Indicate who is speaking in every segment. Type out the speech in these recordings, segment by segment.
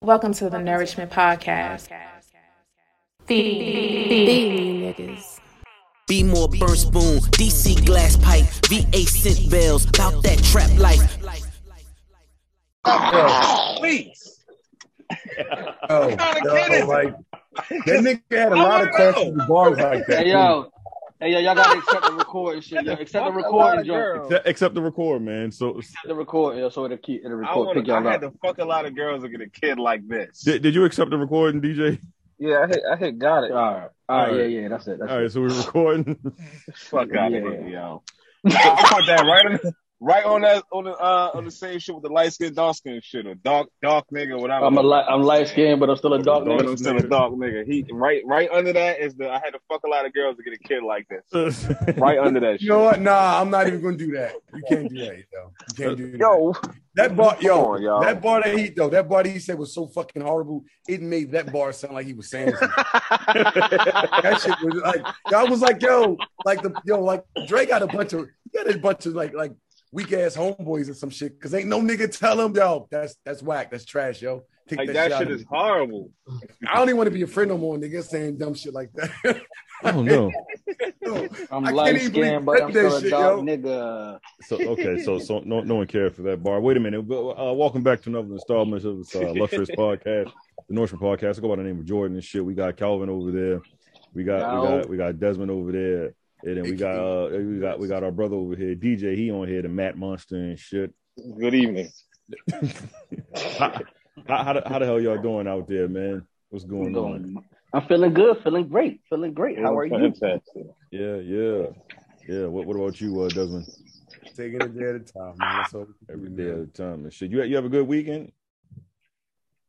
Speaker 1: Welcome to the Nourishment Podcast. Feed me, niggas.
Speaker 2: Be more burn spoon, DC glass pipe, VA scent bells, bout that trap life.
Speaker 3: Please.
Speaker 4: Oh,
Speaker 3: kinda
Speaker 4: no,
Speaker 3: kidding?
Speaker 4: like that nigga had a
Speaker 3: I
Speaker 4: lot
Speaker 3: wanna
Speaker 4: of questionable bars like that.
Speaker 5: Hey yo, hey yo, y'all gotta accept the recording shit. Yo. Accept the recording, joint.
Speaker 6: Except, except the record, man. So
Speaker 5: Accept the recording, yo, so it'll keep it'll
Speaker 3: I,
Speaker 5: record.
Speaker 3: wanna,
Speaker 5: pick
Speaker 3: I
Speaker 5: y'all
Speaker 3: had
Speaker 5: up.
Speaker 3: to fuck a lot of girls looking at a kid like this.
Speaker 6: did, did you accept the recording, DJ?
Speaker 7: Yeah, I hit, I hit got
Speaker 5: All
Speaker 7: it.
Speaker 5: right, all right, yeah, yeah, that's it. That's
Speaker 6: All
Speaker 5: it.
Speaker 6: right, so we're recording.
Speaker 3: fuck out
Speaker 5: Yeah.
Speaker 3: of here, yo. I put that right on, right on that on the uh, on the same shit with the light skin, dark skin shit, or dark dark nigga, whatever.
Speaker 5: I'm a light, I'm light skinned, but I'm still a
Speaker 3: Dark
Speaker 5: dark
Speaker 3: nigga,
Speaker 5: nigga.
Speaker 3: I'm still a dark nigga. He right, right under that is the. I had to fuck a lot of girls to get a kid like this. Right under that.
Speaker 4: You
Speaker 3: shit.
Speaker 4: know what? Nah, I'm not even gonna do that. You can't do that, yo. You can't do that.
Speaker 7: Yo,
Speaker 4: that bar, yo,
Speaker 3: Come on, y'all.
Speaker 4: that bar that he though, that bar that he said was so fucking horrible. It made that bar sound like he was saying something. that shit was like, I was like, yo, like the yo, like Dre got a bunch of, he got a bunch of like like weak ass homeboys and some shit, cause ain't no nigga tell him, yo, that's that's whack, that's trash, yo. Take
Speaker 3: Like
Speaker 4: that,
Speaker 3: that
Speaker 4: shit
Speaker 3: shit is horrible.
Speaker 4: I don't even want to be a friend no more, nigga, saying dumb shit like that.
Speaker 6: oh no.
Speaker 4: Yo,
Speaker 5: I'm
Speaker 4: I can't
Speaker 5: light
Speaker 4: even
Speaker 5: skinned, but I'm
Speaker 4: accept that
Speaker 5: still a
Speaker 4: shit,
Speaker 5: dark
Speaker 4: yo.
Speaker 5: nigga.
Speaker 6: So okay, so so no no one cared for that bar. Wait a minute. But, Uh, welcome back to another installment of this uh, Luxurious Podcast, the Norseman Podcast. I go by the name of Jordan and shit. We got Calvin over there. We got we
Speaker 5: Yo.
Speaker 6: got we got Desmond over there, and then we got uh, we got we got our brother over here, DJ. He on here, the Matt Monster and shit.
Speaker 3: Good evening.
Speaker 6: How, how, how, the, how the hell y'all doing out there, man? What's
Speaker 5: I'm
Speaker 6: going on?
Speaker 5: going. I'm feeling good, feeling great, feeling great. How are you?
Speaker 3: Fantastic.
Speaker 6: Yeah, yeah, yeah. What What about you, uh, Desmond?
Speaker 4: Taking it day at a time, man. So
Speaker 6: Every day at a time and shit. You You have a good weekend.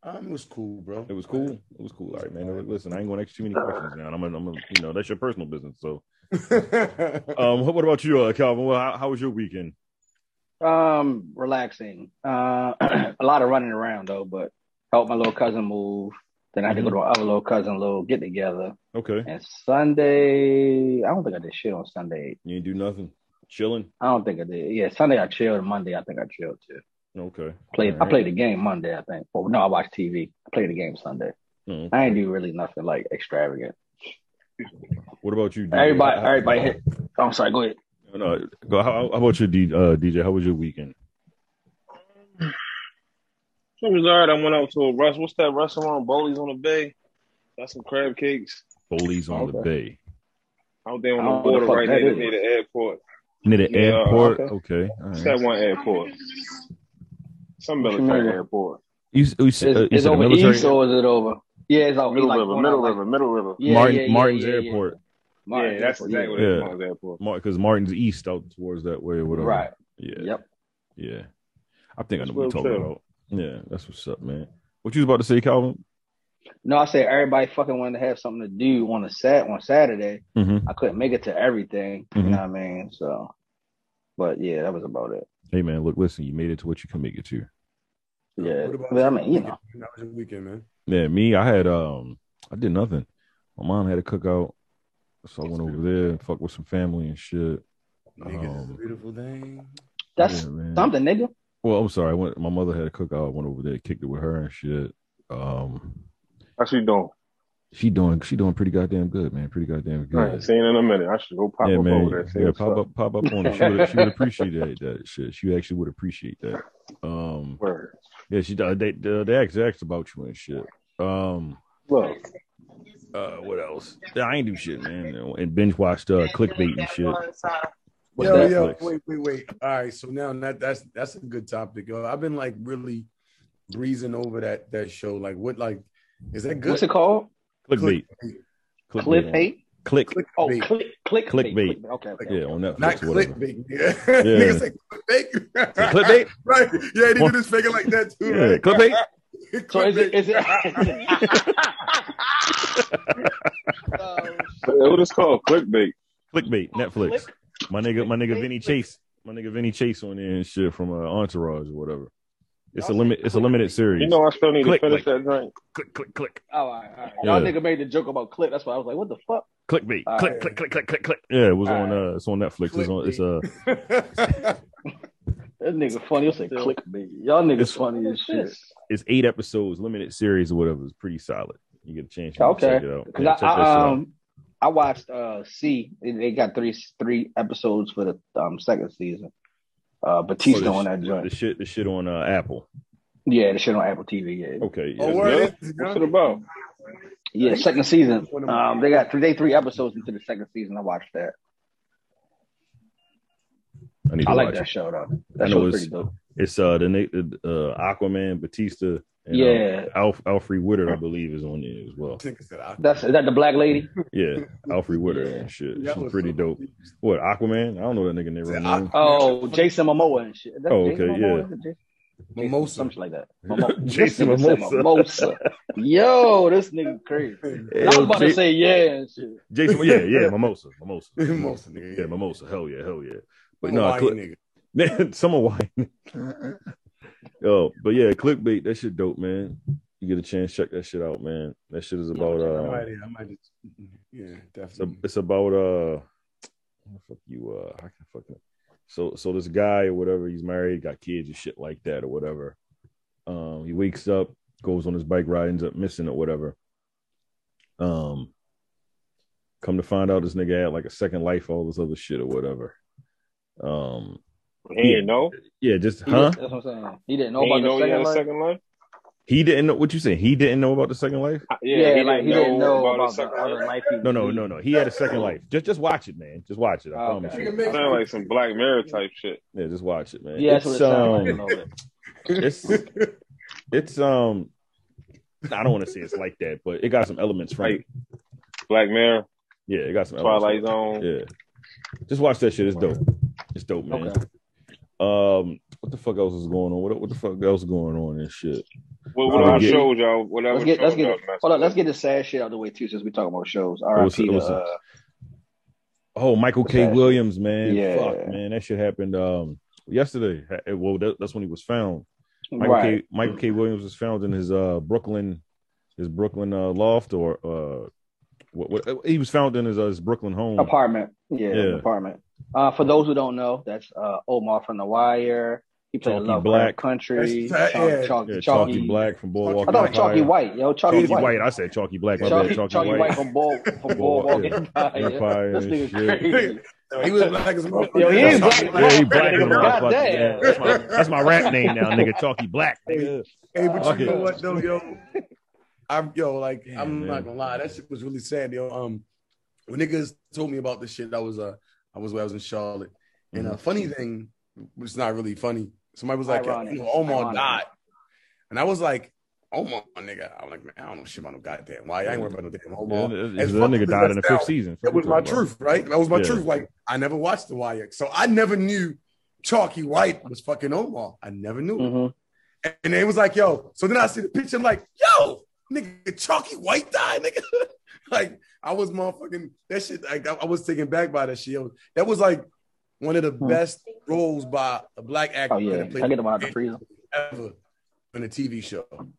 Speaker 4: Um, it was cool, bro.
Speaker 6: It was cool. It was cool. All right, man. Listen, I ain't going to ask you too many questions now. I'm gonna, I'm gonna, you know, that's your personal business. So, um, what, what about you, uh, Calvin? Well, how, how was your weekend?
Speaker 5: Um, relaxing. Uh, a lot of running around though, but helped my little cousin move. Then I had to go to my other little cousin little get together.
Speaker 6: Okay,
Speaker 5: And Sunday, I don't think I did shit on Sunday.
Speaker 6: you ain't do nothing. Chilling.
Speaker 5: I don't think I did. Yeah, Sunday I chilled. Monday I think I chilled too.
Speaker 6: Okay.
Speaker 5: Played.
Speaker 6: All
Speaker 5: I
Speaker 6: right.
Speaker 5: played the game Monday. I think. Well, no, I watched TV. I played the game Sunday.
Speaker 6: Mm.
Speaker 5: I ain't do really nothing like extravagant.
Speaker 6: What about you? DJ?
Speaker 5: Everybody,
Speaker 6: How-
Speaker 5: everybody hit. Oh, I'm sorry. Go ahead.
Speaker 6: No, go. How, how about your D, uh, DJ? How was your weekend?
Speaker 3: It was alright. I went out to a rest. What's that restaurant? Bowley's on the bay. Got some crab cakes
Speaker 6: Foley's on the bay
Speaker 3: out there on
Speaker 5: I
Speaker 3: the
Speaker 5: don't know
Speaker 3: border
Speaker 5: what the
Speaker 3: right
Speaker 5: fuck
Speaker 3: near,
Speaker 5: that
Speaker 3: near
Speaker 5: is.
Speaker 3: the airport.
Speaker 6: near the
Speaker 3: Yeah,
Speaker 6: airport.
Speaker 5: okay.
Speaker 6: Okay. All
Speaker 3: What's
Speaker 6: right.
Speaker 3: that one airport? Some
Speaker 5: What you
Speaker 3: military
Speaker 5: mean?
Speaker 3: airport.
Speaker 6: You, you,
Speaker 5: Is,
Speaker 6: said- uh, you
Speaker 5: is
Speaker 6: said the
Speaker 5: over
Speaker 6: military.
Speaker 5: east or is it over? Yeah, it's over
Speaker 3: Middle
Speaker 5: like,
Speaker 3: River,
Speaker 5: going
Speaker 3: Middle
Speaker 5: out, like-
Speaker 3: River, Middle River.
Speaker 5: Yeah,
Speaker 6: Martin,
Speaker 5: yeah, yeah,
Speaker 6: Martin's
Speaker 5: yeah, yeah.
Speaker 6: airport.
Speaker 3: Yeah,
Speaker 5: Martin's
Speaker 3: that's
Speaker 5: Airport,
Speaker 3: exactly what
Speaker 5: yeah.
Speaker 3: it's
Speaker 6: Yeah.
Speaker 3: called, airport.
Speaker 6: Because Martin's east out towards that way or whatever.
Speaker 5: Right.
Speaker 6: Yeah.
Speaker 5: Yep.
Speaker 6: Yeah. I think I
Speaker 3: That's
Speaker 6: know what you're
Speaker 3: real
Speaker 6: talking
Speaker 3: chill.
Speaker 6: about. Yeah, that's what's up, man. What you was about to say, Calvin?
Speaker 5: No, I said everybody fucking wanted to have something to do on a sat on Saturday.
Speaker 6: Mm-hmm.
Speaker 5: I couldn't make it to everything.
Speaker 6: Mhm.
Speaker 5: You know what I mean? So, but yeah, that was about it.
Speaker 6: Hey man, look, listen, you made it to what you can make it to.
Speaker 5: Yeah,
Speaker 4: What about
Speaker 5: but I mean, you
Speaker 4: your
Speaker 5: know,
Speaker 4: weekend? That was your weekend, man.
Speaker 6: Yeah, me, I had um I did nothing. My mom had a cookout, so I went over there and fucked with some family and shit.
Speaker 4: Niggas is a
Speaker 6: Um,
Speaker 4: beautiful thing.
Speaker 5: that's
Speaker 6: Yeah, man.
Speaker 5: something, nigga.
Speaker 6: Well, I'm sorry, I went my mother had a cookout, I went over there, kicked it with her and shit. Um
Speaker 3: How she doing?
Speaker 6: she doing she doing pretty goddamn good, man. Pretty goddamn good.
Speaker 3: I ain't seen her in a minute. I should go pop
Speaker 6: yeah,
Speaker 3: up
Speaker 6: man.
Speaker 3: over there. and see
Speaker 6: Yeah,
Speaker 3: what's
Speaker 6: pop
Speaker 3: up.
Speaker 6: up, pop up on her. She would, she would appreciate that, that shit. She actually would appreciate that. Um,
Speaker 3: Word.
Speaker 6: yeah, she uh, they uh, they asked, asked about you and shit. Um,
Speaker 3: Look,
Speaker 6: uh, what else? Yeah, I ain't do shit, man. And binge watched uh, clickbait and shit. What's
Speaker 4: yo,
Speaker 6: that
Speaker 4: yo,
Speaker 6: place?
Speaker 4: wait, wait, wait. All right, so now that that's that's a good topic. Yo, I've been like really breezing over that that show. Like, what, like, is that good?
Speaker 5: What's it called?
Speaker 6: Clickbait.
Speaker 5: Clip hate?
Speaker 6: Click.
Speaker 4: Clickbait.
Speaker 5: Oh, click, click,
Speaker 6: Clickbait.
Speaker 5: Okay, okay.
Speaker 6: Yeah, on Netflix.
Speaker 4: Not
Speaker 6: or whatever.
Speaker 4: clickbait. Yeah. Niggas say clickbait.
Speaker 6: Yeah, clickbait.
Speaker 4: right. Yeah, they do
Speaker 6: Well-
Speaker 4: this faking like that too.
Speaker 6: Yeah,
Speaker 4: Right?
Speaker 6: clickbait.
Speaker 5: So is it? Is it?
Speaker 3: what it's called? Clickbait.
Speaker 6: Clickbait.
Speaker 5: Oh,
Speaker 6: Netflix. My nigga, my nigga, Vinny Chase. My nigga, Vinny Chase on there and shit from uh, Entourage or whatever. It's a limit. It's a limited series.
Speaker 3: You know I still need
Speaker 6: Clickbait.
Speaker 3: to finish that drink.
Speaker 6: click, click, click,
Speaker 5: oh, all right, all right. Y'all
Speaker 6: Yeah.
Speaker 5: nigga made the joke about clip. That's why I was like, what the fuck?
Speaker 6: clickbait.
Speaker 5: All
Speaker 6: click,
Speaker 4: right.
Speaker 6: uh, click, click, click, click, click. Yeah, it was
Speaker 5: All
Speaker 6: on. Uh, it's on Netflix. It's on. It's uh.
Speaker 5: That nigga funny. You'll say
Speaker 7: Still.
Speaker 5: clickbait. Y'all niggas
Speaker 6: It's-
Speaker 5: funny as shit.
Speaker 6: It's eight episodes, limited series or whatever. It's pretty solid. You get a chance. You Can
Speaker 5: Okay.
Speaker 6: check it out.
Speaker 5: Because
Speaker 6: Yeah,
Speaker 5: I,
Speaker 6: check that shit
Speaker 5: I
Speaker 6: out.
Speaker 5: um I watched uh C. They- They got three three episodes for the um second season. Uh Batista
Speaker 6: Oh,
Speaker 5: on that
Speaker 6: The
Speaker 5: joint.
Speaker 6: shit, the shit on uh, Apple.
Speaker 5: Yeah, the shit on Apple TV. Yeah,
Speaker 6: Okay. Yeah.
Speaker 4: Oh, word.
Speaker 3: What's it about?
Speaker 5: yeah. Second season. Um, they got three, they three episodes into the second season. I watched that.
Speaker 6: I need to
Speaker 5: I like
Speaker 6: watch
Speaker 5: that
Speaker 6: it.
Speaker 5: show though.
Speaker 6: I know
Speaker 5: That show's
Speaker 6: it's-
Speaker 5: pretty dope.
Speaker 6: It's uh the na- uh, Aquaman, Batista, and
Speaker 5: Yeah.
Speaker 6: uh, Alf, Alfred Woodard, I believe, is on there as well.
Speaker 4: Nigga said, "Ah, I-
Speaker 5: That's is that the black lady?
Speaker 6: Yeah, Alfred Woodard and shit.
Speaker 4: that
Speaker 6: She's
Speaker 4: was
Speaker 6: pretty
Speaker 4: so-
Speaker 6: dope. What Aquaman? I don't know that nigga name.
Speaker 4: Yeah,
Speaker 6: right now.
Speaker 5: Oh, Jason Momoa and shit. That's
Speaker 6: Oh,
Speaker 5: Jason
Speaker 6: okay,
Speaker 5: Momoa?
Speaker 6: yeah.
Speaker 5: Is it Jason-
Speaker 4: Mimosa.
Speaker 5: something like that. Momo-
Speaker 6: Jason
Speaker 5: This nigga said
Speaker 6: Mimosa.
Speaker 5: Mimosa. Yo, this nigga crazy. I was
Speaker 6: Hell,
Speaker 5: about to
Speaker 6: J-
Speaker 5: say yeah and shit.
Speaker 6: Jason. Yeah, yeah, Mimosa, Mimosa,
Speaker 4: Mimosa, nigga.
Speaker 6: Yeah, Mimosa. Hell yeah, hell yeah. But
Speaker 5: Oh,
Speaker 4: But
Speaker 6: no,
Speaker 4: no,
Speaker 6: Cl- some Hawaiian. oh, but yeah, clickbait. That shit dope, man. You get a chance, check that shit out, man. That shit is about
Speaker 4: I
Speaker 6: uh,
Speaker 4: might, I might just, mm-hmm. yeah,
Speaker 6: it's, a,
Speaker 4: definitely.
Speaker 6: it's about uh, fuck you, uh, I can fucking. So so this guy or whatever, he's married, got kids and shit like that or whatever. Um, he wakes up, goes on his bike ride, ends up missing or whatever. Um, come to find out, this nigga had like a second life, all this other shit or whatever. Um,
Speaker 3: He didn't know.
Speaker 6: yeah, just
Speaker 5: He
Speaker 6: huh?
Speaker 5: didn't- That's what I'm saying. He didn't know
Speaker 3: He
Speaker 5: about
Speaker 3: didn't know
Speaker 5: the
Speaker 3: he had a
Speaker 5: second life.
Speaker 3: second life.
Speaker 6: He didn't know what you saying. He didn't know about the second life.
Speaker 3: Uh,
Speaker 5: Yeah,
Speaker 3: Yeah,
Speaker 5: like he didn't know about,
Speaker 3: his
Speaker 5: the
Speaker 3: second
Speaker 5: other
Speaker 3: life.
Speaker 5: life.
Speaker 6: No, no, no, no. He had a second life. Just, just watch it, man. Just watch it. I
Speaker 5: Oh,
Speaker 6: promise
Speaker 5: okay.
Speaker 6: you.
Speaker 3: Sound like some Black Mirror type shit.
Speaker 6: Yeah, just watch it, man.
Speaker 5: Yeah, that's
Speaker 6: it's,
Speaker 5: what it sounds
Speaker 6: um,
Speaker 5: like. a little bit.
Speaker 6: it's, it's, um, I don't want to say it's like that, but it got some elements from it.
Speaker 3: Black Mirror,
Speaker 6: Yeah, it got some
Speaker 3: Twilight
Speaker 6: elements. from
Speaker 3: Zone.
Speaker 6: it. Yeah, just watch that shit. It's dope. It's dope, man.
Speaker 5: Okay.
Speaker 6: Um, what the fuck else is going on? What, what the fuck else is going on and shit?
Speaker 3: What, what
Speaker 6: Oh,
Speaker 3: other
Speaker 6: yeah.
Speaker 3: shows y'all? What other
Speaker 5: Let's get let's
Speaker 3: shows
Speaker 5: get
Speaker 3: y'all messing
Speaker 5: hold on.
Speaker 3: with?
Speaker 5: Let's get the sad shit out of the way too, since we talking about shows.
Speaker 6: was-
Speaker 5: R.I.P.
Speaker 6: it
Speaker 5: to,
Speaker 6: was a-
Speaker 5: uh,
Speaker 6: Oh, Michael K.
Speaker 5: Assassin.
Speaker 6: Williams, man.
Speaker 5: Yeah.
Speaker 6: Fuck, man. That shit happened um yesterday. Ha- Well, that, that's when he was found. Michael
Speaker 5: right.
Speaker 6: K. Michael K. Williams was found in his uh Brooklyn, his Brooklyn uh, loft or uh what, what he was found in his, uh, his Brooklyn home.
Speaker 5: apartment. Yeah,
Speaker 6: Yeah.
Speaker 5: apartment. Uh, for those who don't know, that's uh, Omar from The Wire. He played
Speaker 6: Chalky
Speaker 5: Love
Speaker 6: Black.
Speaker 5: Black Country.
Speaker 4: That's-
Speaker 5: Chalk-
Speaker 4: yeah.
Speaker 5: Chalk-
Speaker 6: Yeah, Chalky,
Speaker 5: Chalky
Speaker 6: Black from Boardwalk
Speaker 5: I thought
Speaker 6: Empire.
Speaker 5: Chalky White. Yo, Chalky,
Speaker 6: Chalky
Speaker 5: White.
Speaker 6: White. I said Chalky Black. My
Speaker 5: Chalky,
Speaker 6: bad. Chalky,
Speaker 5: Chalky
Speaker 6: White.
Speaker 5: White from Ball from Boardwalk
Speaker 6: Yeah.
Speaker 5: Empire.
Speaker 6: Empire
Speaker 5: This
Speaker 6: and
Speaker 5: nigga
Speaker 6: shit.
Speaker 5: crazy.
Speaker 4: He was black as a motherfucker.
Speaker 5: Yo, he is black.
Speaker 6: Yeah, he black as a
Speaker 5: Goddamn.
Speaker 6: motherfucker. Yeah. That's, my, that's my rap name now, nigga. Chalky Black. Nigga.
Speaker 4: Hey, but
Speaker 6: Fuck
Speaker 4: you
Speaker 6: it.
Speaker 4: know what though, yo, I'm yo like
Speaker 6: Damn,
Speaker 4: I'm
Speaker 6: man.
Speaker 4: not gonna lie, that shit was really sad, yo. Um, when niggas told me about this shit, I was uh, I was I was in Charlotte, and
Speaker 6: Mm-hmm.
Speaker 4: a funny thing, which is not really funny. Somebody was like,
Speaker 5: Ironic.
Speaker 4: you know, Omar
Speaker 5: Ironic.
Speaker 4: died, and I was like, Omar, nigga. I'm like, man, I don't know shit about no goddamn. Why I ain't worried about no damn
Speaker 6: Yeah,
Speaker 4: Omar.
Speaker 6: that
Speaker 4: As
Speaker 6: that
Speaker 4: fucked
Speaker 6: nigga
Speaker 4: as
Speaker 6: died in the
Speaker 4: that sound,
Speaker 6: fifth season.
Speaker 4: That was my
Speaker 6: Fuck you talking
Speaker 4: truth, right? That was my
Speaker 6: Yeah.
Speaker 4: truth. Like I never watched The Wire, so I never knew Chalky White was fucking Omar. I never knew. it.
Speaker 5: Mhm.
Speaker 4: And they was like, yo. So then I see the picture. I'm like, yo, nigga, chalky white dye, nigga. like I was motherfucking that shit. Like I, I was taken back by that shit. That was like one of the best roles by a black
Speaker 5: Mm.
Speaker 4: actor
Speaker 5: Oh yeah,
Speaker 4: that
Speaker 5: I
Speaker 4: played
Speaker 5: get him out of the freezer.
Speaker 4: ever on a TV show.
Speaker 6: about.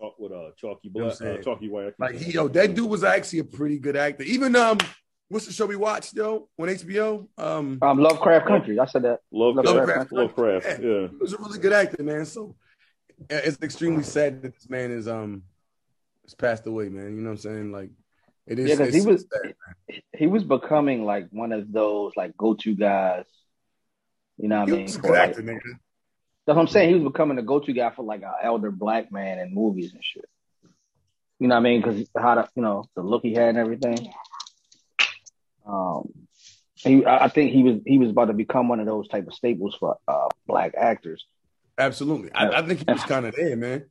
Speaker 6: Chalk with uh, Chalky
Speaker 4: know what
Speaker 6: Black.
Speaker 4: I'm saying?
Speaker 6: uh, Chalky White.
Speaker 4: Like he, yo, that dude was actually a pretty good actor. Even um, what's the show we watched though on HBO? Um,
Speaker 5: Um, Lovecraft Country. I said that.
Speaker 6: Lovecraft.
Speaker 5: Lovecraft.
Speaker 6: Lovecraft. Yeah.
Speaker 4: he was a really good actor, man. So yeah, it's extremely sad that this man is um, has passed away, man. You know what I'm saying? Like it is.
Speaker 5: Yeah, 'cause he
Speaker 4: it's
Speaker 5: was-
Speaker 4: sad.
Speaker 5: he was becoming like one of those like go-to guys. You know what
Speaker 4: He
Speaker 5: I mean?
Speaker 4: was a
Speaker 5: For,
Speaker 4: good
Speaker 5: like-
Speaker 4: actor, nigga.
Speaker 5: that's what I'm saying. He was becoming a go-to guy for like an elder black man in movies and shit. You know what I mean? Because how the you know the look he had and everything. Um, he I I think he was he was about to become one of those type of staples for uh black actors,
Speaker 4: Absolutely. I, I think he was kind of there, man.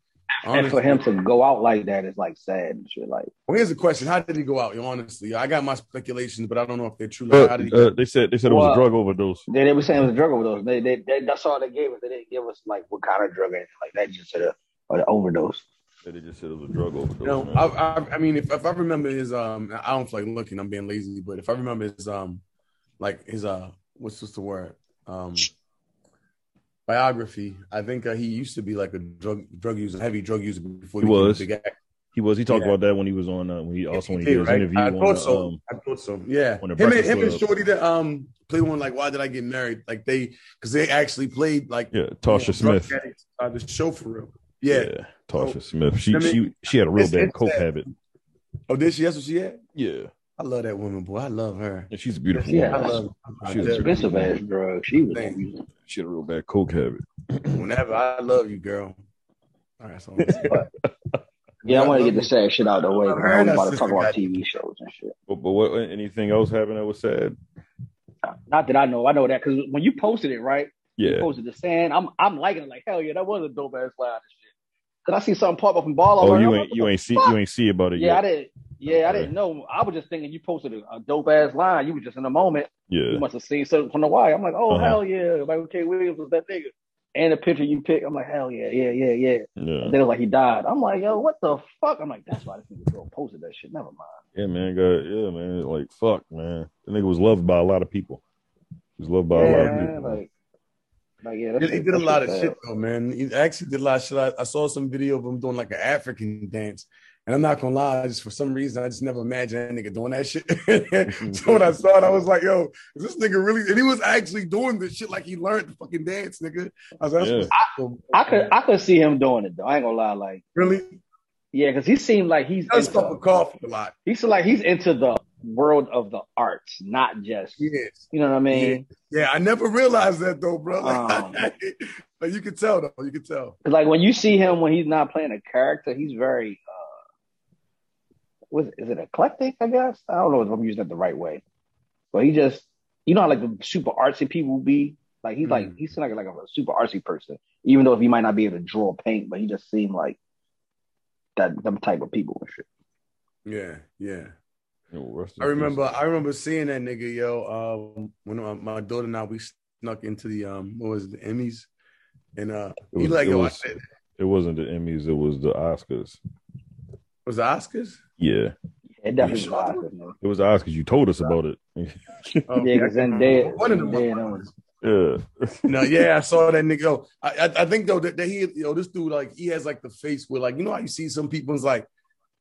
Speaker 5: and for
Speaker 4: Honestly.
Speaker 5: him to go out like that is like sad and shit. Like
Speaker 4: Well, here's the question: How did he go out? Yo, honestly, I got my speculations, but I don't know if they're true. Like, how did he?
Speaker 6: Uh, they said they said it was
Speaker 5: Well-
Speaker 6: a drug overdose.
Speaker 5: they, they were saying it was a drug overdose. They, they, they that's all they gave us. They didn't give us like what kind of drug or anything like that. Just said a or the overdose.
Speaker 6: They just said it was a drug overdose.
Speaker 4: you know,
Speaker 6: man.
Speaker 4: I, I, I mean, if, if I remember his, um, I don't feel like looking. I'm being lazy, but if I remember his, um, like his, uh, what's what's the word? Um, biography. I think uh, he used to be like a drug drug user, heavy drug user before
Speaker 6: He
Speaker 4: became a
Speaker 6: was.
Speaker 4: big actor.
Speaker 6: He was. He talked
Speaker 4: Yeah.
Speaker 6: about that when he was on. Uh, when he also when he
Speaker 4: did,
Speaker 6: did his
Speaker 4: right?
Speaker 6: interview.
Speaker 4: I
Speaker 6: on,
Speaker 4: thought
Speaker 6: the,
Speaker 4: so.
Speaker 6: um,
Speaker 4: I thought
Speaker 6: doing some.
Speaker 4: Yeah,
Speaker 6: On the
Speaker 4: him and,
Speaker 6: Breakfast
Speaker 4: him and
Speaker 6: Club.
Speaker 4: Shorty that um played one like Why Did I Get Married? Like they because they actually played like
Speaker 6: Yeah, Tasha
Speaker 4: you know, drug
Speaker 6: Smith.
Speaker 4: addicts, uh, the show for real. Yeah.
Speaker 6: Tasha Smith. She
Speaker 4: I mean,
Speaker 6: she she had a real
Speaker 4: it's-
Speaker 6: bad
Speaker 4: it's
Speaker 6: coke
Speaker 4: that-
Speaker 6: habit.
Speaker 4: Oh, did she? That's what she had.
Speaker 6: Yeah,
Speaker 4: I love that woman, boy. I love her.
Speaker 6: and she's a beautiful
Speaker 5: Yeah,
Speaker 4: I
Speaker 6: woman.
Speaker 4: love.
Speaker 6: She was
Speaker 4: I
Speaker 5: Expensive ass drug. She was
Speaker 4: Thank
Speaker 5: using.
Speaker 6: She had a real bad coke habit.
Speaker 4: Whenever I love you, girl. All right, so but,
Speaker 5: Yeah, I want to get the sad shit out of the way.
Speaker 4: I've
Speaker 5: man. I
Speaker 4: heard
Speaker 5: was
Speaker 4: that
Speaker 5: about to
Speaker 4: sister
Speaker 5: talk about
Speaker 4: got-
Speaker 5: TV shows and shit.
Speaker 6: But, but what? Anything else happened that was sad?
Speaker 5: Not that I know. I know that because when you posted it, right? You
Speaker 6: Yeah.
Speaker 5: posted the sand. I'm I'm liking it. Like hell yeah, that was a dope ass line and shit. Cause I see something pop up in ball. I'm
Speaker 6: Oh,
Speaker 5: like,
Speaker 6: you
Speaker 5: I'm
Speaker 6: ain't
Speaker 5: like,
Speaker 6: you
Speaker 5: what
Speaker 6: ain't see
Speaker 5: fuck?
Speaker 6: you ain't see about
Speaker 5: the-
Speaker 6: it
Speaker 5: Yeah,
Speaker 6: yet.
Speaker 5: I didn't. Yeah, I
Speaker 6: Okay.
Speaker 5: didn't know. I was just thinking you posted a, a dope ass line. You were just in the moment.
Speaker 6: Yeah.
Speaker 5: You must have seen something from the wire. I'm like, oh
Speaker 6: Uh-huh.
Speaker 5: hell yeah, Michael K. Williams was that nigga. And the picture you picked, I'm like, hell yeah, yeah, yeah, yeah.
Speaker 6: Yeah.
Speaker 5: Then it was like he died. I'm like, yo, what the fuck? I'm like, that's why this nigga girl posted that shit. Never mind.
Speaker 6: Yeah, man. Got yeah, man. Like fuck, man. The nigga was loved by a lot of people. He was loved by a lot of
Speaker 5: Yeah,
Speaker 6: people.
Speaker 5: like, like yeah,
Speaker 4: He
Speaker 5: that's-
Speaker 4: did a
Speaker 5: that's
Speaker 4: lot of
Speaker 5: bad.
Speaker 4: shit though, man. He actually did a lot of shit. I, I saw some video of him doing like an African dance, and I'm not gonna lie, I just for some reason I just never imagined that nigga doing that shit. so when I saw it, I was like, "Yo, is this nigga really?" And he was actually doing this shit like he learned the fucking dance, nigga. I was like,
Speaker 6: Yeah.
Speaker 4: That's what's-
Speaker 5: I could I could see him doing it though. I ain't gonna lie, like
Speaker 4: really
Speaker 5: yeah, because he seemed like he's
Speaker 4: he does
Speaker 5: into-
Speaker 4: stuff with coffee a lot.
Speaker 5: he seemed like he's into the world of the arts, not just you
Speaker 4: Yes.
Speaker 5: know what I mean.
Speaker 4: Yeah, I never realized that though, bro. Like,
Speaker 5: Um.
Speaker 4: but you could tell though. You could tell.
Speaker 5: 'Cause, Like when you see him when he's not playing a character, he's very uh, was is it eclectic? I guess I don't know if I'm using it the right way, but he just you know how like the super artsy people be. Like he's like
Speaker 4: Mm.
Speaker 5: he seemed like like a super artsy person, even though if he might not be able to draw paint, but he just seemed like that them type of people and shit.
Speaker 4: Yeah, yeah.
Speaker 6: Yo, rest in
Speaker 4: I remember,
Speaker 6: peace.
Speaker 4: I remember seeing that nigga, yo. Um, when my, my daughter and I we snuck into the um, what was it, the Emmys, and uh,
Speaker 6: It
Speaker 4: he
Speaker 6: was-
Speaker 4: like,
Speaker 6: it
Speaker 4: yo, I
Speaker 6: was-
Speaker 4: said, it
Speaker 6: It wasn't the Emmys. It was the Oscars.
Speaker 4: was the Oscars?
Speaker 6: Yeah,
Speaker 5: It definitely
Speaker 4: sure?
Speaker 5: was awkward, man.
Speaker 6: it was the Oscars. You told us about it.
Speaker 4: Oh,
Speaker 5: Yeah, because Zendaya,
Speaker 4: One of them.
Speaker 5: Zendaya was-
Speaker 6: yeah.
Speaker 4: no, yeah, I saw that nigga. Yo, I, I, I think though that, that he, yo, this dude like he has like the face where like you know how you see some people's like,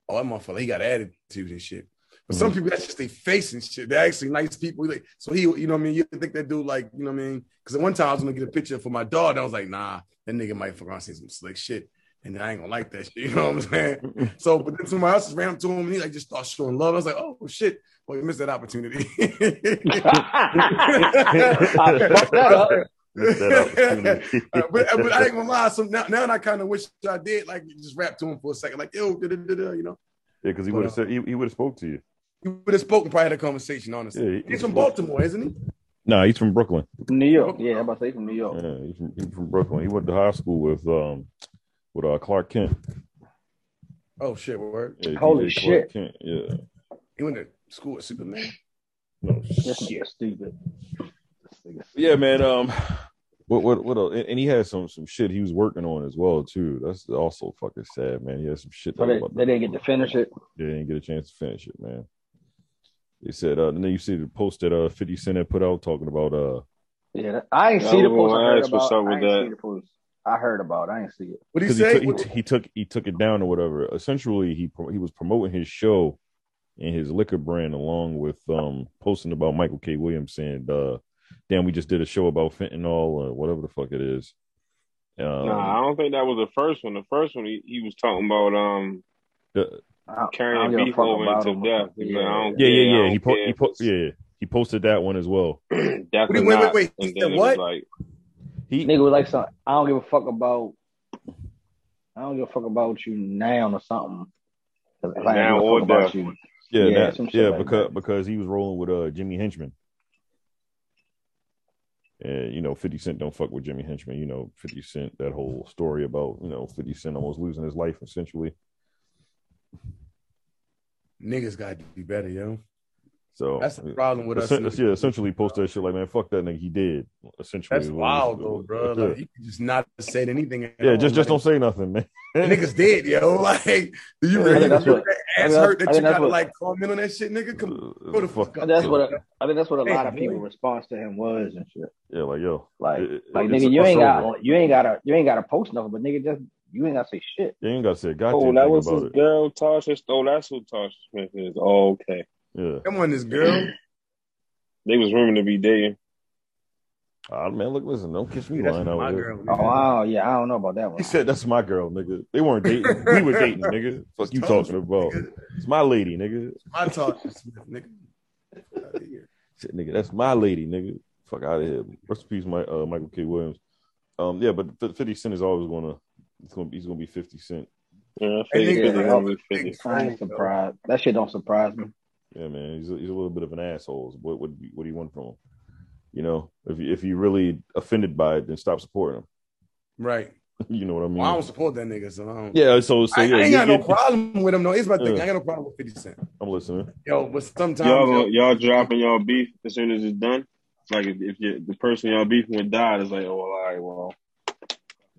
Speaker 4: oh that motherfucker, he got attitude and shit. But some people that's just their face and shit. They're actually nice people. Like, so he, you know what I mean? You think that dude like, you know what I mean? Because at one time I was gonna get a picture for my dog, and I was like, nah, that nigga might fucking say some slick shit. And I ain't gonna like that shit, you know what I'm saying? So, but then somebody else ran up to him and he like just started showing love. I was like, oh shit, well, you missed that opportunity.
Speaker 5: I fucked that up.
Speaker 6: Missed that opportunity.
Speaker 4: Uh, but, but I ain't gonna lie. So now, now I kind of wish I did like just rap to him for a second, like yo, da, da, da, da, you know.
Speaker 6: Yeah, because he would have said he, he would have spoke to you.
Speaker 4: He would have spoken, probably had a conversation. Honestly,
Speaker 6: Yeah, he-
Speaker 4: he's from Baltimore, isn't he?
Speaker 6: Nah, he's from Brooklyn.
Speaker 5: New York. Yeah, I'm about to say from New York.
Speaker 6: Yeah, he's from, he's from Brooklyn. He went to high school with um with uh, Clark Kent.
Speaker 4: Oh shit, word.
Speaker 6: Yeah,
Speaker 5: Holy
Speaker 6: DJ Clark
Speaker 5: shit.
Speaker 6: Kent. Yeah.
Speaker 4: He went to school with Superman.
Speaker 6: No shit.
Speaker 5: This nigga stupid. This nigga stupid.
Speaker 6: Yeah, man. Um, what what what? Else? And, and he had some some shit he was working on as well too. That's also fucking sad, man. He had some shit.
Speaker 5: So
Speaker 6: that
Speaker 5: they,
Speaker 6: about
Speaker 5: they didn't get to finish it.
Speaker 6: They didn't get a chance to finish it, man. They said, uh, and then you see the post that uh, 50 Cent had put out talking about, uh,
Speaker 5: Yeah, that- I ain't
Speaker 3: Yeah,
Speaker 5: see the
Speaker 3: I'm
Speaker 5: post. I
Speaker 3: gonna
Speaker 5: heard
Speaker 3: ask what's
Speaker 5: about.
Speaker 3: up with
Speaker 5: I ain't
Speaker 3: that.
Speaker 5: see the post. I heard about. it. I ain't see it.
Speaker 4: What he
Speaker 6: because he,
Speaker 4: say?
Speaker 6: took, he, t- he took he took it down or whatever. Essentially, he pro- he was promoting his show and his liquor brand along with um posting about Michael K. Williams saying, uh, "Damn, we just did a show about fentanyl or whatever the fuck it is." Um,
Speaker 3: Nah, I don't think that was the first one. The first one he, he was talking about um
Speaker 6: the-
Speaker 5: I don't- I don't
Speaker 3: carrying
Speaker 5: give a
Speaker 3: beef
Speaker 5: fuck
Speaker 3: over
Speaker 5: about
Speaker 3: until
Speaker 5: him.
Speaker 3: death. He like, I don't
Speaker 6: yeah, yeah,
Speaker 3: care, I
Speaker 6: yeah. He
Speaker 3: don't
Speaker 6: po-
Speaker 3: care
Speaker 6: he
Speaker 3: if
Speaker 6: po-
Speaker 3: it's
Speaker 6: yeah he posted that one as well.
Speaker 3: death
Speaker 4: Wait,
Speaker 3: or
Speaker 4: wait, wait,
Speaker 3: not.
Speaker 4: wait. He
Speaker 3: And
Speaker 4: said
Speaker 3: then it was
Speaker 4: what?
Speaker 3: like
Speaker 6: He
Speaker 5: Nigga was like, some, I don't give a fuck about. I don't give a fuck about you now or something. 'Cause if I
Speaker 3: Now
Speaker 5: ain't give a
Speaker 3: or
Speaker 5: fuck about
Speaker 3: death.
Speaker 5: you.
Speaker 6: yeah
Speaker 5: yeah,
Speaker 6: that-
Speaker 5: some shit
Speaker 6: yeah
Speaker 5: like
Speaker 6: because
Speaker 5: that.
Speaker 6: because he was rolling with uh Jimmy Henchman. And you know, Fifty Cent don't fuck with Jimmy Henchman. You know, Fifty Cent that whole story about you know Fifty Cent almost losing his life essentially.
Speaker 4: Niggas got to be better, yo.
Speaker 6: So
Speaker 4: That's the problem with us.
Speaker 6: Essen- yeah, essentially post that shit like man, fuck that nigga. He did essentially.
Speaker 4: That's
Speaker 6: is what it
Speaker 4: wild
Speaker 6: was-
Speaker 4: though,
Speaker 6: what
Speaker 4: bro.
Speaker 6: it did.
Speaker 4: Like, you could just not said anything. at
Speaker 6: yeah,
Speaker 4: all.
Speaker 6: just just don't
Speaker 4: Like,
Speaker 6: say nothing, man.
Speaker 4: Niggas dead, yo. Like, do you
Speaker 6: Yeah,
Speaker 4: really
Speaker 5: that's
Speaker 4: feel
Speaker 5: what-
Speaker 4: that
Speaker 5: I
Speaker 4: ass
Speaker 5: think that's-
Speaker 4: hurt that
Speaker 5: I
Speaker 4: you
Speaker 5: think that's
Speaker 4: gotta
Speaker 5: what-
Speaker 4: like comment on that shit, nigga?
Speaker 6: Uh,
Speaker 4: Come on, go the fuck
Speaker 5: I
Speaker 4: up.
Speaker 5: think that's what. a- I think that's what a lot
Speaker 4: Hey,
Speaker 5: of people
Speaker 4: boy.
Speaker 5: response to him was and shit.
Speaker 6: Yeah, like yo,
Speaker 5: Like,
Speaker 6: It- it-
Speaker 5: like
Speaker 6: it's-
Speaker 5: nigga, you
Speaker 6: it's
Speaker 5: ain't got,
Speaker 6: over.
Speaker 5: you ain't got to, you ain't got to post nothing. But nigga, just you ain't got to say shit.
Speaker 6: you ain't got to say a goddamn
Speaker 3: Oh,
Speaker 6: thing
Speaker 3: that was
Speaker 6: about
Speaker 3: his
Speaker 6: it.
Speaker 3: girl, Tasha. Oh, that's who Tasha Smith is. Oh, okay.
Speaker 6: Yeah.
Speaker 4: Come on, this girl.
Speaker 3: They was rumored to be dating.
Speaker 6: Ah, man, look, listen, don't kiss me
Speaker 4: That's
Speaker 6: lying out
Speaker 4: my
Speaker 6: here.
Speaker 4: girl.
Speaker 5: Oh, wow, yeah, I don't know about that one.
Speaker 6: He said, "That's my girl, nigga." They weren't dating. We were dating, nigga. Fuck you talking about? It's my lady, nigga.
Speaker 4: My talk, nigga. Outta here.
Speaker 6: Shit, nigga, that's my lady, nigga. Fuck out of here. Rest in peace, my uh, Michael K. Williams. Um, yeah, but F- Fifty Cent is always gonna. It's gonna. be He's gonna be Fifty Cent.
Speaker 3: Yeah, I
Speaker 4: And
Speaker 3: figured
Speaker 5: niggas
Speaker 3: they
Speaker 5: are
Speaker 3: gonna be
Speaker 4: big
Speaker 3: 50.
Speaker 5: I ain't surprised. That shit don't surprise me.
Speaker 6: Yeah, man. He's a, he's a little bit of an asshole. What what what do you want from him? You know, if you, if you really offended by it, then stop supporting
Speaker 4: Right.
Speaker 6: him. you know what I mean?
Speaker 4: Well, I don't support that nigga, so I don't.
Speaker 6: yeah. So so
Speaker 4: I,
Speaker 6: yeah,
Speaker 4: I ain't
Speaker 6: you-
Speaker 4: got no
Speaker 6: you-
Speaker 4: problem with him. No, it's my thing.
Speaker 6: Yeah.
Speaker 4: I ain't got no problem with Fifty Cent.
Speaker 6: I'm listening.
Speaker 4: Yo, but sometimes
Speaker 3: Y'all gonna, y'all dropping y'all beef as soon as it's done. It's Like if, if you, the person y'all beefing with died, it's like, oh, well, all right, well.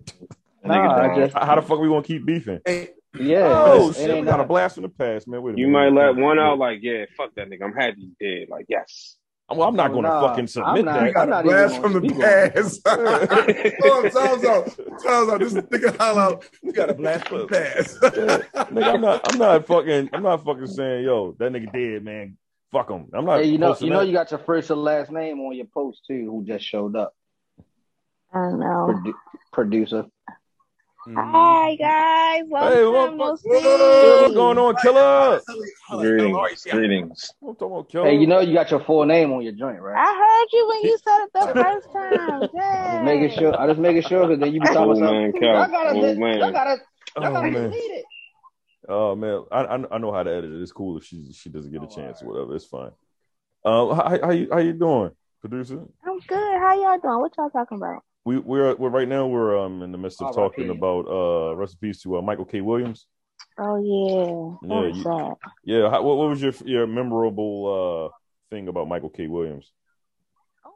Speaker 3: that nigga
Speaker 5: Nah, I
Speaker 3: died.
Speaker 5: just-
Speaker 6: How, how the fuck we gonna keep beefing?
Speaker 4: Hey,
Speaker 5: Yeah.
Speaker 6: Oh
Speaker 5: it
Speaker 6: shit,
Speaker 5: ain't
Speaker 6: we got a
Speaker 5: nothing.
Speaker 6: blast from the past, man. Wait a
Speaker 3: you might
Speaker 6: minute.
Speaker 3: let one out, like, yeah, fuck that nigga. I'm happy he dead. Like, yes.
Speaker 6: I'm, I'm not
Speaker 5: Oh,
Speaker 6: gonna
Speaker 5: nah,
Speaker 6: fucking
Speaker 5: I'm
Speaker 6: submit
Speaker 5: not-
Speaker 4: I
Speaker 6: that.
Speaker 4: got
Speaker 5: I'm
Speaker 4: a
Speaker 5: not
Speaker 4: blast
Speaker 5: even
Speaker 4: from
Speaker 5: gonna
Speaker 4: the past.
Speaker 5: speak
Speaker 4: oh, times out. Times out. This is nigga holler out. You got a blast from the past.
Speaker 6: Nigga, I'm not. I'm not fucking. I'm not fucking saying, yo, that nigga dead, man. Fuck him. I'm not.
Speaker 5: Hey, you know,
Speaker 6: posting
Speaker 5: you know,
Speaker 6: that.
Speaker 5: you got your first and last name on your post too. Who just showed up?
Speaker 7: I don't know.
Speaker 5: Produ- producer.
Speaker 4: Oh,
Speaker 7: Hi guys,
Speaker 6: Hey,
Speaker 7: welcome.
Speaker 6: what
Speaker 7: no
Speaker 6: the-
Speaker 7: Steve.
Speaker 6: what's going on, killer?
Speaker 3: Greetings. Greetings.
Speaker 6: I'm talking about killer.
Speaker 5: Hey, you know, you got your full name on your joint, right?
Speaker 7: I heard you when you said it the first
Speaker 5: I
Speaker 7: time. Yay.
Speaker 5: just making sure. I just making sure because then you be talking about
Speaker 3: Old
Speaker 5: something.
Speaker 3: man Cal. Old man.
Speaker 5: Y'all gotta, y'all gotta,
Speaker 6: oh
Speaker 5: y'all gotta
Speaker 6: man,
Speaker 5: delete it.
Speaker 6: oh man, I, I I know how to edit it. It's cool if she she doesn't get a chance or whatever. It's fine. Um, how how you how you doing, producer?
Speaker 7: I'm good. How y'all doing? What y'all talking about?
Speaker 6: We we're, we're right now we're um in the midst of
Speaker 5: R.I.P.
Speaker 6: talking about uh recipes to uh, Michael K. Williams.
Speaker 7: Oh
Speaker 6: Yeah,
Speaker 7: yeah. That was
Speaker 6: you-
Speaker 7: sad.
Speaker 6: Yeah, how, what, what was your your memorable uh thing about Michael K. Williams?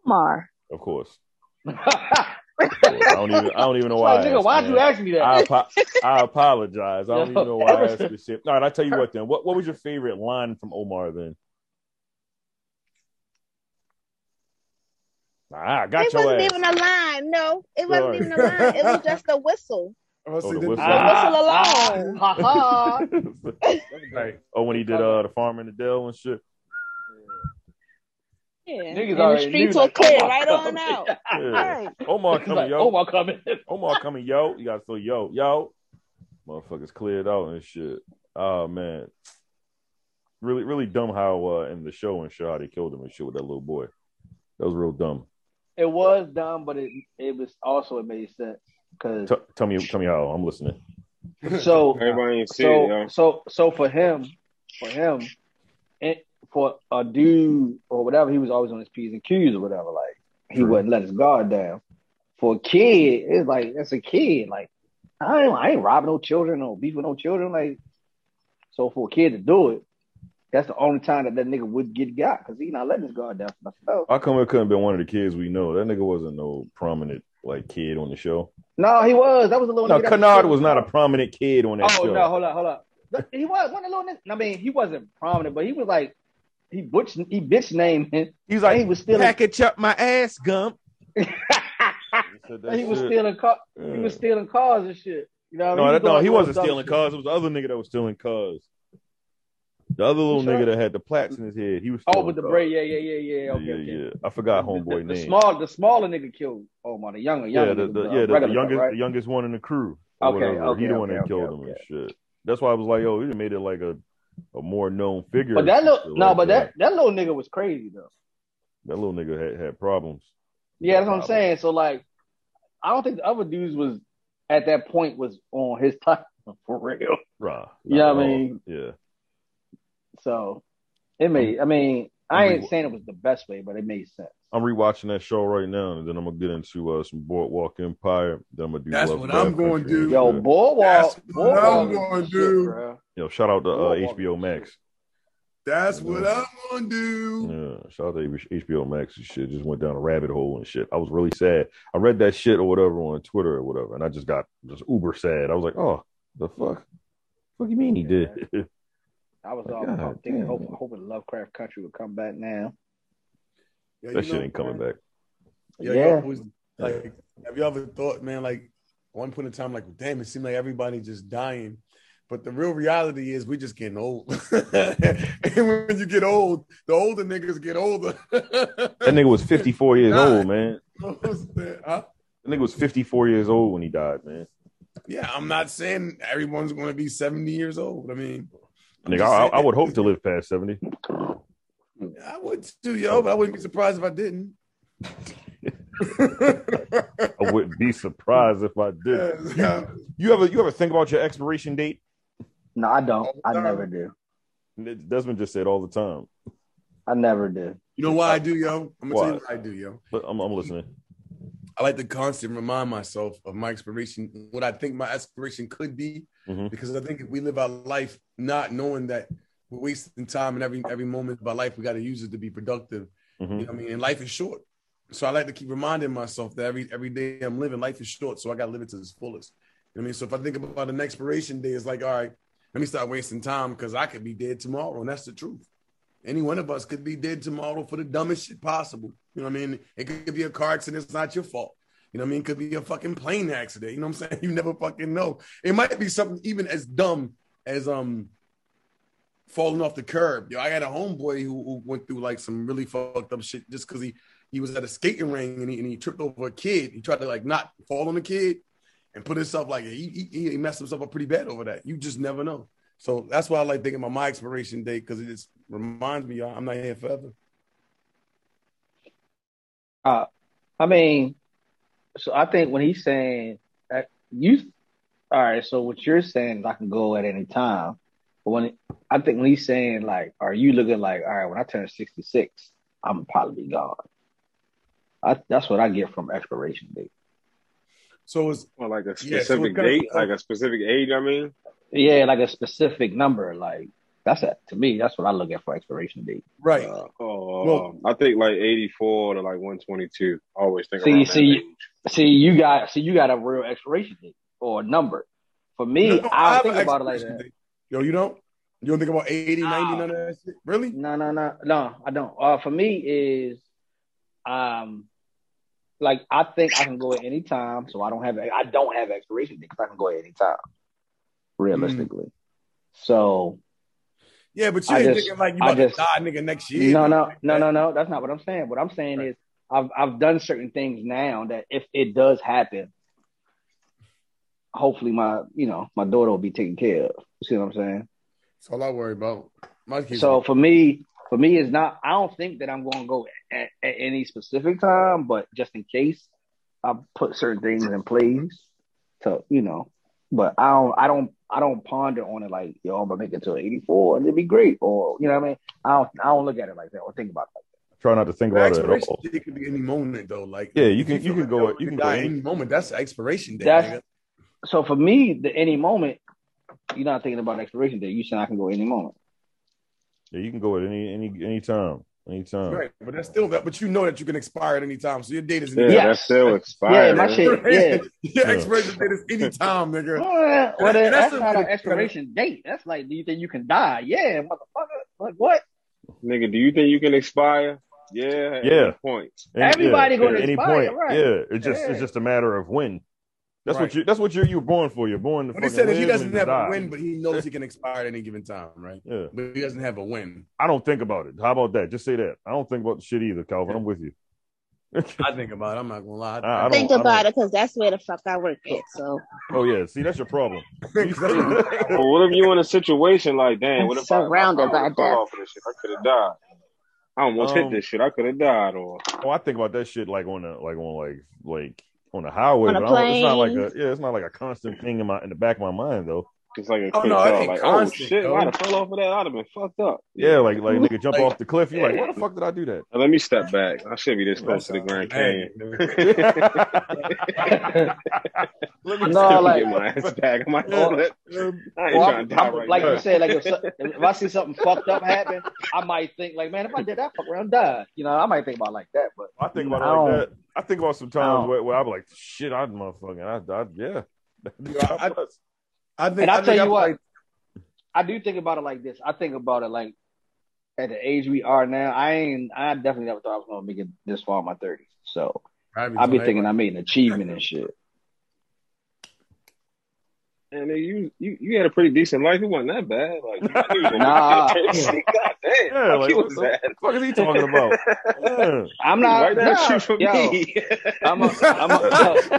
Speaker 7: Omar.
Speaker 6: Of course,
Speaker 5: like,
Speaker 6: Of course. I don't even I don't even know why. I
Speaker 5: nigga,
Speaker 6: asked,
Speaker 5: why'd you
Speaker 6: man.
Speaker 5: ask me that?
Speaker 6: I, apo- I apologize. I don't
Speaker 5: Yo,
Speaker 6: even know why I
Speaker 5: ever
Speaker 6: asked this shit. All right, I tell you what then. What what was your favorite line from Omar then? Ah, I got
Speaker 7: it
Speaker 6: your
Speaker 7: wasn't
Speaker 6: ass.
Speaker 7: even a line. No, it wasn't
Speaker 6: Sorry.
Speaker 7: even a line. It was just a whistle.
Speaker 4: Oh, see,
Speaker 6: Oh, the
Speaker 4: this-
Speaker 6: whistle.
Speaker 5: Ah,
Speaker 7: Whistle along.
Speaker 5: ah, ha,
Speaker 4: Right.
Speaker 6: oh, when he did uh the farm in the Dell and shit.
Speaker 7: Yeah.
Speaker 5: Niggas
Speaker 7: and the
Speaker 5: already
Speaker 7: streets
Speaker 5: knew,
Speaker 7: were
Speaker 5: like, oh
Speaker 7: clear
Speaker 5: Omar
Speaker 7: right on
Speaker 5: coming.
Speaker 7: out.
Speaker 6: Yeah.
Speaker 7: Right.
Speaker 6: Omar
Speaker 5: ha.
Speaker 6: coming,
Speaker 5: Like,
Speaker 6: yo.
Speaker 5: oh my coming.
Speaker 6: Omar coming, yo. You gotta throw yo, yo. Motherfuckers cleared out and shit. Oh man. Really, really dumb how uh in the show and shit how they killed him and shit with that little boy. That was real dumb.
Speaker 5: It was dumb, but it it was also it made sense because
Speaker 6: T- tell me tell me how I'm listening.
Speaker 5: so
Speaker 3: Everybody ain't seen it,
Speaker 5: so
Speaker 3: y'all.
Speaker 5: so so for him, for him, and for a dude or whatever, he was always on his p's and q's or whatever. Like he wouldn't let his guard down. For a kid, it's like that's a kid. Like I ain't, I ain't robbing no children or beef with no children. Like so for a kid to do it, that's the only time that that nigga would get got because he not letting his guard down for nothing else.
Speaker 6: How come it couldn't be one of the kids we know? That nigga wasn't no prominent like kid on the show.
Speaker 5: No, he was. That was a little.
Speaker 6: No,
Speaker 5: nigga that
Speaker 6: Kennard was not a prominent kid on that
Speaker 5: oh
Speaker 6: show.
Speaker 5: no, hold up, hold up. The- He was one of the little. nin- I mean, he wasn't prominent, but he was like he butch he bitch named him.
Speaker 6: He's
Speaker 5: Like, he was still in,
Speaker 6: package up my ass, Gump.
Speaker 5: he was stealing cars. He was stealing cars and shit. You know what I mean?
Speaker 6: No, that, no,
Speaker 5: going
Speaker 6: he
Speaker 5: through all
Speaker 6: wasn't
Speaker 5: this other
Speaker 6: stealing
Speaker 5: shit.
Speaker 6: cars. It was the other nigga that was stealing cars. The other little
Speaker 5: sure?
Speaker 6: nigga that had the plaits in his head, he was.
Speaker 5: Oh,
Speaker 6: stealing
Speaker 5: with the
Speaker 6: cars.
Speaker 5: braid. Yeah, yeah, yeah, yeah. Okay,
Speaker 6: yeah,
Speaker 5: okay.
Speaker 6: yeah. I forgot
Speaker 5: The-
Speaker 6: homeboy
Speaker 5: the, the
Speaker 6: name.
Speaker 5: small, the smaller nigga killed. Oh my, the younger, younger.
Speaker 6: yeah, the,
Speaker 5: nigga,
Speaker 6: the,
Speaker 5: uh,
Speaker 6: yeah, the- the,
Speaker 5: regular guy,
Speaker 6: youngest,
Speaker 5: right?
Speaker 6: the youngest one in the crew. or
Speaker 5: Okay,
Speaker 6: whatever.
Speaker 5: okay,
Speaker 6: he the one
Speaker 5: okay,
Speaker 6: that
Speaker 5: okay,
Speaker 6: killed him
Speaker 5: okay.
Speaker 6: and shit. That's why I was like, yo, he made it like a, a more known figure.
Speaker 5: But that
Speaker 6: Shit
Speaker 5: little, no,
Speaker 6: like
Speaker 5: but that that little nigga was crazy though.
Speaker 6: that little nigga had, had problems.
Speaker 5: Yeah, that's what I'm
Speaker 6: Problem.
Speaker 5: saying. So like, I don't think the other dudes was at that point was on his time for real.
Speaker 6: Rah,
Speaker 5: You know
Speaker 6: not
Speaker 5: what I
Speaker 6: at all.
Speaker 5: mean?
Speaker 6: Yeah.
Speaker 5: So it made.
Speaker 6: I
Speaker 5: I mean, I
Speaker 6: mean, Oh,
Speaker 5: ain't saying it was the best way, but it made sense.
Speaker 6: I'm rewatching that show right now, and then I'm gonna get into uh, some Boardwalk Empire. Then I'm gonna do.
Speaker 4: That's
Speaker 6: Love
Speaker 4: what
Speaker 6: Craft
Speaker 4: I'm gonna
Speaker 6: Country and
Speaker 4: do.
Speaker 5: Yo,
Speaker 6: shit.
Speaker 5: boardwalk,
Speaker 4: That's what
Speaker 5: boardwalk,
Speaker 4: I'm gonna
Speaker 5: is the
Speaker 4: do.
Speaker 5: shit, bruh.
Speaker 6: Yo, shout out to uh,
Speaker 5: Boardwalk is
Speaker 6: HBO
Speaker 5: the
Speaker 6: Max.
Speaker 4: That's what I'm gonna do.
Speaker 6: Yeah, shout out to HBO Max and shit. Just went down a rabbit hole and shit. I was really sad. I read that shit or whatever on Twitter or whatever, and I just got just uber sad. I was like, oh, the fuck? What do you mean he
Speaker 5: Yeah.
Speaker 6: did?
Speaker 5: I was
Speaker 6: Like,
Speaker 5: all
Speaker 6: God
Speaker 5: I'm thinking,
Speaker 6: damn.
Speaker 5: hoping, hoping Lovecraft Country would come back now.
Speaker 4: Yeah,
Speaker 6: that
Speaker 4: you
Speaker 6: shit
Speaker 4: know,
Speaker 6: ain't coming back.
Speaker 4: Yeah,
Speaker 5: Yeah.
Speaker 4: yeah. Always, like, have you ever thought, man, like, at one point in time, like, damn, it seemed like everybody just dying. But the real reality is we just getting old. and when you get old, the older niggas get older.
Speaker 6: That nigga was 54 years
Speaker 4: Nah.
Speaker 6: old, man.
Speaker 4: Huh?
Speaker 6: That nigga was 54 years old when he died, man.
Speaker 4: Yeah, I'm not saying everyone's going to be 70 years old. I mean, I'm
Speaker 6: Nigga,
Speaker 4: just
Speaker 6: I, I
Speaker 4: saying-
Speaker 6: I would hope to live past 70.
Speaker 4: I would too, yo, but I wouldn't be surprised if I didn't.
Speaker 6: I wouldn't be surprised if I did.
Speaker 4: Yeah.
Speaker 6: You ever you ever think about your expiration date?
Speaker 5: No, I don't. I
Speaker 4: No.
Speaker 5: never do.
Speaker 6: Desmond just said all the time.
Speaker 5: I never do.
Speaker 4: You know why I do, yo? I'm gonna tell you
Speaker 6: Why?
Speaker 4: what I do, yo.
Speaker 6: But I'm, I'm listening.
Speaker 4: I like to constantly remind myself of my expiration, what I think my aspiration could be,
Speaker 6: Mhm.
Speaker 4: because I think if we live our life not knowing that we're wasting time and every every moment of our life, we got to use it to be productive.
Speaker 6: Mhm.
Speaker 4: You know what I mean? And life is short, so I like to keep reminding myself that every every day I'm living, life is short, so I got to live it to its fullest. You know what I mean? So if I think about an expiration day, it's like, all right, let me start wasting time because I could be dead tomorrow, and that's the truth. Any one of us could be dead tomorrow for the dumbest shit possible. You know what I mean? It could be a car accident. It's not your fault. You know what I mean? It could be a fucking plane accident. You know what I'm saying? You never fucking know. It might be something even as dumb as um falling off the curb. Yo, I had a homeboy who, who went through like some really fucked up shit just because he he was at a skating ring and he, and he tripped over a kid. He tried to like not fall on the kid and put himself like he, he he messed himself up pretty bad over that. You just never know. So that's why I like thinking about my expiration date because it just reminds me y'all, I'm not here forever.
Speaker 5: I mean, so I think when he's saying that you, all right. So what you're saying is I can go at any time, but when I think when he's saying like, are you looking like, all right, when I turn 66, I'm probably gone. I, that's what I get from expiration date.
Speaker 4: So it's
Speaker 3: Well, like a
Speaker 4: Yeah, so
Speaker 3: specific
Speaker 4: it's kinda-
Speaker 3: date,
Speaker 5: uh,
Speaker 3: like a specific age. I mean,
Speaker 5: Yeah, like a specific number. Like that's it to me. That's what I look at for expiration date.
Speaker 4: right.
Speaker 3: uh, oh,
Speaker 4: Well-
Speaker 3: I think like eighty four to like one twenty two. I always think
Speaker 5: See,
Speaker 3: around
Speaker 5: see,
Speaker 3: that age.
Speaker 5: See, you got see, you got a real expiration date or a number. For me,
Speaker 4: No, no,
Speaker 5: I
Speaker 4: have
Speaker 5: don't think
Speaker 4: an
Speaker 5: about it like
Speaker 4: expiration
Speaker 5: that.
Speaker 4: date. Yo, you don't? You don't think about 80, 90,
Speaker 5: Nah.
Speaker 4: none of that shit? Really?
Speaker 5: No, no, no, no. I don't. Uh, for me is, um, like I think I can go at any time, so I don't have I don't have expiration date because I can go at any time, realistically. So
Speaker 4: Yeah, but you
Speaker 5: I
Speaker 4: ain't
Speaker 5: just-
Speaker 4: thinking like you
Speaker 5: I
Speaker 4: about
Speaker 5: just-
Speaker 4: to die, nigga, next year.
Speaker 5: no, no,
Speaker 4: Like
Speaker 5: no,
Speaker 4: that.
Speaker 5: no, no. That's not what I'm saying. What I'm saying
Speaker 4: Right.
Speaker 5: is I've I've done certain things now that if it does happen, hopefully my you know my daughter will be taken care of. You see what I'm saying?
Speaker 4: That's all I worry about. My kids
Speaker 5: So for me, for me, it's not. I don't think that I'm going to go at, at any specific time, but just in case, I put certain things in place to you know. But I don't, I don't, I don't ponder on it like yo, I'm gonna make it to 84 and it'd be great, or you know what I mean. I don't, I don't look at it like that or think about it.
Speaker 6: Try not to think
Speaker 4: the
Speaker 6: about it at
Speaker 4: expiration
Speaker 6: all.
Speaker 4: date could be any moment though. Like
Speaker 6: Yeah, you can-
Speaker 4: if
Speaker 6: you can
Speaker 4: feel
Speaker 6: go-
Speaker 4: like
Speaker 6: you can
Speaker 4: die
Speaker 6: go
Speaker 4: at
Speaker 6: any-
Speaker 4: any moment. That's the expiration date.
Speaker 5: That's-
Speaker 4: nigga.
Speaker 5: So for me, the any moment, you're not thinking about expiration date. You saying I can go any moment.
Speaker 6: Yeah, you can go at any any any time, any time.
Speaker 4: Right, but that's still that. But you know that you can expire at any time, so your date is
Speaker 3: Yeah,
Speaker 4: any
Speaker 5: Yeah.
Speaker 3: that's still
Speaker 5: Yeah,
Speaker 3: expired.
Speaker 5: my
Speaker 3: man.
Speaker 5: shit. Yeah.
Speaker 4: your expiration date is any time, nigga.
Speaker 5: Well, well,
Speaker 4: That's-
Speaker 5: that's,
Speaker 4: that's a-
Speaker 5: not an expiration date. That's like, do you think you can die? Yeah, motherfucker. Like what?
Speaker 3: Nigga, do you think you can expire? Yeah, at
Speaker 6: Yeah.
Speaker 3: any point.
Speaker 6: And-
Speaker 5: Everybody
Speaker 6: yeah,
Speaker 5: gonna
Speaker 6: at any
Speaker 5: expire,
Speaker 6: point.
Speaker 5: right.
Speaker 6: Yeah, it's just
Speaker 5: Yeah.
Speaker 6: it's just a matter of when. That's
Speaker 4: Right.
Speaker 6: what you that's what you're you were born for. You're born to
Speaker 4: But he
Speaker 6: fucking
Speaker 4: said that he
Speaker 6: live
Speaker 4: doesn't
Speaker 6: and
Speaker 4: have
Speaker 6: die.
Speaker 4: a win, but he knows he can expire at any given time, right?
Speaker 6: Yeah,
Speaker 4: But he doesn't have a win.
Speaker 6: I don't think about it. How about that? Just say that. I don't think about the shit either, Calvin. I'm with you.
Speaker 4: I think about. it. I'm not gonna lie.
Speaker 6: I- I don't-
Speaker 7: Think about it, cause that's where the fuck I work at. So
Speaker 6: Oh yeah, see that's your problem.
Speaker 3: But what if you in a situation like, damn,
Speaker 7: I'm
Speaker 3: what if
Speaker 7: surrounded
Speaker 3: I, I, I
Speaker 7: by
Speaker 3: would've
Speaker 7: death.
Speaker 3: fell off of this shit? I could have died. I almost
Speaker 6: Um,
Speaker 3: hit this shit. I could have died. Or
Speaker 6: Oh, I think about that shit like on a like on like like on the highway,
Speaker 7: On a
Speaker 6: but I don't, it's not like
Speaker 7: plane.
Speaker 6: a yeah, it's not like a constant thing in my in the back of my mind though.
Speaker 3: it's like a
Speaker 4: Oh,
Speaker 3: quick
Speaker 4: no, it
Speaker 3: thought,
Speaker 4: ain't
Speaker 3: like,
Speaker 4: constant,
Speaker 3: oh shit, if
Speaker 4: though.
Speaker 3: I'd have fell off of that. I'd have been fucked up.
Speaker 6: Yeah, like like nigga jump
Speaker 4: Like-
Speaker 6: off the cliff. You're like, why the fuck did I do that?
Speaker 3: Now, let me step back. I should be this close to the Grand Canyon.
Speaker 6: Let me
Speaker 5: No,
Speaker 6: see.
Speaker 5: like-
Speaker 3: get my ass back. I'm like,
Speaker 5: Or-
Speaker 3: oh, that, I ain't
Speaker 5: Or I'm-
Speaker 3: trying to die
Speaker 5: I'm-
Speaker 3: right
Speaker 5: like
Speaker 3: now.
Speaker 5: you said, like if, so- if I see something fucked up happen, I might think like, man, if I did that, fuck around, die. You know, I might think about it like that. But
Speaker 6: I think about
Speaker 5: I
Speaker 6: it
Speaker 5: don't-
Speaker 6: like that. I think about some
Speaker 5: I
Speaker 6: times
Speaker 5: don't.
Speaker 6: where, where I'm like, shit, I'm motherfucking, I, I yeah.
Speaker 4: Yeah, I- I think.
Speaker 5: and
Speaker 4: I
Speaker 5: I
Speaker 4: think
Speaker 5: tell
Speaker 4: I
Speaker 5: you what,
Speaker 4: probably-
Speaker 5: I do think about it like this. I think about it like at the age we are now. I ain't. I definitely never thought I was gonna make it this far in my thirties. So
Speaker 4: probably
Speaker 5: I be
Speaker 4: tonight.
Speaker 5: thinking I made an achievement and shit.
Speaker 3: and then you, you you had a pretty decent life. It wasn't that bad. Like you was a
Speaker 5: Nah.
Speaker 3: person. God damn,
Speaker 6: Yeah,
Speaker 3: like,
Speaker 6: like,
Speaker 3: you
Speaker 6: what
Speaker 3: was
Speaker 6: the-
Speaker 3: bad.
Speaker 6: fuck is he talking about? Yeah.
Speaker 5: I'm not.
Speaker 3: Why that
Speaker 5: nah,
Speaker 3: shit for
Speaker 5: yo,
Speaker 3: me?
Speaker 5: I'm a, I'm a, yo,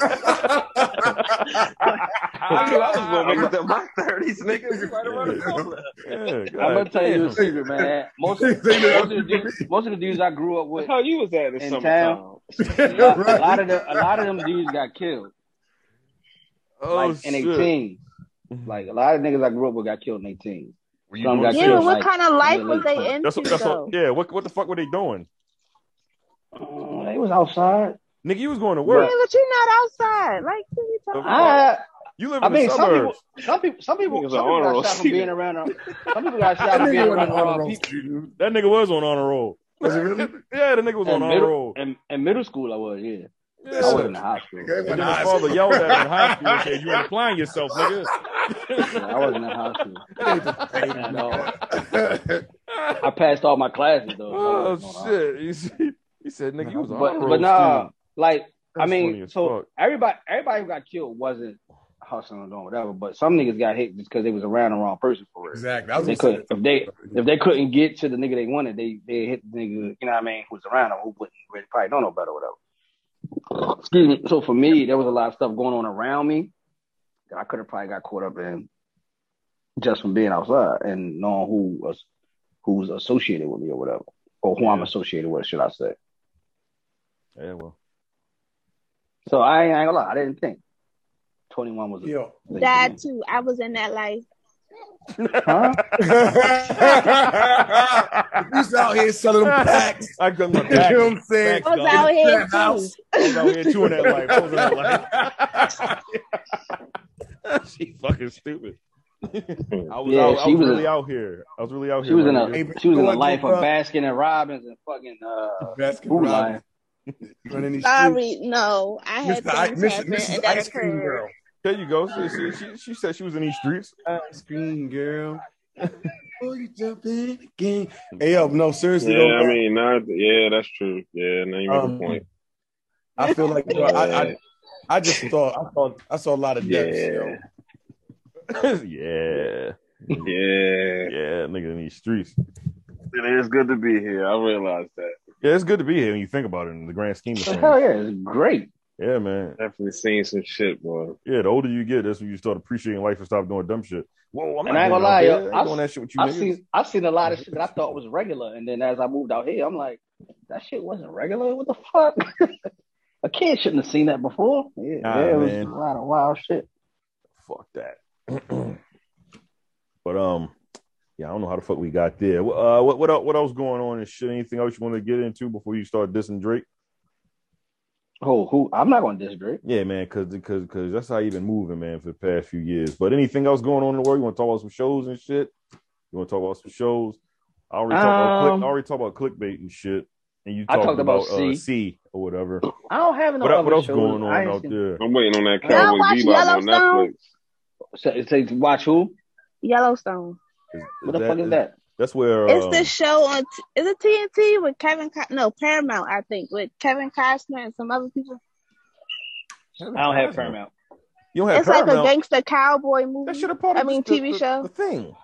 Speaker 3: I knew I was gonna make it to my thirties, nigga. We might have run a couple of-
Speaker 6: Yeah, God
Speaker 5: I'm gonna tell you a
Speaker 6: damn.
Speaker 5: secret, man. Most, most, of the dudes, most of the dudes I grew up
Speaker 3: What the
Speaker 5: with,
Speaker 3: hell you was at in,
Speaker 5: In
Speaker 3: summertime?
Speaker 5: a lot, a lot of the, a lot of them dudes got killed.
Speaker 6: Oh,
Speaker 5: like in their
Speaker 6: shit. Mm-hmm.
Speaker 5: teens. Like a lot of niggas I grew up with got killed in their teens.
Speaker 6: Were you
Speaker 5: Some
Speaker 6: doing
Speaker 5: got
Speaker 6: shit?
Speaker 7: Yeah,
Speaker 5: killed.
Speaker 7: but what
Speaker 5: like,
Speaker 7: kind of life
Speaker 5: really
Speaker 7: was
Speaker 5: fun.
Speaker 7: they into
Speaker 6: That's what, that's
Speaker 7: though?
Speaker 6: what, yeah. What what the fuck were they doing? Oh.
Speaker 5: Mm, they was outside.
Speaker 6: Nigga, you was going to
Speaker 7: Yeah,
Speaker 6: work.
Speaker 7: but you're not outside. Like, what are you talking
Speaker 6: Okay.
Speaker 7: about?
Speaker 5: I,
Speaker 6: You live
Speaker 5: I
Speaker 6: Oh, in
Speaker 5: mean,
Speaker 6: the
Speaker 5: some people,
Speaker 6: suburbs.
Speaker 5: some people, some people,
Speaker 3: Niggas
Speaker 5: some
Speaker 3: are
Speaker 5: people
Speaker 3: honor roll
Speaker 5: got shot from being
Speaker 3: season.
Speaker 5: around. uh, Some people got shot
Speaker 4: That
Speaker 5: from being
Speaker 4: nigga
Speaker 5: around
Speaker 4: wasn't
Speaker 5: the
Speaker 4: on
Speaker 5: wrong
Speaker 4: honor roll.
Speaker 5: people.
Speaker 4: dude.
Speaker 6: That nigga was on honor roll.
Speaker 4: Was it really?
Speaker 6: Yeah, the nigga was on
Speaker 5: In
Speaker 6: honor
Speaker 5: middle,
Speaker 6: roll.
Speaker 5: in, in middle school, I was. Yeah,
Speaker 6: Yeah.
Speaker 5: I was in the hospital.
Speaker 4: Okay,
Speaker 6: And
Speaker 4: when
Speaker 6: then
Speaker 4: I-
Speaker 6: his father yelled at him in high school and said, "You implying yourself, nigga."
Speaker 5: Yeah, I was in the hospital. And, uh,
Speaker 4: That's
Speaker 5: I passed all my classes though. so I
Speaker 6: oh
Speaker 5: wasn't on the hospital.
Speaker 6: shit! He said, he said, "Nigga, you was on
Speaker 5: But
Speaker 6: honor roll."
Speaker 5: but nah,
Speaker 6: Steve."
Speaker 5: like I
Speaker 6: That's funny
Speaker 5: mean,
Speaker 6: as
Speaker 5: so
Speaker 6: fuck.
Speaker 5: everybody everybody who got killed wasn't hustling or doing whatever, but some niggas got hit just because they was around the wrong person for real.
Speaker 4: exactly. I was
Speaker 5: They
Speaker 4: gonna say
Speaker 5: couldn't if they if they couldn't get to the nigga they wanted, they they hit the nigga, you know what I mean, who's around them who wouldn't really probably don't know better or whatever. Excuse me. So for me, there was a lot of stuff going on around me that I could have probably got caught up in just from being outside and knowing who was who's associated with me or whatever. Or who I'm
Speaker 6: Yeah.
Speaker 5: associated with, should I say.
Speaker 6: Yeah, well,
Speaker 5: So I ain't, I ain't gonna lie, I didn't think. 21 was a
Speaker 4: Yo.
Speaker 5: thing for
Speaker 7: Died
Speaker 5: me.
Speaker 7: too. I was in that life.
Speaker 5: Huh?
Speaker 4: Who's out here selling them packs?
Speaker 6: I got my
Speaker 4: You know
Speaker 6: back.
Speaker 4: what I'm saying?
Speaker 7: I was
Speaker 6: Dog.
Speaker 7: out here
Speaker 4: That house.
Speaker 7: too.
Speaker 6: I was out here chewing that life. I was in that life. she fucking stupid. I was
Speaker 5: Yeah,
Speaker 6: out. I
Speaker 5: she
Speaker 6: was,
Speaker 5: was a-
Speaker 6: really out here. I was really out
Speaker 5: She
Speaker 6: here.
Speaker 5: was in
Speaker 6: my
Speaker 5: a
Speaker 6: nigga.
Speaker 4: but
Speaker 5: she was
Speaker 4: you
Speaker 5: in
Speaker 4: know
Speaker 5: a
Speaker 4: what,
Speaker 5: life
Speaker 4: Joe,
Speaker 5: of
Speaker 4: bruh?
Speaker 5: Baskin and Robbins and fucking uh
Speaker 4: Baskin
Speaker 5: Food
Speaker 4: Robbins
Speaker 5: Lion.
Speaker 4: running these streets.
Speaker 7: Sorry, no. I had
Speaker 4: Mr. I,
Speaker 7: things
Speaker 4: Mrs.
Speaker 7: happen
Speaker 4: Mrs.
Speaker 7: and that
Speaker 4: Ice Cream
Speaker 7: occurred.
Speaker 4: Girl.
Speaker 6: There you go. She, she, she, she said she was in these streets.
Speaker 4: Ice Cream Girl. oh, you jump in again. Hey, yo, no, seriously.
Speaker 3: Yeah, I
Speaker 4: though,
Speaker 3: mean, nah, yeah, that's true. Yeah, now you make
Speaker 4: Um,
Speaker 3: a point.
Speaker 4: I feel like yo, I, I, I just thought I thought I saw a lot of deaths.
Speaker 3: Yeah.
Speaker 4: Yo.
Speaker 6: yeah,
Speaker 3: yeah,
Speaker 6: yeah, nigga in these streets.
Speaker 3: it is good to be here. I realized that.
Speaker 6: Yeah, it's good to be here when you think about it in the grand scheme of
Speaker 5: So hell
Speaker 6: things.
Speaker 5: yeah, it's great.
Speaker 6: Yeah, man.
Speaker 3: Definitely seen some shit, boy.
Speaker 6: Yeah, the older you get, that's when you start appreciating life and stop doing dumb shit. Whoa, I'm
Speaker 5: And
Speaker 6: not
Speaker 5: I ain't
Speaker 6: going
Speaker 5: gonna
Speaker 6: out
Speaker 5: lie,
Speaker 6: there.
Speaker 5: yo,
Speaker 6: I ain't
Speaker 5: I
Speaker 6: doing that shit with you
Speaker 5: I've
Speaker 6: niggas.
Speaker 5: seen I've seen a lot of shit that I thought was regular, and then as I moved out here, I'm like, that shit wasn't regular. What the fuck? a kid shouldn't have seen that before. Yeah,
Speaker 6: Nah,
Speaker 5: yeah, it was
Speaker 6: man.
Speaker 5: a lot of wild shit.
Speaker 6: Fuck that. but um, yeah, I don't know how the fuck we got there. Wh- Uh, what what el- what else going on and shit? Anything else you want to get into before you start dissing Drake?
Speaker 5: Oh, who I'm not gonna disagree.
Speaker 6: Yeah, man, because because because that's how you been moving, man, for the past few years. But anything else going on in the world? You want to talk about some shows and shit? You want to talk about some shows? I already talked about
Speaker 5: Um,
Speaker 6: click, I already talked about clickbait and shit, and you
Speaker 5: I
Speaker 6: talked,
Speaker 5: talked about
Speaker 6: uh,
Speaker 5: C.
Speaker 6: C or whatever.
Speaker 5: I don't have no
Speaker 6: what,
Speaker 5: other
Speaker 6: what else
Speaker 5: shows.
Speaker 6: going
Speaker 5: I
Speaker 6: on
Speaker 5: ain't
Speaker 6: out
Speaker 5: seen-
Speaker 6: there?
Speaker 3: I'm waiting on that
Speaker 5: Y'all
Speaker 3: Cowboy
Speaker 7: watch
Speaker 3: Bebop on
Speaker 7: Yellowstone?
Speaker 3: Netflix.
Speaker 5: So, it says watch who?
Speaker 7: Yellowstone.
Speaker 6: Is- is
Speaker 5: What the fuck is
Speaker 6: is-
Speaker 5: that?
Speaker 6: That's where
Speaker 7: It's
Speaker 6: um,
Speaker 7: the show on t- is it TNT with Kevin Co- no Paramount I think with Kevin Costner and some other people.
Speaker 5: I don't have Paramount.
Speaker 6: You don't have
Speaker 7: it's
Speaker 6: Paramount.
Speaker 7: like a gangster cowboy movie.
Speaker 6: that should have part
Speaker 7: I
Speaker 6: of
Speaker 7: mean,
Speaker 6: the,
Speaker 7: TV
Speaker 6: the-
Speaker 7: show.
Speaker 6: The thing.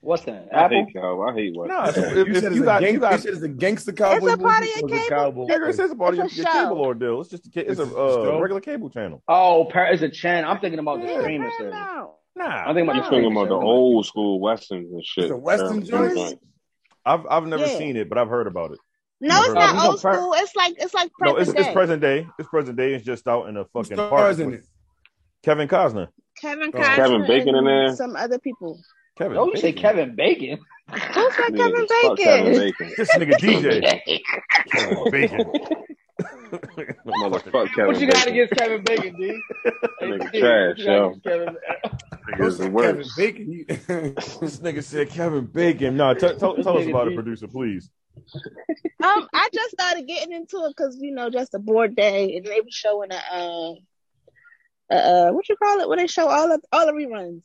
Speaker 5: What's that?
Speaker 3: I
Speaker 5: Apple?
Speaker 3: hate Cowboy. I hate what.
Speaker 6: No, it's-
Speaker 4: You
Speaker 6: if,
Speaker 4: said
Speaker 6: if
Speaker 4: it's
Speaker 6: you
Speaker 4: a
Speaker 6: got
Speaker 4: gang-
Speaker 6: you
Speaker 4: you
Speaker 6: got.
Speaker 4: said it's a gangster cowboy
Speaker 7: It's a part of
Speaker 4: movie,
Speaker 7: your
Speaker 4: or is it
Speaker 7: cable-
Speaker 4: Cowboy.
Speaker 6: Nigga, it says about your,
Speaker 7: It's a
Speaker 6: your
Speaker 7: show.
Speaker 6: cable ordeal. It's just a, ca- it's
Speaker 4: It's
Speaker 6: a
Speaker 4: a show?
Speaker 6: uh, regular cable channel.
Speaker 5: Oh, Par- it's a channel. I'm thinking about the
Speaker 6: Yeah.
Speaker 5: streamer service.
Speaker 7: Paramount.
Speaker 5: I'm
Speaker 6: Nah,
Speaker 5: thinking about
Speaker 3: I'm
Speaker 5: the
Speaker 3: thinking
Speaker 5: streamer
Speaker 3: about the
Speaker 5: service.
Speaker 3: old school westerns and shit.
Speaker 4: It's a western
Speaker 3: Paramount.
Speaker 4: joint?
Speaker 6: I've I've never
Speaker 7: Yeah.
Speaker 6: seen it, but I've heard about it.
Speaker 7: No, it's
Speaker 6: Never heard
Speaker 5: of
Speaker 7: not
Speaker 5: it.
Speaker 7: old school. It's like it's like
Speaker 6: No,
Speaker 7: present
Speaker 6: it's,
Speaker 7: day.
Speaker 6: it's present day. It's present day. It's just out in a
Speaker 4: Who
Speaker 6: fucking park.
Speaker 4: stars in
Speaker 6: with
Speaker 4: it?
Speaker 6: Kevin Costner.
Speaker 7: Kevin
Speaker 4: Oh.
Speaker 7: Costner,
Speaker 3: Kevin Bacon in
Speaker 7: and
Speaker 3: there?
Speaker 7: some other people.
Speaker 6: Kevin.
Speaker 5: Oh, you say
Speaker 6: Bacon.
Speaker 5: Kevin Bacon?
Speaker 7: Who said
Speaker 3: Yeah,
Speaker 7: Kevin
Speaker 3: fuck Kevin
Speaker 7: Bacon?
Speaker 3: Bacon.
Speaker 6: This nigga DJ. Kevin Bacon.
Speaker 3: Motherfuck Kevin
Speaker 5: What you got
Speaker 3: Bacon.
Speaker 5: against Kevin Bacon, D?
Speaker 3: Nigga
Speaker 5: D,
Speaker 3: trash,
Speaker 5: what you got
Speaker 3: yo.
Speaker 5: against Kevin-
Speaker 3: Nigga
Speaker 4: Who
Speaker 3: is the
Speaker 4: said
Speaker 3: worst.
Speaker 4: Kevin Bacon. You-
Speaker 6: this nigga said Kevin Bacon. No, t- tell tell us about it, producer, please.
Speaker 7: um, I just started getting into it because you know just a board day, and they were showing a um, uh, uh, what you call it? Where they show all of all the reruns,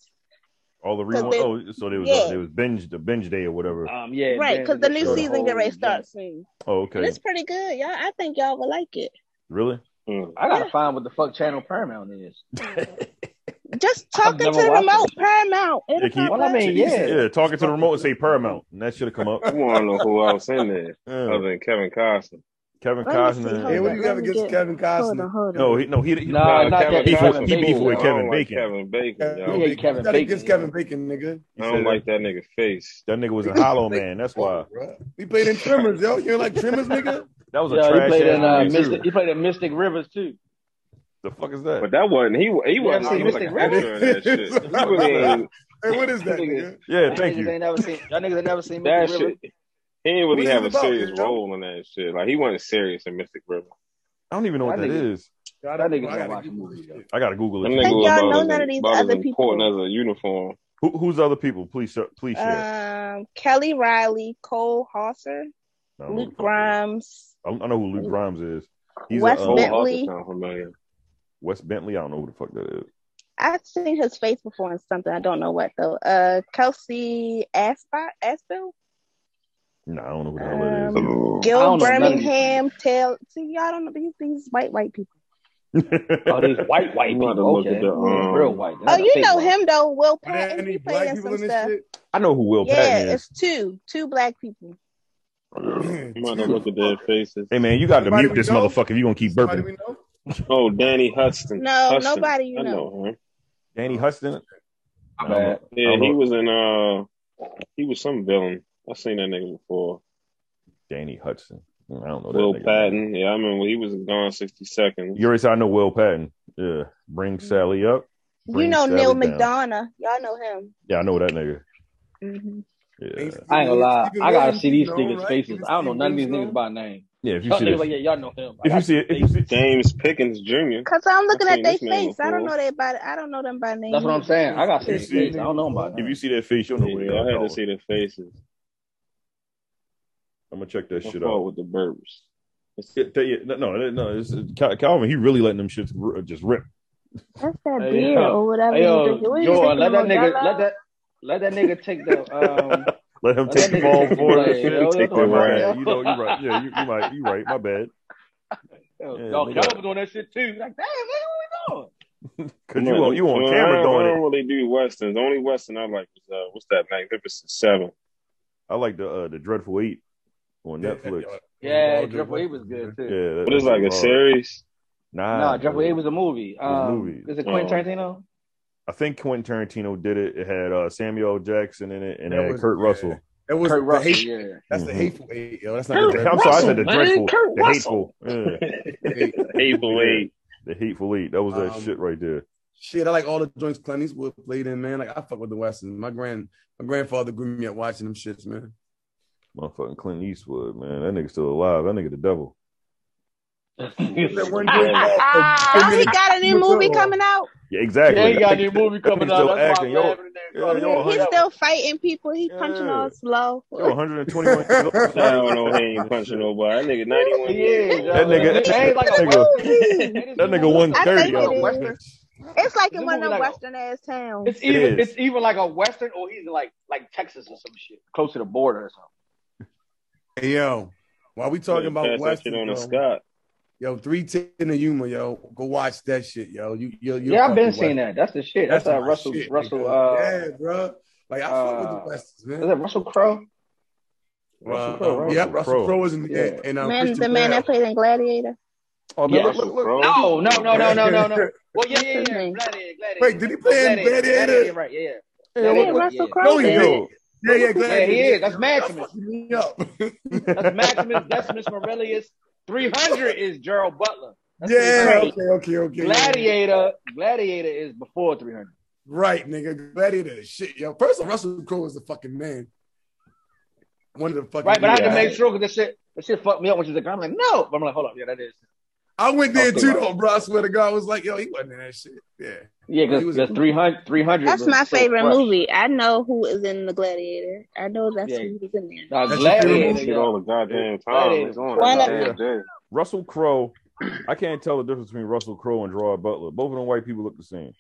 Speaker 6: All the
Speaker 7: Cause
Speaker 6: reruns.
Speaker 7: they-
Speaker 6: Oh, so there was
Speaker 7: yeah.
Speaker 6: uh, there was binge the binge day or whatever.
Speaker 5: Um, yeah,
Speaker 7: right?
Speaker 5: then
Speaker 7: Because the
Speaker 5: they
Speaker 7: new
Speaker 5: showed
Speaker 7: season get
Speaker 5: whole-
Speaker 7: ready to start soon,
Speaker 6: Oh,
Speaker 7: and
Speaker 6: okay.
Speaker 7: it's pretty good, y'all. I think y'all will like it.
Speaker 6: Really?
Speaker 3: Mm.
Speaker 5: I gotta find what the fuck channel Paramount is.
Speaker 7: Just talking to
Speaker 5: never
Speaker 7: the
Speaker 5: watched
Speaker 7: remote, Paramount. It'll
Speaker 6: Yeah, keep-
Speaker 7: pop
Speaker 5: Well, I
Speaker 7: up.
Speaker 5: mean, yeah.
Speaker 6: yeah, talking to the remote and say Paramount. And that should have come up.
Speaker 3: I want to know who else in there
Speaker 6: Yeah.
Speaker 3: other than Kevin Costner.
Speaker 6: Kevin
Speaker 7: Let me see,
Speaker 6: Costner.
Speaker 7: hold
Speaker 4: Yeah, what do you
Speaker 7: on, let
Speaker 4: have
Speaker 7: me
Speaker 4: against
Speaker 7: get-
Speaker 4: Kevin
Speaker 7: Hold on,
Speaker 4: Costner?
Speaker 7: hold on.
Speaker 6: No, he, no, he. he
Speaker 5: Nah, Uh,
Speaker 3: Nah,
Speaker 5: not that
Speaker 6: beef
Speaker 3: Costner
Speaker 6: with- he
Speaker 3: cool.
Speaker 6: beef with
Speaker 3: I don't
Speaker 6: Kevin
Speaker 3: like
Speaker 6: Bacon.
Speaker 3: Kevin Bacon.
Speaker 4: Yeah,
Speaker 3: yo.
Speaker 5: He ain't
Speaker 4: You
Speaker 5: Kevin
Speaker 4: got against
Speaker 5: Bacon.
Speaker 4: Kevin Bacon, nigga.
Speaker 6: he
Speaker 3: I
Speaker 6: said
Speaker 3: don't like that nigga face.
Speaker 6: that nigga was a hollow man. That's why.
Speaker 4: Bruh. He played in Tremors, yo. You don't like Tremors, nigga?
Speaker 6: That was a
Speaker 5: Yeah, he
Speaker 6: trash
Speaker 5: played in uh, E-
Speaker 6: ass movie.
Speaker 5: Mystic. He played in Mystic Rivers too.
Speaker 6: The fuck is that?
Speaker 3: But that wasn't he. He wasn't.
Speaker 5: see,
Speaker 3: he was like an
Speaker 5: Mr. Rabbit.
Speaker 3: actor in that shit. He really ain't.
Speaker 4: Hey, what is that, nigga?
Speaker 6: yeah,
Speaker 5: Y'all
Speaker 6: thank
Speaker 5: niggas
Speaker 6: you.
Speaker 5: Ain't never seen, y'all niggas ain't never seen
Speaker 3: That
Speaker 5: Mystic Rivers.
Speaker 3: shit. He didn't really
Speaker 4: What is
Speaker 3: have
Speaker 4: it
Speaker 3: a
Speaker 4: about,
Speaker 3: serious
Speaker 4: yo?
Speaker 3: role in that shit. Like he wasn't serious in Mystic River.
Speaker 6: I don't even know what
Speaker 5: That
Speaker 6: that
Speaker 5: nigga-
Speaker 6: is.
Speaker 4: God,
Speaker 5: That nigga
Speaker 4: I
Speaker 5: don't
Speaker 4: gotta
Speaker 5: watch
Speaker 4: Google
Speaker 5: movies,
Speaker 4: this
Speaker 5: yo.
Speaker 4: shit.
Speaker 6: I gotta Google
Speaker 3: That
Speaker 6: it.
Speaker 3: nigga
Speaker 7: Think
Speaker 3: was
Speaker 7: y'all
Speaker 5: uh,
Speaker 3: about
Speaker 7: know
Speaker 3: as-
Speaker 7: none of these
Speaker 3: about as
Speaker 7: other
Speaker 3: important as a uniform.
Speaker 6: Who, who's other people? Please, sir, please share.
Speaker 7: Um, Kelly Riley, Cole Hauser,
Speaker 6: I don't know who the
Speaker 7: Luke
Speaker 6: fuck that is.
Speaker 7: Grimes. Mm.
Speaker 6: I don't- I know who Luke Grimes is. He's
Speaker 7: Wes
Speaker 6: a,
Speaker 3: Cole
Speaker 6: um,
Speaker 7: Bentley.
Speaker 3: Hawkins sound familiar.
Speaker 6: West Bentley. I don't know who the fuck that is.
Speaker 7: I've seen his face before in something. I don't know what though. Uh, Kelsey Aspot, Aspel,
Speaker 6: Nah, I don't know who the hell that is.
Speaker 7: Um,
Speaker 6: either.
Speaker 7: Gil
Speaker 5: don't know none of these
Speaker 7: Birmingham, Tail. See, y'all don't know these, these white white people.
Speaker 5: Oh, these white white
Speaker 3: I'm about to
Speaker 5: people.
Speaker 3: look at
Speaker 5: Okay,
Speaker 3: the, um,
Speaker 5: real white.
Speaker 7: Oh,
Speaker 5: Not the
Speaker 7: you
Speaker 5: fake
Speaker 7: know
Speaker 5: ones.
Speaker 7: him though, Will
Speaker 4: Are there
Speaker 7: Patton.
Speaker 4: any
Speaker 7: He played
Speaker 4: black
Speaker 7: in
Speaker 4: people
Speaker 7: some
Speaker 4: in this
Speaker 7: stuff.
Speaker 4: shit?
Speaker 6: I know who Will
Speaker 7: Yeah,
Speaker 6: Patton
Speaker 7: it's
Speaker 6: is.
Speaker 7: two, two black people.
Speaker 3: I'm about to look at their faces.
Speaker 6: Hey man, you got to
Speaker 4: Somebody
Speaker 6: mute
Speaker 4: we
Speaker 6: this
Speaker 4: know?
Speaker 6: motherfucker. if You gonna keep
Speaker 4: Somebody
Speaker 6: burping?
Speaker 4: we know?
Speaker 3: Oh, Danny Hudson.
Speaker 7: No,
Speaker 3: Hudson.
Speaker 7: nobody you
Speaker 3: I
Speaker 7: know.
Speaker 3: know him.
Speaker 6: Danny Huston.
Speaker 5: My
Speaker 6: I don't
Speaker 5: bad.
Speaker 6: know. I
Speaker 3: Yeah,
Speaker 6: don't
Speaker 3: he
Speaker 6: know.
Speaker 3: was in. Uh, he was some villain. I seen that nigga before.
Speaker 6: Danny Hudson. I don't know Oh, that
Speaker 3: Will
Speaker 6: nigga.
Speaker 3: Patton. Yeah, I remember he was gone 60 seconds.
Speaker 6: You already said I know Will Patton. Yeah, bring
Speaker 4: Hmm.
Speaker 6: Sally up.
Speaker 7: you
Speaker 6: Bring
Speaker 7: know
Speaker 6: Sally
Speaker 7: Neil
Speaker 6: down.
Speaker 7: McDonough. Y'all know him.
Speaker 6: Yeah, I know that nigga.
Speaker 4: Mm-hmm.
Speaker 7: hmm
Speaker 6: Yeah,
Speaker 4: Ain't
Speaker 5: I ain't gonna
Speaker 4: Steve-
Speaker 5: lie.
Speaker 4: Stephen
Speaker 5: I gotta
Speaker 4: Williams
Speaker 5: see these
Speaker 4: known,
Speaker 5: niggas'
Speaker 4: right?
Speaker 5: faces.
Speaker 4: Even
Speaker 5: I don't know
Speaker 4: Steve
Speaker 5: none of these
Speaker 4: Williams
Speaker 5: niggas
Speaker 4: known?
Speaker 5: by name.
Speaker 6: yeah. If you
Speaker 5: Y'all
Speaker 6: see
Speaker 5: niggas
Speaker 6: this,
Speaker 5: like yeah, y'all know him. I
Speaker 6: if you
Speaker 5: got
Speaker 6: see it,
Speaker 5: the
Speaker 6: if you
Speaker 5: face.
Speaker 6: see,
Speaker 3: James Pickens Jr.
Speaker 7: Cause I'm looking
Speaker 3: I've
Speaker 7: at
Speaker 3: seen
Speaker 7: their
Speaker 3: this name
Speaker 7: face. I don't know
Speaker 3: before.
Speaker 7: they by. I don't know them by name.
Speaker 5: That's what I'm saying. I gotta see
Speaker 6: If
Speaker 5: these
Speaker 6: you see-
Speaker 5: faces. I don't know him by
Speaker 6: if
Speaker 5: name.
Speaker 6: you see that face, you'll know what the
Speaker 3: Yeah,
Speaker 6: hell
Speaker 3: I had
Speaker 6: I'm
Speaker 3: to see their faces.
Speaker 6: I'm gonna check that
Speaker 3: No
Speaker 6: shit
Speaker 3: fault
Speaker 6: out.
Speaker 3: with the burps.
Speaker 6: Yeah, tell you- no, no, no. It's, it's- Cal- Calvin, he really letting them shits r- just rip.
Speaker 7: That's that
Speaker 5: Hey,
Speaker 7: beer
Speaker 5: yo.
Speaker 7: or whatever.
Speaker 5: Hey,
Speaker 7: you
Speaker 5: yo,
Speaker 7: drinking. What are you
Speaker 5: Jordan, let
Speaker 7: drinking,
Speaker 5: that nigga,
Speaker 7: Modelo?
Speaker 5: let that, let that nigga take the, um,
Speaker 6: Let him
Speaker 5: let
Speaker 6: take
Speaker 5: that
Speaker 6: the
Speaker 5: nigga
Speaker 6: ball
Speaker 5: take the
Speaker 6: for it.
Speaker 5: blame. Yo,
Speaker 3: Take
Speaker 5: that's
Speaker 3: the
Speaker 5: what I'm
Speaker 3: ride.
Speaker 5: saying.
Speaker 6: You know, you're right. Yeah, you, you might. You're right. My bad.
Speaker 5: Yo,
Speaker 6: Yeah,
Speaker 5: Y'all
Speaker 6: we
Speaker 5: y'all
Speaker 6: got-
Speaker 5: was doing that shit too. Like, damn, man, what
Speaker 6: Cause you on you on
Speaker 3: Well, I
Speaker 6: camera
Speaker 3: don't, I
Speaker 6: doing
Speaker 3: don't
Speaker 6: it.
Speaker 3: really do westerns. The only western I like is uh, what's that? Magnificent Seven.
Speaker 6: I like the uh, the Dreadful Eight on
Speaker 4: Yeah,
Speaker 6: Netflix.
Speaker 5: we doing? Yeah,
Speaker 4: Ball
Speaker 5: Triple A
Speaker 4: Jordan.
Speaker 5: was good
Speaker 6: Yeah,
Speaker 5: too.
Speaker 6: that,
Speaker 3: What is like a
Speaker 6: hard.
Speaker 3: series?
Speaker 6: Nah,
Speaker 5: No, Triple A
Speaker 6: dude.
Speaker 5: was a movie.
Speaker 6: was a
Speaker 5: Um,
Speaker 6: movie.
Speaker 5: Is it Quentin
Speaker 3: Oh.
Speaker 5: Tarantino?
Speaker 6: I think Quentin Tarantino did it. It had uh, Samuel L. Jackson in it, and it
Speaker 4: That
Speaker 6: had
Speaker 4: was-
Speaker 6: Kurt
Speaker 4: yeah.
Speaker 6: Russell.
Speaker 4: That was
Speaker 5: Kurt
Speaker 4: the
Speaker 5: Russell.
Speaker 4: hateful.
Speaker 5: Yeah.
Speaker 4: That's the
Speaker 6: Mhm.
Speaker 4: hateful eight, yo. That's not
Speaker 3: Kurt
Speaker 4: the
Speaker 6: I'm
Speaker 4: dreadful.
Speaker 6: sorry, I said the
Speaker 3: Russell, man,
Speaker 6: dreadful,
Speaker 3: Kurt
Speaker 6: the hateful,
Speaker 3: Russell.
Speaker 6: yeah,
Speaker 4: eight.
Speaker 3: Hateful Eight.
Speaker 6: the hateful eight. That was that
Speaker 4: Um,
Speaker 6: shit right there.
Speaker 4: Shit, I like all the joints Clint Eastwood played in, man. Like I fuck with the Westerns. My grand, my grandfather grew me up watching them shits, man.
Speaker 6: Motherfucking Clint Eastwood, man, that nigga still alive. That nigga the devil.
Speaker 4: That
Speaker 5: yeah,
Speaker 4: one joint called, uh,
Speaker 7: Don't
Speaker 4: Women
Speaker 7: he
Speaker 4: in-
Speaker 7: got a new movie coming out?
Speaker 6: Yeah, exactly.
Speaker 5: he got a new movie coming
Speaker 6: Still
Speaker 5: out. That's
Speaker 6: acting,
Speaker 5: why I'm
Speaker 6: yo.
Speaker 5: laughing at that.
Speaker 6: Yeah, yo,
Speaker 7: he's
Speaker 6: honey.
Speaker 7: still fighting people. He's punching
Speaker 6: Yeah.
Speaker 7: all slow.
Speaker 6: Yo, 121 years old.
Speaker 3: I don't know. He ain't punching nobody. That nigga ninety one
Speaker 5: He
Speaker 3: years
Speaker 5: is,
Speaker 3: old.
Speaker 5: yo.
Speaker 6: That nigga-
Speaker 5: It ain't like a
Speaker 6: that
Speaker 5: Western.
Speaker 7: nigga-
Speaker 5: It is
Speaker 6: That
Speaker 5: a
Speaker 6: nigga
Speaker 5: movie.
Speaker 7: I
Speaker 6: 130
Speaker 7: think
Speaker 6: out
Speaker 7: it
Speaker 6: of
Speaker 7: is.
Speaker 6: Western.
Speaker 7: It's like
Speaker 5: This
Speaker 7: in
Speaker 5: movie
Speaker 7: one of them
Speaker 5: like a-
Speaker 7: western ass towns.
Speaker 5: It's even
Speaker 6: is.
Speaker 5: it's even like a western, or he's like like Texas or some shit, close to the border or something.
Speaker 4: Hey, yo, while we talking about
Speaker 3: Pass that shit
Speaker 4: Westerns,
Speaker 3: on to
Speaker 4: yo,
Speaker 3: Scott.
Speaker 4: yo, three ten to Yuma, yo, go watch that shit, yo. You, you, you
Speaker 5: yeah, I've been seeing that. That's the shit. That's, uh,
Speaker 4: my
Speaker 5: Russell
Speaker 4: shit,
Speaker 5: Russell.
Speaker 4: nigga.
Speaker 5: Uh,
Speaker 4: yeah, bro. Like I fuck with
Speaker 5: uh,
Speaker 4: the Westerns, man.
Speaker 5: Is it Russell Crowe?
Speaker 4: Russell
Speaker 6: Russell
Speaker 4: Crowe,
Speaker 5: Crowe,
Speaker 4: Yeah,
Speaker 6: Russell
Speaker 4: Russell
Speaker 6: Crowe.
Speaker 4: Crowe is in
Speaker 5: Yeah.
Speaker 4: yeah. and um,
Speaker 7: Man, the
Speaker 4: Christian Bale.
Speaker 7: man that played in Gladiator.
Speaker 6: Oh
Speaker 5: Yeah.
Speaker 6: man, look, look, look.
Speaker 5: No, no, no, no, no, no, no. Well, yeah, yeah,
Speaker 7: What's his
Speaker 5: yeah.
Speaker 7: name?
Speaker 5: Gladiator, Gladiator.
Speaker 4: Wait, did he play in Gladiator?
Speaker 5: Right, yeah, yeah.
Speaker 6: Yeah,
Speaker 7: Yeah,
Speaker 6: look, look.
Speaker 7: Russell
Speaker 5: yeah.
Speaker 7: Crowe.
Speaker 4: No, he
Speaker 7: did.
Speaker 4: don't. Yeah, yeah,
Speaker 5: Yeah,
Speaker 4: Gladiator.
Speaker 5: he is. That's
Speaker 4: Y'all
Speaker 5: Maximus.
Speaker 4: fucking me up.
Speaker 5: That's Maximus Decimus Aurelius. Three hundred is Gerald Butler. That's
Speaker 4: yeah,
Speaker 5: 300.
Speaker 4: okay, okay, okay.
Speaker 5: Gladiator. Gladiator is before three hundred.
Speaker 4: Right, nigga. Gladiator is shit, yo. First of all, Russell Crowe is the fucking man. One of the fucking
Speaker 5: Right, but I had to
Speaker 3: Yeah.
Speaker 5: make sure because this shit, this shit fucked me up when she's like, I'm like, no, but I'm like, hold up, yeah, that is.
Speaker 4: I went there
Speaker 5: Okay,
Speaker 4: too,
Speaker 5: right.
Speaker 4: though, bro. I swear to God, I was like, yo, he wasn't in that shit. Yeah.
Speaker 5: Yeah,
Speaker 4: He was-
Speaker 5: because 300, 300
Speaker 7: That's
Speaker 5: was
Speaker 7: my
Speaker 5: so
Speaker 7: favorite
Speaker 5: fresh.
Speaker 7: movie. I know who is in the Gladiator. I know that's
Speaker 5: Yeah.
Speaker 7: who was in there.
Speaker 5: Nah,
Speaker 4: That's your favorite
Speaker 5: Gladiator.
Speaker 4: movie?
Speaker 3: Shit
Speaker 5: yo.
Speaker 3: all the goddamn
Speaker 5: That
Speaker 3: time.
Speaker 5: is
Speaker 3: It's on
Speaker 7: one
Speaker 3: every
Speaker 7: of-
Speaker 3: damn day.
Speaker 6: Russell Crowe. I can't tell the difference between Russell Crowe and Gerard Butler. Both of them white people look the same.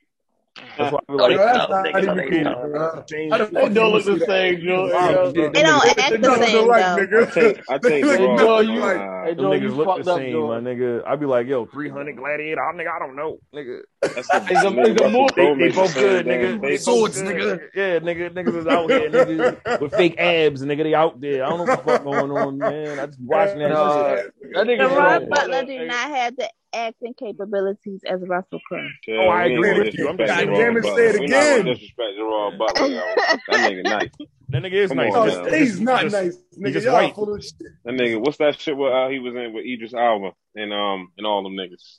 Speaker 6: That's why I feel
Speaker 4: Yo,
Speaker 6: like
Speaker 4: that's
Speaker 8: no,
Speaker 4: not
Speaker 8: nigga,
Speaker 4: even
Speaker 8: no,
Speaker 4: cool,
Speaker 8: no.
Speaker 4: bro.
Speaker 6: same
Speaker 4: How the
Speaker 6: shit.
Speaker 4: fuck
Speaker 8: It don't look
Speaker 4: you
Speaker 8: the same, Joe.
Speaker 4: Wow,
Speaker 8: Yo.
Speaker 7: They don't act
Speaker 4: They
Speaker 7: the
Speaker 4: don't look
Speaker 7: same,
Speaker 4: alike,
Speaker 7: though.
Speaker 3: I
Speaker 4: nigga.
Speaker 3: take I take
Speaker 4: Like,
Speaker 3: the raw.
Speaker 8: Joe, you-
Speaker 3: Nah,
Speaker 8: Hey,
Speaker 6: Them
Speaker 8: Joe, you
Speaker 6: niggas look
Speaker 8: fucked
Speaker 6: the
Speaker 8: up,
Speaker 6: same, my
Speaker 8: Joe.
Speaker 6: nigga. I'd be like, yo, 300 Gladiator. I'm nigga, I don't know, nigga.
Speaker 3: that's the,
Speaker 8: It's a-
Speaker 3: nigga,
Speaker 8: it's a
Speaker 3: that's the
Speaker 8: movie.
Speaker 3: bro
Speaker 6: They
Speaker 3: makes the
Speaker 6: both
Speaker 3: same
Speaker 6: good,
Speaker 3: damn
Speaker 6: nigga. They
Speaker 3: face.
Speaker 6: both
Speaker 8: Swords,
Speaker 6: good,
Speaker 8: nigga.
Speaker 6: Yeah, nigga, niggas is out here, niggas with fake abs, nigga. They out there. I don't know what the fuck going on, man. I just be watching that
Speaker 8: Nah.
Speaker 6: shit.
Speaker 8: That nigga
Speaker 7: Gerard
Speaker 8: so
Speaker 7: Butler
Speaker 8: fucked
Speaker 7: did
Speaker 8: up,
Speaker 7: not have the acting capabilities as Russell Crowe.
Speaker 3: Yeah,
Speaker 6: Oh, I
Speaker 3: we ain't
Speaker 6: agree
Speaker 3: gonna
Speaker 6: with you. I'm
Speaker 3: disrespect
Speaker 6: just-
Speaker 3: Gerard
Speaker 4: Goddamn it,
Speaker 3: Butler.
Speaker 4: say it
Speaker 3: We not
Speaker 4: again.
Speaker 3: gonna disrespect Gerard Butler. yo. That nigga nice.
Speaker 6: That nigga is
Speaker 3: Come
Speaker 6: nice.
Speaker 3: on,
Speaker 4: Oh,
Speaker 6: Just-
Speaker 3: man.
Speaker 6: just-
Speaker 4: he's not
Speaker 6: just-
Speaker 4: nice, nigga.
Speaker 6: just
Speaker 4: Y'all
Speaker 6: white.
Speaker 4: full of shit.
Speaker 3: That nigga, what's that shit where uh, he was in with Idris Alba and um and all them niggas?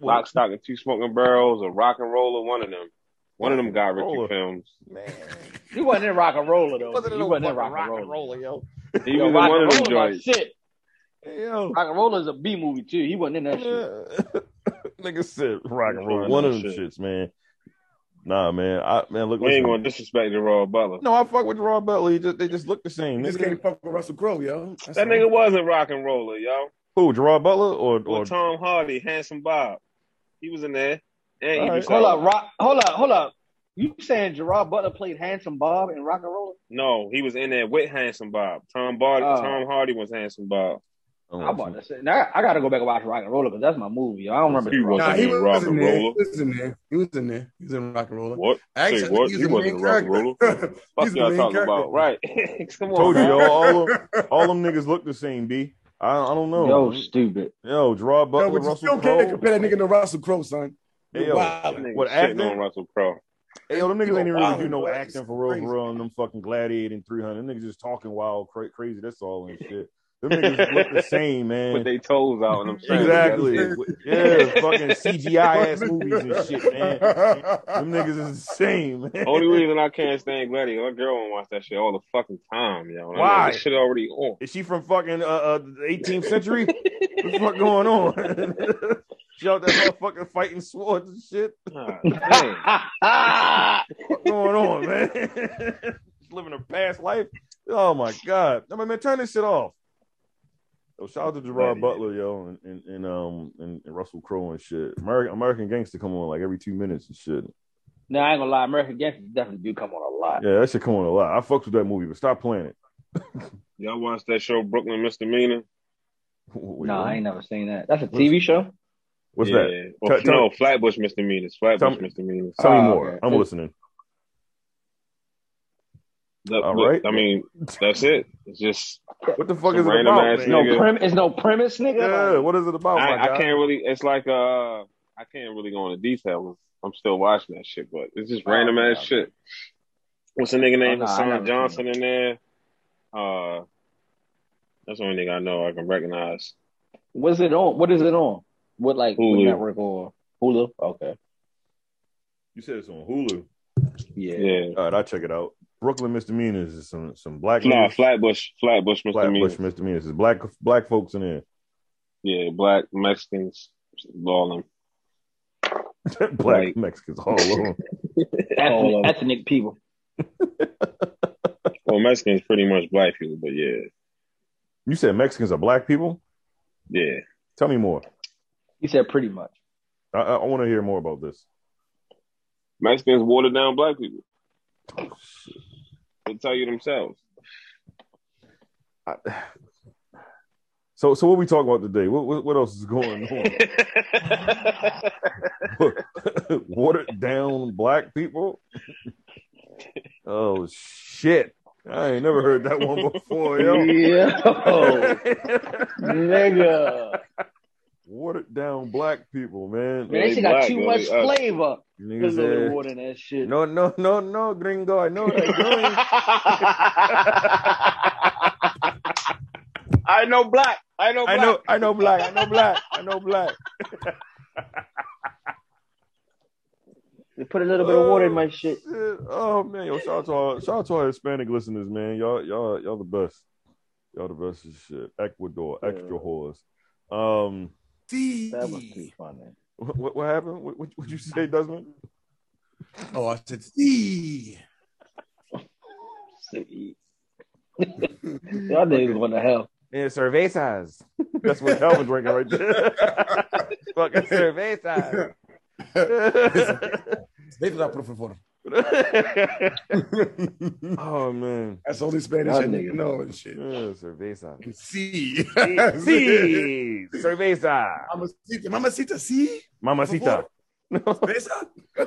Speaker 6: Well,
Speaker 3: Lock, stock, and two smoking barrels, or rock and roller, one of them. One of them got Richie
Speaker 6: Roller.
Speaker 3: films.
Speaker 6: man.
Speaker 5: He wasn't in rock and roller though.
Speaker 6: He wasn't
Speaker 5: He
Speaker 6: no
Speaker 5: wasn't in
Speaker 6: fucking
Speaker 5: rock
Speaker 6: rock
Speaker 5: and
Speaker 6: and
Speaker 5: roller.
Speaker 6: roller, yo.
Speaker 3: He
Speaker 5: Yo,
Speaker 3: was in
Speaker 5: rock
Speaker 3: one
Speaker 5: and
Speaker 3: of them
Speaker 5: roller my
Speaker 3: joints.
Speaker 5: shit.
Speaker 6: Yo.
Speaker 5: Rock and roller is a B movie too. He wasn't in that shit.
Speaker 6: Nigga said rock and roll.
Speaker 3: Fine,
Speaker 6: One
Speaker 3: no
Speaker 6: of them
Speaker 3: shit.
Speaker 6: shits, man. Nah, man. I man, look.
Speaker 3: We ain't
Speaker 6: listen.
Speaker 3: gonna disrespect Gerard Butler.
Speaker 6: No, I fuck with Raw Butler. He just, they just look the same.
Speaker 4: You just
Speaker 6: Nigga.
Speaker 4: can't fuck with Russell Crowe, yo. That's
Speaker 3: That
Speaker 4: all.
Speaker 3: nigga wasn't rock and roller, yo.
Speaker 6: Who, Gerard Butler or
Speaker 3: Or
Speaker 6: or
Speaker 3: Tom Hardy, Handsome Bob. He was in there. And
Speaker 6: All
Speaker 3: Idris
Speaker 6: right.
Speaker 5: Hold
Speaker 3: Elba.
Speaker 5: up, rock. Hold up, hold up. You saying Gerard Butler played Handsome Bob in Rock and Roller?
Speaker 3: No, he was in there with Handsome Bob. Tom Bar-
Speaker 5: Oh.
Speaker 3: Tom Hardy was Handsome Bob.
Speaker 6: Oh,
Speaker 5: I'm about to say. Now I got to go back and watch Rock and Roller because that's my movie. I don't remember.
Speaker 3: He
Speaker 5: the
Speaker 3: was-
Speaker 5: Rock.
Speaker 4: Nah, he was,
Speaker 3: Rock
Speaker 4: in
Speaker 3: and
Speaker 4: there.
Speaker 3: roller.
Speaker 4: He was in there. He was in there. He was in rock and roller.
Speaker 3: What?
Speaker 4: Actually,
Speaker 3: Say
Speaker 4: I think
Speaker 3: what?
Speaker 4: he
Speaker 3: He,
Speaker 4: was the
Speaker 3: wasn't
Speaker 4: main
Speaker 3: a rock and roller.
Speaker 4: character.
Speaker 3: Fuck
Speaker 4: He's the
Speaker 3: y'all
Speaker 4: main
Speaker 3: talking
Speaker 4: character.
Speaker 3: about, right? Come on,
Speaker 6: Told you,
Speaker 3: man.
Speaker 6: yo. All, them- all them niggas look the same, B. I, I don't know.
Speaker 5: Yo, stupid.
Speaker 6: yo Gerard
Speaker 4: Yo,
Speaker 6: Butler,
Speaker 4: but you
Speaker 6: Russell
Speaker 4: still can't
Speaker 6: Crowe.
Speaker 4: compare that nigga to Russell Crowe, son.
Speaker 6: Hey,
Speaker 4: You're
Speaker 6: yo,
Speaker 3: That
Speaker 4: wildin'.
Speaker 3: nigga
Speaker 6: What,
Speaker 3: shitting
Speaker 6: acting?
Speaker 3: on Russell Crowe.
Speaker 6: hey, yo, them niggas
Speaker 4: You
Speaker 6: ain't even really do
Speaker 4: wild,
Speaker 6: no
Speaker 4: bro.
Speaker 6: acting for real, for real. And them fucking Gladiator and 300. Them niggas just talking wild, cra- crazy. That's all and shit. Them niggas look the same,
Speaker 3: Put
Speaker 6: man.
Speaker 3: they toes out and I'm saying
Speaker 6: Exactly.
Speaker 4: That's
Speaker 6: Yeah, fucking CGI ass movies and shit, man. Them niggas is the same, man.
Speaker 3: Only reason I can't stand Gladiator, my girl won't watch that shit all the fucking time, yo. And I'm
Speaker 6: Why?
Speaker 3: Like, this shit already on.
Speaker 6: Is she from fucking uh, uh the 18th century? what the fuck going on? she out there motherfucking fighting swords and shit.
Speaker 3: God, damn.
Speaker 6: What's going on, man? She's living her past life. Oh my god! No, man, man, turn this shit off. Yo, shout out to Gerard
Speaker 3: Right.
Speaker 6: Butler, yo, and, and, and um and, and Russell Crowe and shit. American American Gangster come on like every two minutes and shit.
Speaker 5: Now I ain't gonna lie, American Gangster definitely do come on a lot.
Speaker 6: Yeah, that shit come on a lot. I fucks with that movie, but stop playing it.
Speaker 3: Y'all watch that show Brooklyn Misdemeanor?
Speaker 6: Wait,
Speaker 5: No,
Speaker 6: what?
Speaker 5: I ain't never seen that. That's a TV show.
Speaker 6: What's
Speaker 3: yeah.
Speaker 6: that?
Speaker 3: Or,
Speaker 6: Tell- tell-
Speaker 3: no, Flatbush Misdemeanors. Flatbush
Speaker 6: Tell-
Speaker 3: Misdemeanors.
Speaker 6: Tell me
Speaker 5: Oh,
Speaker 6: more.
Speaker 5: okay.
Speaker 6: I'm listening.
Speaker 3: Look,
Speaker 6: all
Speaker 3: look,
Speaker 6: right.
Speaker 3: I mean, that's it. It's just
Speaker 6: What the fuck
Speaker 3: Some
Speaker 6: is it
Speaker 3: random
Speaker 6: about,
Speaker 3: ass
Speaker 6: man?
Speaker 5: No
Speaker 3: Nigga.
Speaker 5: prim- It's no premise, nigga.
Speaker 6: Yeah, what is it
Speaker 5: Oh
Speaker 6: about, my
Speaker 3: I, I
Speaker 6: guy?
Speaker 3: can't really. It's like uh, I can't really go into detail. I'm still watching that shit, but it's just
Speaker 5: Oh,
Speaker 3: random ass
Speaker 5: yeah.
Speaker 3: shit. What's a nigga named
Speaker 5: Oh, nah, I never
Speaker 3: Hassan
Speaker 5: seen
Speaker 3: Johnson in there? Uh, that's the only nigga I know I can recognize.
Speaker 5: What's it on? What is it on? What like what
Speaker 3: Hulu.
Speaker 5: network or Hulu? Okay.
Speaker 6: You said it's on Hulu.
Speaker 5: Yeah.
Speaker 3: Yeah,
Speaker 6: All right, I'll check it out. Brooklyn Misdemeanors is some some black
Speaker 3: nah,
Speaker 5: Hmm.
Speaker 6: niggas-
Speaker 3: Flatbush, Flatbush, Mr.
Speaker 6: Flatbush
Speaker 3: Mean.
Speaker 6: Misdemeanors. It's black black folks in there.
Speaker 3: Yeah, black Mexicans, all them.
Speaker 6: black
Speaker 3: Right.
Speaker 6: Mexicans all over.
Speaker 5: Ethnic,
Speaker 3: All of them.
Speaker 5: ethnic people.
Speaker 3: Well, Mexicans pretty much black people, but yeah,
Speaker 6: you said Mexicans are black people?
Speaker 3: yeah.
Speaker 6: Tell me more.
Speaker 5: He said pretty much.
Speaker 6: I, I, want to hear more about this.
Speaker 3: Mexicans water down black people. They tell you themselves.
Speaker 6: So so what we talk about today? What what, what else is going on? Watered down black people. oh shit! I ain't never heard that one before, yo.
Speaker 5: Yo, nigga.
Speaker 6: Watered down black people, man.
Speaker 5: Man, that shit
Speaker 3: black,
Speaker 5: got too
Speaker 3: yo,
Speaker 5: much
Speaker 3: they us.
Speaker 5: flavor. There's
Speaker 6: Niggas
Speaker 5: a little
Speaker 6: ass.
Speaker 5: water in that shit.
Speaker 6: No, no, no, no, gringo. I know what I'm doing.
Speaker 8: I know black. I know
Speaker 6: I
Speaker 8: black.
Speaker 6: know, I know black. I know black. I know black.
Speaker 5: They put a little bit of water in my shit.
Speaker 6: Oh, Shit. Oh man, yo, shout out to our, shout out to our Hispanic listeners, man. Y'all, y'all, y'all the best. Y'all the best as shit. Ecuador, extra whores. Um,
Speaker 5: That was too
Speaker 4: D.
Speaker 5: funny.
Speaker 6: what what happened? What what what you say, Desmond?
Speaker 4: Oh, I said D.
Speaker 5: Y'all niggas want to hell.
Speaker 6: Yeah, cervezas. That's what Calvin drinking right there. Fucking cervezas.
Speaker 4: They forgot to put up for them.
Speaker 8: oh man.
Speaker 4: That's only Spanish
Speaker 5: Y'all
Speaker 4: I
Speaker 5: niggas.
Speaker 4: know and shit.
Speaker 8: Yeah, cerveza.
Speaker 4: See,
Speaker 8: Sí, cerveza.
Speaker 4: Mamacita, mamacita, see,
Speaker 8: Mamacita.
Speaker 4: Besa.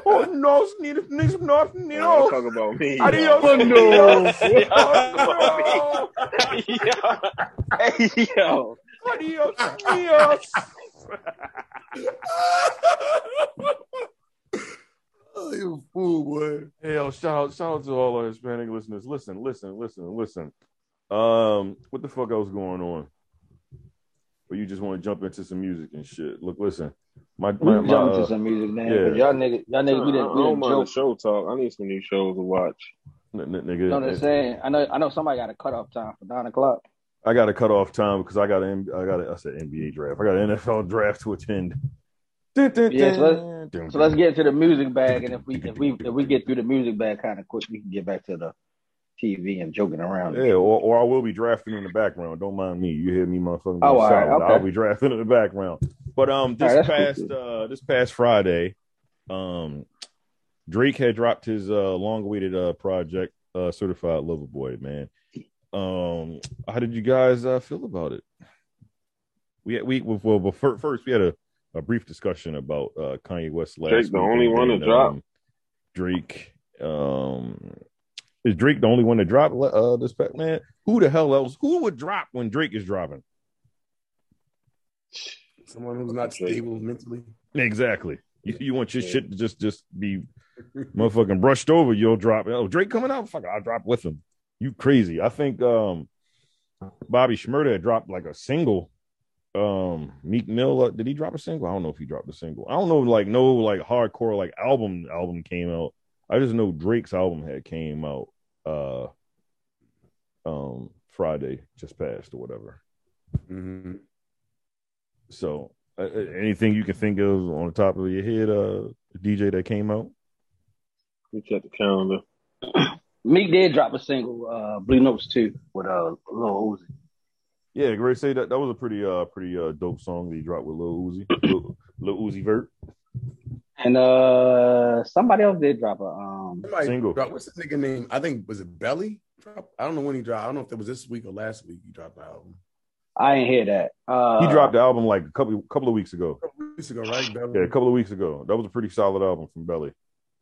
Speaker 8: Oh, no, need, need, no,
Speaker 3: Don't talk about me.
Speaker 8: Adios.
Speaker 3: y'all.
Speaker 8: Adios.
Speaker 5: Oh, Hey, yo.
Speaker 8: Adios. Adios.
Speaker 4: Oh, you fool, boy.
Speaker 8: Hey, yo, shout out, shout out to all our Hispanic listeners. Listen, listen, listen, listen. Um, what the fuck else going on? Or you just want to jump into some music and shit? Look, listen, my
Speaker 5: We
Speaker 8: my, my
Speaker 5: jumped
Speaker 8: uh,
Speaker 5: to some music, man.
Speaker 8: yeah.
Speaker 5: But y'all niggas, y'all
Speaker 3: I
Speaker 5: niggas, we didn't, we
Speaker 3: don't
Speaker 5: didn't
Speaker 3: mind the
Speaker 5: joke.
Speaker 3: show talk. I need some new shows to watch.
Speaker 8: uh, n- n- nigga,
Speaker 5: You know what I'm saying? I know, I know somebody got a cutoff time for nine o'clock.
Speaker 6: I got a cutoff time because I got an I got a, I said NBA draft. I got an NFL draft to attend.
Speaker 5: Yeah, so let's- So let's get into the music bag, and if we if we if we get through the music bag kind of quick, we can get back to the TV and joking around.
Speaker 6: Yeah, or, or I will be drafting in the background. Don't mind me. You hear me, motherfucker.
Speaker 5: Oh, all right,
Speaker 6: solid.
Speaker 5: okay.
Speaker 6: I'll be drafting in the background. But um, this
Speaker 5: All right, that's
Speaker 6: past
Speaker 5: cool,
Speaker 6: uh, this past Friday, um, Drake had dropped his uh long-awaited uh project, uh, Certified Lover Boy. Man, um, how did you guys uh, feel about it? We we well, well fir- first we had a, a brief discussion about uh Kanye West last.
Speaker 3: Drake the
Speaker 6: week,
Speaker 3: only
Speaker 6: and
Speaker 3: one to
Speaker 6: then,
Speaker 3: drop.
Speaker 6: um, Drake, um, is Drake the only one to drop uh, this pack, man? Who the hell else? Who would drop when Drake is dropping?
Speaker 4: Someone who's not stable mentally.
Speaker 6: Exactly. You, you want your shit to just just be motherfucking brushed over. You'll drop. Oh, Drake coming out? Fuck, I'll drop with him. You crazy? I think um, Bobby Schmurda had dropped like a single. Um, Meek Mill uh, did he drop a single? I don't know if he dropped a single. I don't know. Like no, like hardcore like album album came out. I just know Drake's album had came out. Uh, um, Friday just passed or whatever. Mm-hmm. So, uh, uh, anything you can think of on the top of your head, uh, DJ that came out?
Speaker 3: We check the calendar.
Speaker 5: Meek did drop a single, uh, Blue Notes too, with uh, Lil Uzi.
Speaker 6: Yeah, great. Say that that was a pretty, uh, pretty uh, dope song that he dropped with Lil Uzi, Lil, Lil Uzi Vert.
Speaker 5: and uh, somebody else did drop a um,
Speaker 4: Somebody
Speaker 6: Single.
Speaker 4: dropped- what's the nigga name? I think was it Belly? Drop- I don't know when he dropped. I don't know if it was this week or last week he dropped the album.
Speaker 5: I ain't hear that. Uh,
Speaker 6: He dropped the album like a couple, couple of weeks ago.
Speaker 4: A couple weeks ago, right? Belly?
Speaker 6: Yeah, a couple of weeks ago. That was a pretty solid album from Belly.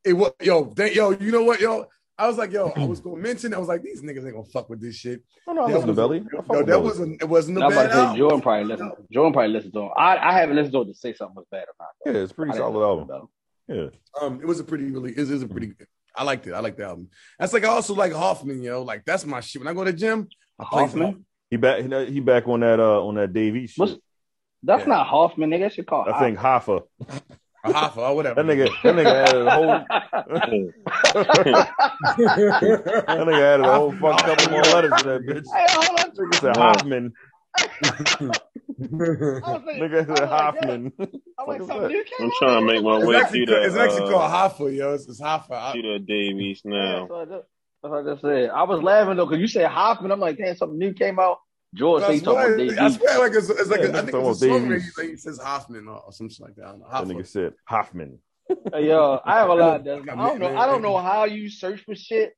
Speaker 4: It was yo, they, yo, you know what, yo? I was like, yo, I was gonna mention. I was like, these niggas ain't gonna fuck with this shit.
Speaker 6: Oh no, I
Speaker 4: That
Speaker 6: listen to
Speaker 4: was-
Speaker 6: Belly. I fuck
Speaker 4: Yo,
Speaker 6: with
Speaker 4: that
Speaker 6: Belly.
Speaker 4: wasn't. It wasn't a
Speaker 5: I'm about
Speaker 4: bad
Speaker 5: to say Jordan
Speaker 4: album.
Speaker 5: probably listened. Jordan probably listened to him. I, I haven't listened to him to say something was bad or not.
Speaker 6: yeah, it's a
Speaker 5: I
Speaker 6: pretty
Speaker 5: didn't
Speaker 6: solid
Speaker 5: listen
Speaker 6: album.
Speaker 5: to him.
Speaker 6: Yeah,
Speaker 4: Um, it was a pretty really. It is a pretty. I liked it. I liked the album. That's like I also like Hoffman. You know, like that's my shit. When I go to the gym, I play some
Speaker 5: Hoffman?
Speaker 6: he back, he back on that, uh, on that Davey shit.
Speaker 5: What's- That's
Speaker 4: Yeah.
Speaker 5: not Hoffman, nigga. That should call.
Speaker 6: I think Hoffa.
Speaker 4: Hoffman, or Hoffa or whatever.
Speaker 6: That nigga, that nigga had a whole, that nigga added a whole fuck couple more letters to that bitch.
Speaker 5: Hey, hold on.
Speaker 6: Nigga said Hoffman.
Speaker 5: I was like,
Speaker 6: Nigga said Hoffman.
Speaker 5: I was like,
Speaker 6: Fuck
Speaker 5: something new came
Speaker 3: I'm
Speaker 5: out?
Speaker 3: trying to make my
Speaker 4: It's
Speaker 3: way
Speaker 4: actually,
Speaker 3: through the.
Speaker 4: it's actually
Speaker 3: uh,
Speaker 4: called Hoffa, yo. It's, it's Hoffa. I,
Speaker 3: through the Davies
Speaker 5: Yeah,
Speaker 3: now.
Speaker 5: that's what I just- that's what I just said. I was laughing though because you said Hoffman. I'm like, damn, something new came out. George said
Speaker 4: that's
Speaker 5: he talking
Speaker 4: why,
Speaker 5: about
Speaker 4: I
Speaker 5: Davey.
Speaker 4: swear, like it's, it's like
Speaker 6: Yeah,
Speaker 4: a, I think
Speaker 6: talking
Speaker 4: it's a
Speaker 6: about
Speaker 4: song where
Speaker 6: Davies.
Speaker 4: he, like, he says Hoffman or, or something like that. I don't know.
Speaker 6: That
Speaker 4: Hoffa.
Speaker 6: nigga said Hoffman.
Speaker 5: Hey, Yo, I have a lot.
Speaker 4: I
Speaker 5: Of,
Speaker 4: mean,
Speaker 5: I don't know.
Speaker 4: man,
Speaker 5: I don't
Speaker 4: man.
Speaker 5: know how you search for shit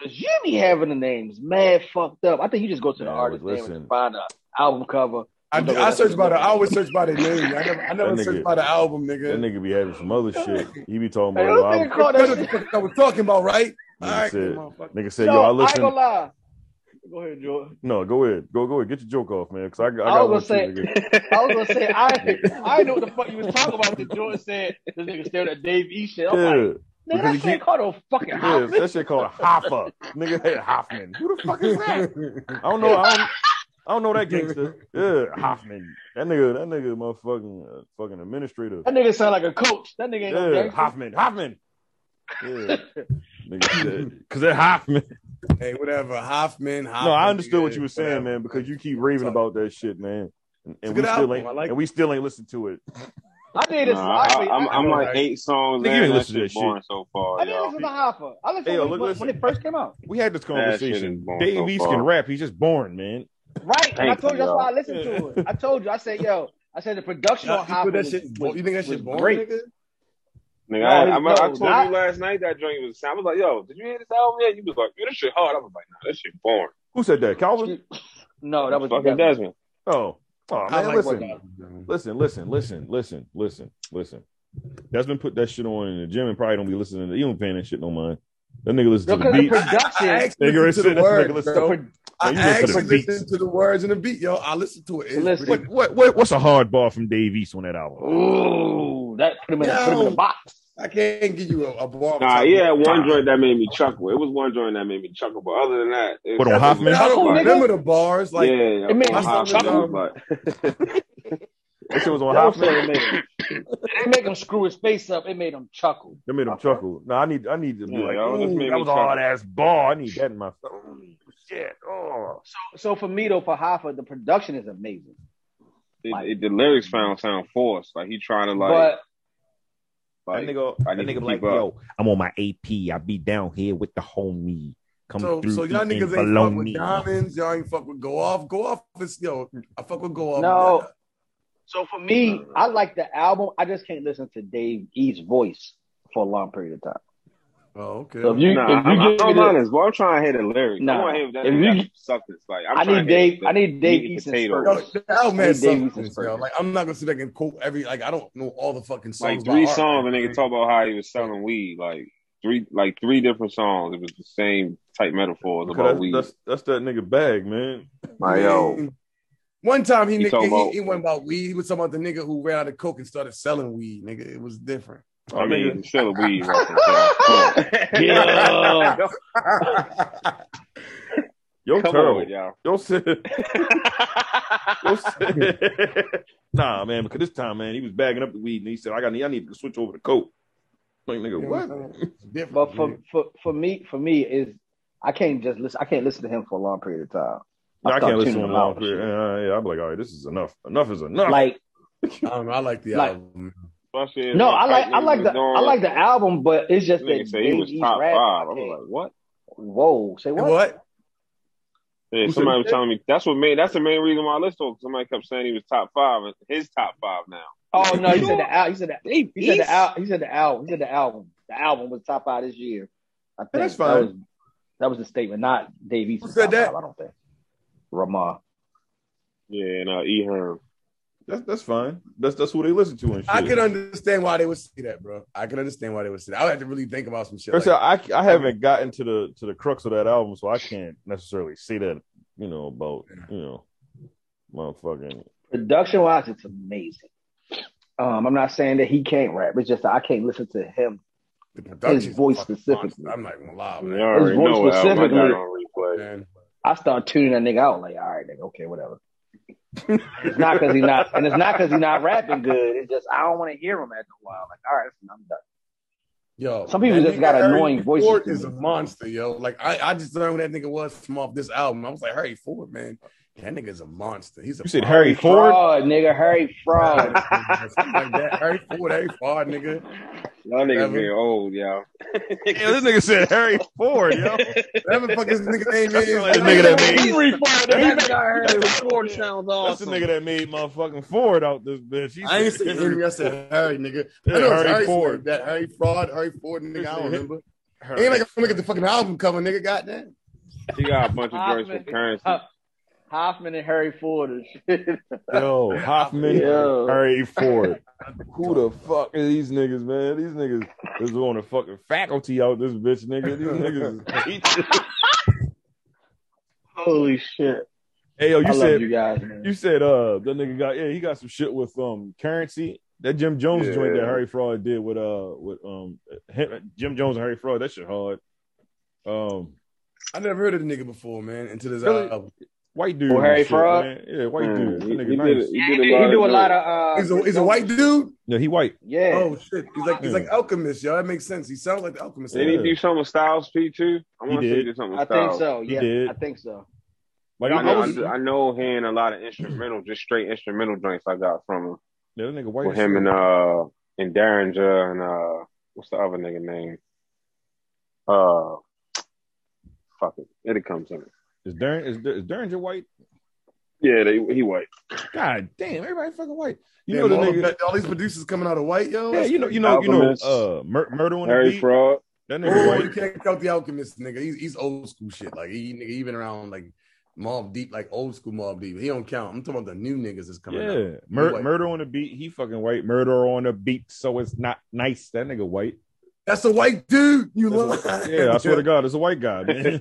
Speaker 5: because you be having the names mad fucked up. I think you just go to the
Speaker 6: Man,
Speaker 5: artist
Speaker 6: but
Speaker 5: name
Speaker 6: listen.
Speaker 5: and find the album cover.
Speaker 4: I, do- I search by the. I always search by the name. I never, I never
Speaker 6: That nigga-
Speaker 4: search by the album,
Speaker 6: That
Speaker 4: nigga. Oh,
Speaker 6: nigga be having some other shit. He be talking
Speaker 5: Hey,
Speaker 6: about.
Speaker 5: who
Speaker 6: well, I-
Speaker 5: nigga called that
Speaker 4: That's what the
Speaker 5: shit?
Speaker 4: fuck I was talking about, right? All
Speaker 6: Nigga
Speaker 4: right,
Speaker 6: said,
Speaker 4: motherfucker.
Speaker 6: nigga said,
Speaker 5: Yo,
Speaker 6: yo, I
Speaker 5: I ain't
Speaker 6: listen.
Speaker 5: gonna lie. Go ahead, George.
Speaker 6: No, go ahead, go go ahead, get your joke off, man. Cause I, I got
Speaker 5: I
Speaker 6: one
Speaker 5: was gonna
Speaker 6: too, nigga.
Speaker 5: say, I was gonna say, I, I didn't know what the fuck you was talking about. That George said this nigga stared at Dave E. Shit. I'm
Speaker 6: Yeah,
Speaker 5: like, nigga,
Speaker 6: because
Speaker 5: that
Speaker 6: he
Speaker 5: shit
Speaker 6: keep-
Speaker 5: called a fucking
Speaker 6: yeah,
Speaker 5: Hoffman.
Speaker 6: that shit called Hoffa. nigga had Hoffman. Who the fuck is that? I don't know. I don't, I don't know that gangster. Yeah, Hoffman. That nigga, that nigga, motherfucking, uh, fucking administrator.
Speaker 5: That nigga sound like a coach. That nigga ain't no
Speaker 6: Yeah,
Speaker 5: gangster.
Speaker 6: Hoffman, Hoffman. Yeah, nigga said, cause that Hoffman.
Speaker 4: Hey, whatever. Hoffman. Hoffman
Speaker 6: No, I understood what
Speaker 4: nigga,
Speaker 6: you were saying,
Speaker 4: whatever.
Speaker 6: man, because you keep raving about that shit, man. And, and we
Speaker 4: a good
Speaker 6: still
Speaker 4: album.
Speaker 6: ain't,
Speaker 4: I like
Speaker 6: and we still ain't listened to it.
Speaker 5: I did this.
Speaker 3: Nah,
Speaker 5: I,
Speaker 3: I, I'm,
Speaker 5: I,
Speaker 3: I'm like
Speaker 4: Right.
Speaker 3: eight songs
Speaker 6: Nigga, you
Speaker 3: in.
Speaker 6: ain't
Speaker 3: That
Speaker 6: listen to
Speaker 3: shit's
Speaker 6: that
Speaker 3: boring so far,
Speaker 5: I did this
Speaker 3: y'all.
Speaker 5: is a hopper. I listened
Speaker 6: Hey, yo,
Speaker 5: to it
Speaker 6: look,
Speaker 5: when,
Speaker 6: listen.
Speaker 5: when it first came out.
Speaker 6: We had this
Speaker 3: shit is
Speaker 6: conversation.
Speaker 3: boring
Speaker 6: Dave
Speaker 3: so
Speaker 6: East
Speaker 3: far.
Speaker 6: can rap. He's just born, man.
Speaker 5: Right. And I
Speaker 3: Thank
Speaker 5: told you that's
Speaker 3: you,
Speaker 5: why I listened to it. I told you. I said, yo, I said the production
Speaker 4: Y'all
Speaker 5: on
Speaker 4: equal
Speaker 5: hopper.
Speaker 4: that
Speaker 5: was-
Speaker 4: shit, you think that
Speaker 5: was
Speaker 4: shit boring,
Speaker 5: great.
Speaker 4: nigga?
Speaker 3: Nigga, I,
Speaker 5: No,
Speaker 3: I, I,
Speaker 5: no,
Speaker 3: told
Speaker 5: not-
Speaker 3: you last night that joint was. I was like, "Yo, did you hear this album yet?" You was like, "Yo, this shit hard." I was like, "Nah, this shit boring."
Speaker 6: Who said that? Calvin?
Speaker 5: No, that was
Speaker 3: fucking Desmond.
Speaker 6: Oh, oh
Speaker 4: I
Speaker 6: man,
Speaker 4: like what
Speaker 6: listen, listen, listen, listen, listen, listen, listen. Desmond put that shit on in the gym and probably don't be listening. To, he don't paying that shit no mind. That nigga listen to
Speaker 5: Because
Speaker 6: the
Speaker 5: the
Speaker 6: beats.
Speaker 4: I
Speaker 5: production,
Speaker 4: actually
Speaker 6: Nigga,
Speaker 4: listened to
Speaker 6: it's-
Speaker 4: the
Speaker 6: that's
Speaker 4: words,
Speaker 6: nigga,
Speaker 5: the
Speaker 6: listen.
Speaker 4: bro.
Speaker 5: pro-
Speaker 4: I
Speaker 6: you listen to the
Speaker 4: actually
Speaker 6: beats.
Speaker 4: listened to the words and the beat, yo. I listened to it. It's
Speaker 5: Listen.
Speaker 4: pretty-
Speaker 6: What, what what what's a hard bar from Dave East on that album?
Speaker 3: Oh.
Speaker 5: Ooh, that put him in, a, put him in a
Speaker 4: Yo.
Speaker 5: box.
Speaker 4: I can't give you a, a bar. off the
Speaker 3: Nah,
Speaker 4: top of
Speaker 3: he
Speaker 4: my-
Speaker 3: had one joint that made me chuckle. It was one joint that made me chuckle, but other than that, it
Speaker 6: What, on
Speaker 3: was-
Speaker 6: Hoffman?
Speaker 4: I don't
Speaker 5: Chuckle, nigga.
Speaker 4: remember the bars. Like,
Speaker 3: yeah,
Speaker 5: it made
Speaker 3: on
Speaker 5: me
Speaker 3: Hoffman,
Speaker 5: chuckle.
Speaker 3: it was like-
Speaker 6: That shit was on
Speaker 5: That was
Speaker 6: Hoffman.
Speaker 5: what it made him. It make him screw his face up. It made him chuckle.
Speaker 6: That made him chuckle. No, I need I need to be
Speaker 3: Yeah,
Speaker 6: like,
Speaker 3: that was-
Speaker 6: "Ooh,
Speaker 3: made
Speaker 6: that
Speaker 3: me
Speaker 6: was a hard
Speaker 3: chuckle."
Speaker 6: ass bar. I need that in my Ooh, shit. Oh,
Speaker 5: So for me though, for Hoffa, the production is amazing.
Speaker 3: it, it, the lyrics found sound forced. Like he trying to like,
Speaker 5: but
Speaker 3: like
Speaker 6: that nigga,
Speaker 3: I
Speaker 6: that
Speaker 3: need to
Speaker 6: nigga be
Speaker 3: keep
Speaker 6: like,
Speaker 3: up.
Speaker 6: yo, I'm on my AP. I be down here with the homie. Come
Speaker 4: so,
Speaker 6: through.
Speaker 4: so y'all
Speaker 6: eating
Speaker 4: niggas ain't fuck
Speaker 6: bologna.
Speaker 4: with diamonds. Y'all ain't fuck with go off. Go off is yo. I fuck with go off.
Speaker 5: no. So for me, I like the album. I just can't listen to Dave E's voice for a long period of time.
Speaker 4: Oh, okay.
Speaker 5: So if you
Speaker 3: Nah,
Speaker 5: if you
Speaker 3: I'm, I'm,
Speaker 5: give me
Speaker 3: I'm
Speaker 5: the-
Speaker 3: honest, bro. I'm trying to hear the lyrics.
Speaker 5: Nah.
Speaker 3: I want to hear that.
Speaker 5: If
Speaker 3: If
Speaker 5: you-
Speaker 3: you, substance. Like I'm
Speaker 5: I
Speaker 3: trying
Speaker 5: need
Speaker 3: to hear
Speaker 5: Dave.
Speaker 3: the-
Speaker 5: I need
Speaker 3: meat
Speaker 5: Dave
Speaker 3: and
Speaker 5: Eason's
Speaker 3: potatoes.
Speaker 4: Yo,
Speaker 5: first.
Speaker 4: the album
Speaker 5: Hey,
Speaker 4: had
Speaker 5: Davies
Speaker 4: substance,
Speaker 5: is perfect.
Speaker 4: yo. Like I'm not gonna sit back and quote every like I don't know all the fucking songs.
Speaker 3: like
Speaker 4: by
Speaker 3: three
Speaker 4: heart.
Speaker 3: songs, and they could talk about how he was selling weed. Like three, like three different songs. It was the same type metaphors
Speaker 6: Because
Speaker 3: about
Speaker 6: that's,
Speaker 3: weed.
Speaker 6: that's that's that nigga bag, man.
Speaker 3: Like yo,
Speaker 4: Man, Mm. One time he
Speaker 3: He
Speaker 4: nigga,
Speaker 3: talking
Speaker 4: he,
Speaker 3: about-
Speaker 4: he went about weed. He was talking about the nigga who ran out of coke and started selling weed. Nigga, it was different.
Speaker 3: I mean,
Speaker 6: nigga.
Speaker 3: you can sell the weed. Right there,
Speaker 5: Yeah.
Speaker 6: Yo,
Speaker 3: Come
Speaker 6: terrible.
Speaker 3: on, y'all.
Speaker 6: Yo, shit. Yo, shit. nah, man, because this time, man, he was bagging up the weed and he said, I got, I need to switch over to coke. Like, nigga,
Speaker 4: You know
Speaker 6: what?
Speaker 4: what I'm saying? It's different,
Speaker 5: But for,
Speaker 4: nigga.
Speaker 5: for for me for me is I can't just listen. I can't listen to him for a long period of time.
Speaker 6: I,
Speaker 5: start
Speaker 6: can't listen to him
Speaker 5: tuning him out
Speaker 6: long
Speaker 5: and
Speaker 6: period.
Speaker 5: shit.
Speaker 6: Uh, yeah, I'm like, all right, this is enough. Enough is enough.
Speaker 5: Like
Speaker 4: I don't know. I like the
Speaker 5: Like-
Speaker 4: album.
Speaker 3: Especially if
Speaker 5: no,
Speaker 3: that
Speaker 5: I like
Speaker 3: tight
Speaker 5: I
Speaker 3: nigga
Speaker 5: like
Speaker 3: was
Speaker 5: the
Speaker 3: doing-
Speaker 5: I like the album, but it's just that
Speaker 3: Nigga say he
Speaker 5: Dave
Speaker 3: was
Speaker 5: East
Speaker 3: top
Speaker 5: rap.
Speaker 3: five. I was like, what?
Speaker 5: Whoa, say
Speaker 4: What?
Speaker 5: what?
Speaker 3: Yeah,
Speaker 6: Who said
Speaker 3: somebody was
Speaker 6: that?
Speaker 3: telling me that's what made that's the main reason why I listened to him. Somebody kept saying he was top five, and his top five now.
Speaker 5: Oh no, he said the album. He said the
Speaker 9: Dave
Speaker 5: he said
Speaker 9: East?
Speaker 5: the al- he said the album. He said the album. The album was top five this year. I think
Speaker 6: that's
Speaker 5: That
Speaker 6: fine.
Speaker 5: was, that was the statement, not Dave East.
Speaker 4: Who said that?
Speaker 5: I don't think. Ramah.
Speaker 3: Yeah, and uh, E Herm.
Speaker 6: that's that's fine. That's that's who they listen to and shit.
Speaker 4: I could understand why they would say that, bro. I could understand why they would say that. I would have to really think about some shit.
Speaker 6: First
Speaker 4: like-
Speaker 6: of all, I I haven't gotten to the to the crux of that album, so I can't necessarily say that you know about you know motherfucking.
Speaker 5: Production wise, it's amazing. Um, I'm not saying that he can't rap. It's just that I can't listen to him.
Speaker 4: the production's
Speaker 5: his voice
Speaker 4: fucking
Speaker 5: specifically.
Speaker 4: monster. I'm not gonna lie,
Speaker 3: You
Speaker 4: man.
Speaker 3: already
Speaker 5: voice
Speaker 3: know what album I got
Speaker 5: specifically-
Speaker 3: on replay.
Speaker 4: man.
Speaker 5: I start tuning that nigga out. Like, all right, nigga, okay, whatever. it's not because he's not, and it's not because he's not rapping good. It's just I don't want to hear him after a while. Like, all right, I'm done.
Speaker 4: Yo,
Speaker 5: Some people
Speaker 4: that
Speaker 5: just
Speaker 4: nigga
Speaker 5: got
Speaker 4: Harry
Speaker 5: annoying voices
Speaker 4: Ford
Speaker 5: to
Speaker 4: is
Speaker 5: me.
Speaker 4: a monster, yo. Like I, I just learned who that nigga was from off this album. I was like, Harry Ford, man. That nigga's a monster. He's a
Speaker 6: You said
Speaker 4: monster.
Speaker 6: Harry Ford.
Speaker 5: fraud, nigga, Harry fraud.
Speaker 4: Something like that. Harry Ford, Harry Ford, nigga.
Speaker 3: Y'all niggas
Speaker 4: Never.
Speaker 3: getting old, y'all.
Speaker 6: Yeah, this nigga said Harry Ford. Yo,
Speaker 4: Whatever the fuck his nigga name is.
Speaker 6: That's the nigga that made-
Speaker 9: Henry Ford, that nigga I heard Ford sounds
Speaker 6: that's the
Speaker 9: awesome.
Speaker 6: nigga that made motherfucking Ford out this bitch. He
Speaker 4: I ain't
Speaker 6: said
Speaker 4: say Henry, I said Harry, nigga.
Speaker 6: Yeah,
Speaker 4: I know it's
Speaker 6: Harry
Speaker 4: Harry
Speaker 6: Ford.
Speaker 4: Ford. That Harry Fraud, Harry Ford, nigga. I don't remember.
Speaker 6: Harry.
Speaker 4: Ain't like I'm gonna look at the fucking album cover, nigga. Goddamn.
Speaker 3: He got a bunch of joints with currency.
Speaker 5: Hoffman. Hoffman and Harry Ford and shit.
Speaker 6: Yo, Hoffman,
Speaker 5: Yo.
Speaker 6: Harry Ford. Who the fuck are these niggas, man? These niggas is on the fucking faculty out this bitch, nigga. These niggas. Is
Speaker 5: Holy shit!
Speaker 6: hey, yo, you
Speaker 5: I love
Speaker 6: said
Speaker 5: you guys, man.
Speaker 6: You said uh that nigga got yeah, he got some shit with um currency. That Jim Jones
Speaker 3: Yeah.
Speaker 6: joint that Harry Fraud did with uh with um him, Jim Jones and Harry Fraud, that shit hard. Um
Speaker 4: I never heard of the nigga before, man. Until this
Speaker 6: Really?
Speaker 4: album.
Speaker 6: white dude.
Speaker 5: Oh,
Speaker 6: and
Speaker 5: Harry
Speaker 6: shit,
Speaker 5: Fraud?
Speaker 6: man. Yeah, white
Speaker 3: Man,
Speaker 6: dude. That
Speaker 3: Mm, he,
Speaker 6: nigga
Speaker 3: he
Speaker 6: nice.
Speaker 3: did, he
Speaker 5: he,
Speaker 3: did a
Speaker 5: do-
Speaker 3: lot,
Speaker 5: he do a
Speaker 3: of
Speaker 5: lot of. Uh,
Speaker 4: He's a, he's a white dude.
Speaker 6: Yeah, he white.
Speaker 5: Yeah.
Speaker 4: Oh shit! He's like he's
Speaker 6: Yeah.
Speaker 4: like alchemist, yo. That makes sense. He sounds like the alchemist.
Speaker 3: Did he do something with Styles P too? I
Speaker 6: He
Speaker 3: want to say
Speaker 6: did.
Speaker 3: he did something
Speaker 5: I
Speaker 3: with
Speaker 5: think
Speaker 3: Styles.
Speaker 5: so.
Speaker 6: He
Speaker 5: Yeah,
Speaker 6: did.
Speaker 5: I think so.
Speaker 6: Like
Speaker 3: I
Speaker 6: I, I
Speaker 3: know,
Speaker 6: was yeah,
Speaker 3: I, know hearing a lot of instrumental, just straight instrumental joints I got from him.
Speaker 6: that nigga white.
Speaker 3: With
Speaker 6: as
Speaker 3: him
Speaker 6: shit.
Speaker 3: and uh and Derringer and uh what's the other nigga name? Uh fuck it. It'll come to me.
Speaker 6: is Darren is, Dar- is Derringer white?
Speaker 3: Yeah, they, he white.
Speaker 6: God damn, everybody fucking white. You
Speaker 4: Damn,
Speaker 6: know the
Speaker 4: all,
Speaker 6: nigga.
Speaker 4: all these producers coming out of white, yo.
Speaker 6: Yeah, you know, you know, you know.
Speaker 3: Alchemist.
Speaker 6: Uh, Mur- murder on the
Speaker 3: Harry
Speaker 6: beat.
Speaker 3: Fraud.
Speaker 6: That nigga
Speaker 4: Oh, you
Speaker 6: white.
Speaker 4: can't count the Alchemist, nigga. He's, he's old school shit. Like he, nigga, he been around like Mob Deep, like old school Mob Deep. He don't count. I'm talking about the new niggas that's coming out.
Speaker 6: Yeah, Mur-
Speaker 4: white.
Speaker 6: murder on the beat. He fucking white. Murder on the beat. So it's not nice. That nigga white.
Speaker 4: That's a white dude. You
Speaker 6: That's
Speaker 4: look.
Speaker 6: a- yeah, I swear to God, it's a white guy. Man.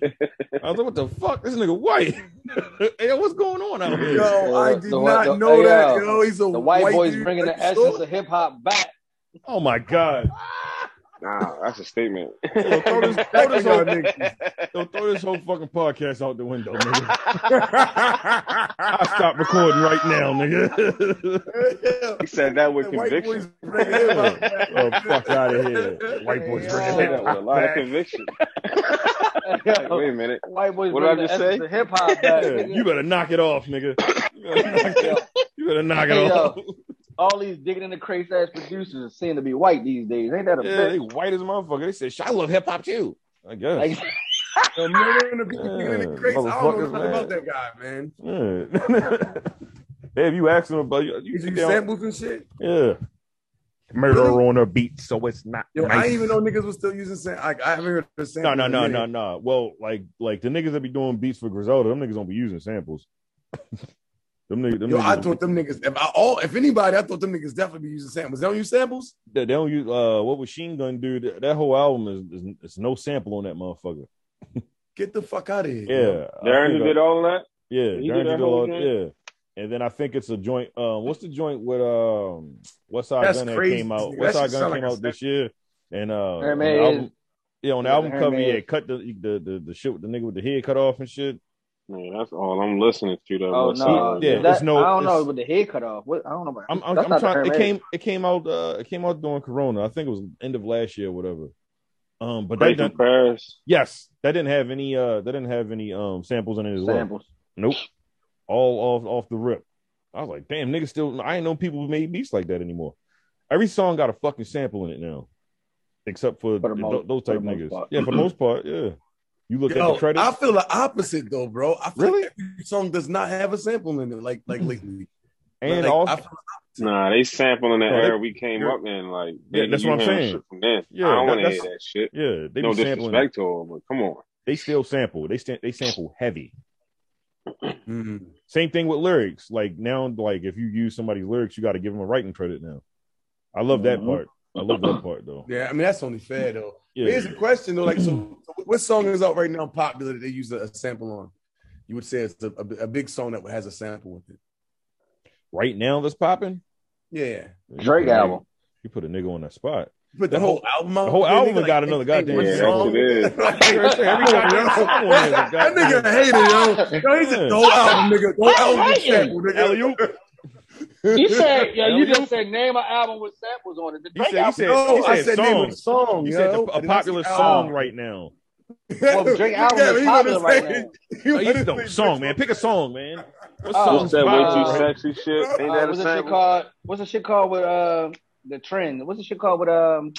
Speaker 6: I was like, what the fuck? This nigga white. hey, what's going on out here?
Speaker 4: Yo, I
Speaker 5: The-
Speaker 4: did
Speaker 5: the-
Speaker 4: not
Speaker 5: the-
Speaker 4: know
Speaker 5: hey,
Speaker 4: that.
Speaker 5: yo,
Speaker 4: yo, he's a
Speaker 5: The white, boys
Speaker 4: dude.
Speaker 5: bringing
Speaker 4: Like,
Speaker 5: the
Speaker 4: you
Speaker 5: essence
Speaker 4: sure?
Speaker 5: of hip hop back.
Speaker 6: Oh my god.
Speaker 3: Nah, that's a statement.
Speaker 6: Yo, throw this- throw this
Speaker 4: Y'all
Speaker 6: whole-
Speaker 4: niggas.
Speaker 6: yo, throw this whole fucking podcast out the window, nigga. I stop recording right now, nigga.
Speaker 4: Yeah.
Speaker 3: He said that with
Speaker 4: The White boys
Speaker 3: conviction.
Speaker 4: bringing hip hop back.
Speaker 6: oh, fuck out of here. White boys
Speaker 3: He
Speaker 6: bringing
Speaker 5: Yo.
Speaker 3: said
Speaker 6: hip
Speaker 3: that with a
Speaker 6: hop
Speaker 3: lot of
Speaker 6: back.
Speaker 3: conviction. Like,
Speaker 5: Yo,
Speaker 3: wait a minute.
Speaker 5: white boys
Speaker 3: What did I
Speaker 5: bringing the
Speaker 3: just
Speaker 5: essence
Speaker 3: say?
Speaker 5: of hip hop back.
Speaker 6: Yeah,
Speaker 5: nigga.
Speaker 6: you better knock it off, nigga. You better knock it, you better knock it
Speaker 5: Hey, yo.
Speaker 6: off.
Speaker 5: All these digging in the crazy ass producers seem to be white these days. Ain't that a
Speaker 6: Yeah,
Speaker 5: bitch?
Speaker 6: they white as a motherfucker. They said, "Shit, I love hip hop too. I guess.
Speaker 5: Like,
Speaker 4: Yo, murder on the beat, bringing
Speaker 6: Yeah,
Speaker 4: the crazy. I don't know
Speaker 6: motherfuckers, man.
Speaker 4: nothing about that guy, man.
Speaker 6: Yeah. hey, if you ask them about you, you
Speaker 4: Is
Speaker 6: sit
Speaker 4: you
Speaker 6: down-
Speaker 4: samples and shit?
Speaker 6: yeah. Murder
Speaker 4: Really?
Speaker 6: on a beat, so it's not.
Speaker 4: Yo, I
Speaker 6: nice.
Speaker 4: didn't even know niggas was still using sam. Like, I haven't heard of
Speaker 6: No,
Speaker 4: samples.
Speaker 6: no,
Speaker 4: in
Speaker 6: no,
Speaker 4: a
Speaker 6: no,
Speaker 4: minute.
Speaker 6: no. Well, like, like the niggas that be doing beats for Griselda, them niggas don't be using samples. them niggas, them
Speaker 4: Yo,
Speaker 6: niggas
Speaker 4: I
Speaker 6: don't-
Speaker 4: thought them niggas. If I, all, if anybody, I thought them niggas definitely be using samples. They don't use samples.
Speaker 6: they, they don't use. Uh, what was Sheen Gun do? That, that whole album is, is it's no sample on that motherfucker.
Speaker 4: Get the fuck out of here.
Speaker 6: Yeah, I
Speaker 3: Darren
Speaker 6: think uh, I-
Speaker 3: did all that.
Speaker 6: Yeah,
Speaker 3: He did
Speaker 6: Darren
Speaker 3: that
Speaker 6: did
Speaker 3: whole
Speaker 6: all-
Speaker 3: joint?
Speaker 6: yeah. And then I think it's a joint. Um, what's the joint with um, What's Our
Speaker 4: That's
Speaker 6: Gun that
Speaker 4: crazy.
Speaker 6: came out?
Speaker 4: That
Speaker 6: What's Our
Speaker 4: shit
Speaker 6: Gun
Speaker 4: sound
Speaker 6: came
Speaker 4: like a
Speaker 6: out this year? And uh, on the
Speaker 5: Hermes.
Speaker 6: album, yeah, on the
Speaker 5: Yeah,
Speaker 6: album cover,
Speaker 5: Hermes.
Speaker 6: yeah, cut the, the the the shit with the nigga with the head cut off and shit.
Speaker 3: Man, that's all I'm listening to. That
Speaker 5: oh
Speaker 3: West Side
Speaker 5: no,
Speaker 3: right
Speaker 6: yeah,
Speaker 3: now.
Speaker 5: That-
Speaker 6: it's no-
Speaker 5: I don't know
Speaker 6: it's-
Speaker 5: with the head cut off. What I don't know about.
Speaker 6: I'm I'm,
Speaker 5: that's
Speaker 6: I'm
Speaker 5: not the
Speaker 6: trying. It
Speaker 5: Hermes.
Speaker 6: came it came out uh it came out during Corona. I think it was end of last year, or whatever. Um, but that
Speaker 3: Break from
Speaker 6: didn't,
Speaker 3: Paris.
Speaker 6: yes, that didn't have any uh that didn't have any um samples in it as well.
Speaker 5: samples.
Speaker 6: Nope. All off off the rip. I was like, damn, niggas still I ain't know people who made beats like that anymore. Every song got a fucking sample in it now. Except for,
Speaker 5: For the
Speaker 6: th-
Speaker 5: most-
Speaker 6: those
Speaker 5: for
Speaker 6: type
Speaker 5: the most
Speaker 6: niggas.
Speaker 5: part.
Speaker 6: Yeah, for the most part, yeah. You look at
Speaker 4: Yo,
Speaker 6: the credits.
Speaker 4: I feel the opposite though, bro. I feel
Speaker 6: Really? Mm.
Speaker 4: like every song does not have a sample in it, like like lately.
Speaker 6: and
Speaker 4: like,
Speaker 6: also
Speaker 4: I feel-
Speaker 3: Nah, they sampling the
Speaker 6: No, Oh, they-
Speaker 3: era we came
Speaker 6: you're-
Speaker 3: up in. Like,
Speaker 6: Yeah,
Speaker 3: nigga,
Speaker 6: that's
Speaker 3: you
Speaker 6: what I'm
Speaker 3: hearing
Speaker 6: saying.
Speaker 3: shit From then.
Speaker 6: Yeah,
Speaker 3: I don't
Speaker 6: that-
Speaker 3: want to hear
Speaker 6: that's-
Speaker 3: that shit.
Speaker 6: yeah, they
Speaker 3: no
Speaker 6: be sampling.
Speaker 3: disrespect to them, but come on.
Speaker 6: They still sample. They st- they sample heavy.
Speaker 4: Mm.
Speaker 6: Same thing with lyrics. Like now, like if you use somebody's lyrics, you got to give them a writing credit now. I love that
Speaker 5: Mhm.
Speaker 6: part. I love that part though.
Speaker 4: Yeah, I mean that's only fair though.
Speaker 6: Yeah.
Speaker 4: Here's a question though, like so, so what song is out right now popular that they use a, a sample on? You would say it's a, a, a big song that has a sample with it.
Speaker 6: Right now, that's popping.
Speaker 4: Yeah,
Speaker 5: Drake album.
Speaker 6: You put a nigga on that spot.
Speaker 4: but the,
Speaker 6: The
Speaker 4: whole, album, out
Speaker 6: the whole
Speaker 4: there,
Speaker 6: album
Speaker 4: nigga,
Speaker 6: got another
Speaker 4: ain't- ain't
Speaker 6: goddamn
Speaker 4: one
Speaker 3: Yeah, that's
Speaker 4: song.
Speaker 3: what it is.
Speaker 6: Every goddamn song on there is a
Speaker 4: that
Speaker 6: goddamn-
Speaker 4: nigga a hater, yo. Yo, he's a
Speaker 6: Yeah.
Speaker 4: the whole album, nigga. The whole album is
Speaker 5: hating.
Speaker 4: sample, nigga.
Speaker 6: Alley-oop.
Speaker 5: You said, yo, you
Speaker 6: Alley-oop.
Speaker 5: just said name an album with samples on it. The
Speaker 6: He
Speaker 5: Drake
Speaker 6: said, he
Speaker 5: album.
Speaker 6: said,
Speaker 4: No,
Speaker 6: he said,
Speaker 4: I said
Speaker 6: song.
Speaker 4: name a song.
Speaker 6: He
Speaker 4: yo.
Speaker 6: said the,
Speaker 4: I
Speaker 6: a
Speaker 4: did not
Speaker 6: popular
Speaker 4: say
Speaker 6: song
Speaker 4: album.
Speaker 6: right now.
Speaker 5: well, Drake album
Speaker 4: Yeah,
Speaker 5: is
Speaker 4: he wanna
Speaker 5: popular right
Speaker 4: say-
Speaker 5: now.
Speaker 4: he
Speaker 6: Oh,
Speaker 4: wanna
Speaker 6: you- no,
Speaker 4: say
Speaker 6: song,
Speaker 4: Drake's
Speaker 6: man.
Speaker 4: on
Speaker 6: Pick a song, man. What
Speaker 5: Oh,
Speaker 6: song?
Speaker 3: What's that way
Speaker 5: Uh,
Speaker 3: too sexy shit? Ain't
Speaker 5: Uh,
Speaker 3: that a
Speaker 5: what's the shit
Speaker 3: sample?
Speaker 5: called? What's the shit called with uh the trend? What's the shit called with um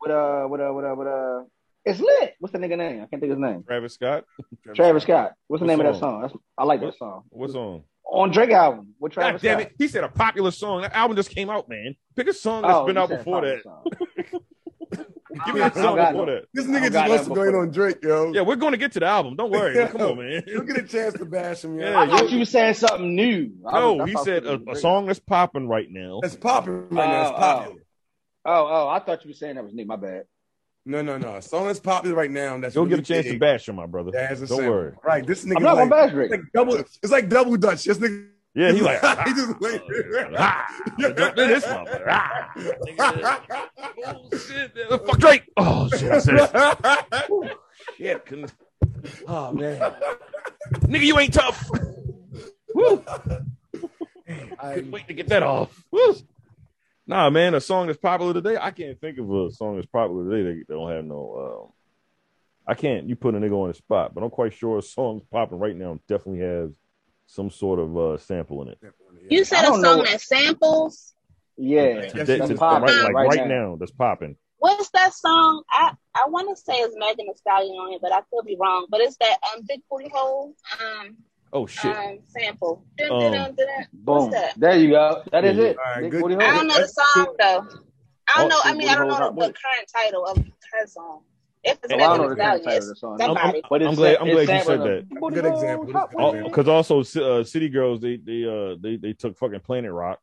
Speaker 5: with uh with uh with uh with uh it's lit. What's the nigga name? I can't think of his name.
Speaker 6: Travis Scott.
Speaker 5: Travis Scott. What's the
Speaker 6: What
Speaker 5: name of that
Speaker 6: song?
Speaker 5: song? That's, I like that song.
Speaker 6: What song?
Speaker 5: On Drake album with
Speaker 6: God
Speaker 5: Travis
Speaker 6: damn
Speaker 5: Scott.
Speaker 6: it! He said a popular song. That album just came out, man. Pick a song that's
Speaker 5: Oh,
Speaker 6: been
Speaker 5: you
Speaker 6: out
Speaker 5: said
Speaker 6: before
Speaker 5: popular
Speaker 6: that.
Speaker 5: song.
Speaker 6: Give me a
Speaker 5: I
Speaker 6: song
Speaker 5: got
Speaker 6: before
Speaker 5: no-
Speaker 6: that.
Speaker 4: This
Speaker 5: I got
Speaker 4: nigga just wants
Speaker 5: that
Speaker 4: to go in
Speaker 5: before.
Speaker 4: on Drake, yo.
Speaker 6: Yeah, we're going to get to the album. Don't worry. Come on, man.
Speaker 4: You get a chance to bash him, yo.
Speaker 5: I
Speaker 6: Yeah,
Speaker 5: thought you were saying something new. I was-
Speaker 6: No,
Speaker 5: I
Speaker 6: he
Speaker 5: thought
Speaker 6: said
Speaker 5: you
Speaker 6: a,
Speaker 5: were
Speaker 6: a
Speaker 5: Drake.
Speaker 6: song that's popping right now.
Speaker 4: That's popping right now.
Speaker 5: Oh,
Speaker 4: It's popular.
Speaker 5: Oh, oh, I thought you were saying that was new. My bad.
Speaker 4: No, no, no. A song that's popular right now. That's
Speaker 6: You'll get a
Speaker 4: really
Speaker 6: chance to
Speaker 4: big,
Speaker 6: bash him, my brother.
Speaker 4: That has a
Speaker 6: Don't
Speaker 4: sample.
Speaker 6: worry.
Speaker 4: Right, this nigga
Speaker 5: I'm not
Speaker 4: like,
Speaker 5: gonna bash
Speaker 4: it's
Speaker 5: Drake.
Speaker 4: like double. It's like double dutch. This nigga.
Speaker 6: Yeah, he like. Oh,
Speaker 4: he just like.
Speaker 6: Ah, jump in this motherfucker. Ah, nigga. oh shit! Fuck Drake. Oh shit! I said it. Shit. couldn't- Oh man, nigga, you ain't tough. Woo. Couldn't wait to get that off. Woo. Nah, man, a song that's popular today. I can't think of a song that's popular today that don't have no. Um, I can't. You put a nigga on the spot, but I'm quite sure a song popping right now definitely has some sort of uh, sample in it.
Speaker 7: You said
Speaker 5: I
Speaker 7: a
Speaker 5: don't
Speaker 7: song
Speaker 5: know.
Speaker 7: that samples.
Speaker 5: Yeah,
Speaker 4: Yes,
Speaker 6: That-
Speaker 4: it's
Speaker 6: that's
Speaker 5: popping
Speaker 6: right, like,
Speaker 5: right
Speaker 6: right
Speaker 5: now.
Speaker 6: now, that's popping.
Speaker 7: What's that song? I I want to say it's Megan Thee Stallion on it, but I could be wrong. But it's that um big booty hole. Um,
Speaker 6: Oh shit.
Speaker 7: um, sample. Dun,
Speaker 6: Um,
Speaker 7: dun, dun, dun.
Speaker 5: Boom.
Speaker 7: What's that?
Speaker 5: There you go. That is
Speaker 6: Yeah.
Speaker 5: it.
Speaker 4: All right,
Speaker 5: Big
Speaker 4: good.
Speaker 5: Booty Hole.
Speaker 7: I don't know the song though. I
Speaker 5: Oh,
Speaker 7: don't know. I
Speaker 5: she
Speaker 7: mean, I don't
Speaker 5: was
Speaker 7: know
Speaker 5: hot boy.
Speaker 7: the current title of her song. If it's
Speaker 5: Well, I
Speaker 7: that
Speaker 5: don't know
Speaker 7: one,
Speaker 5: the current title
Speaker 7: it's
Speaker 5: of
Speaker 7: obvious.
Speaker 5: the
Speaker 6: I'm,
Speaker 5: song.
Speaker 6: I'm-
Speaker 7: Somebody.
Speaker 5: But it's
Speaker 6: I'm glad.
Speaker 5: that-
Speaker 6: I'm
Speaker 5: it's
Speaker 6: glad you
Speaker 5: that
Speaker 6: said
Speaker 5: one
Speaker 6: that.
Speaker 5: of-
Speaker 4: Good example. Good example.
Speaker 6: Because also, uh, City Girls, they they uh they they took fucking Planet Rock,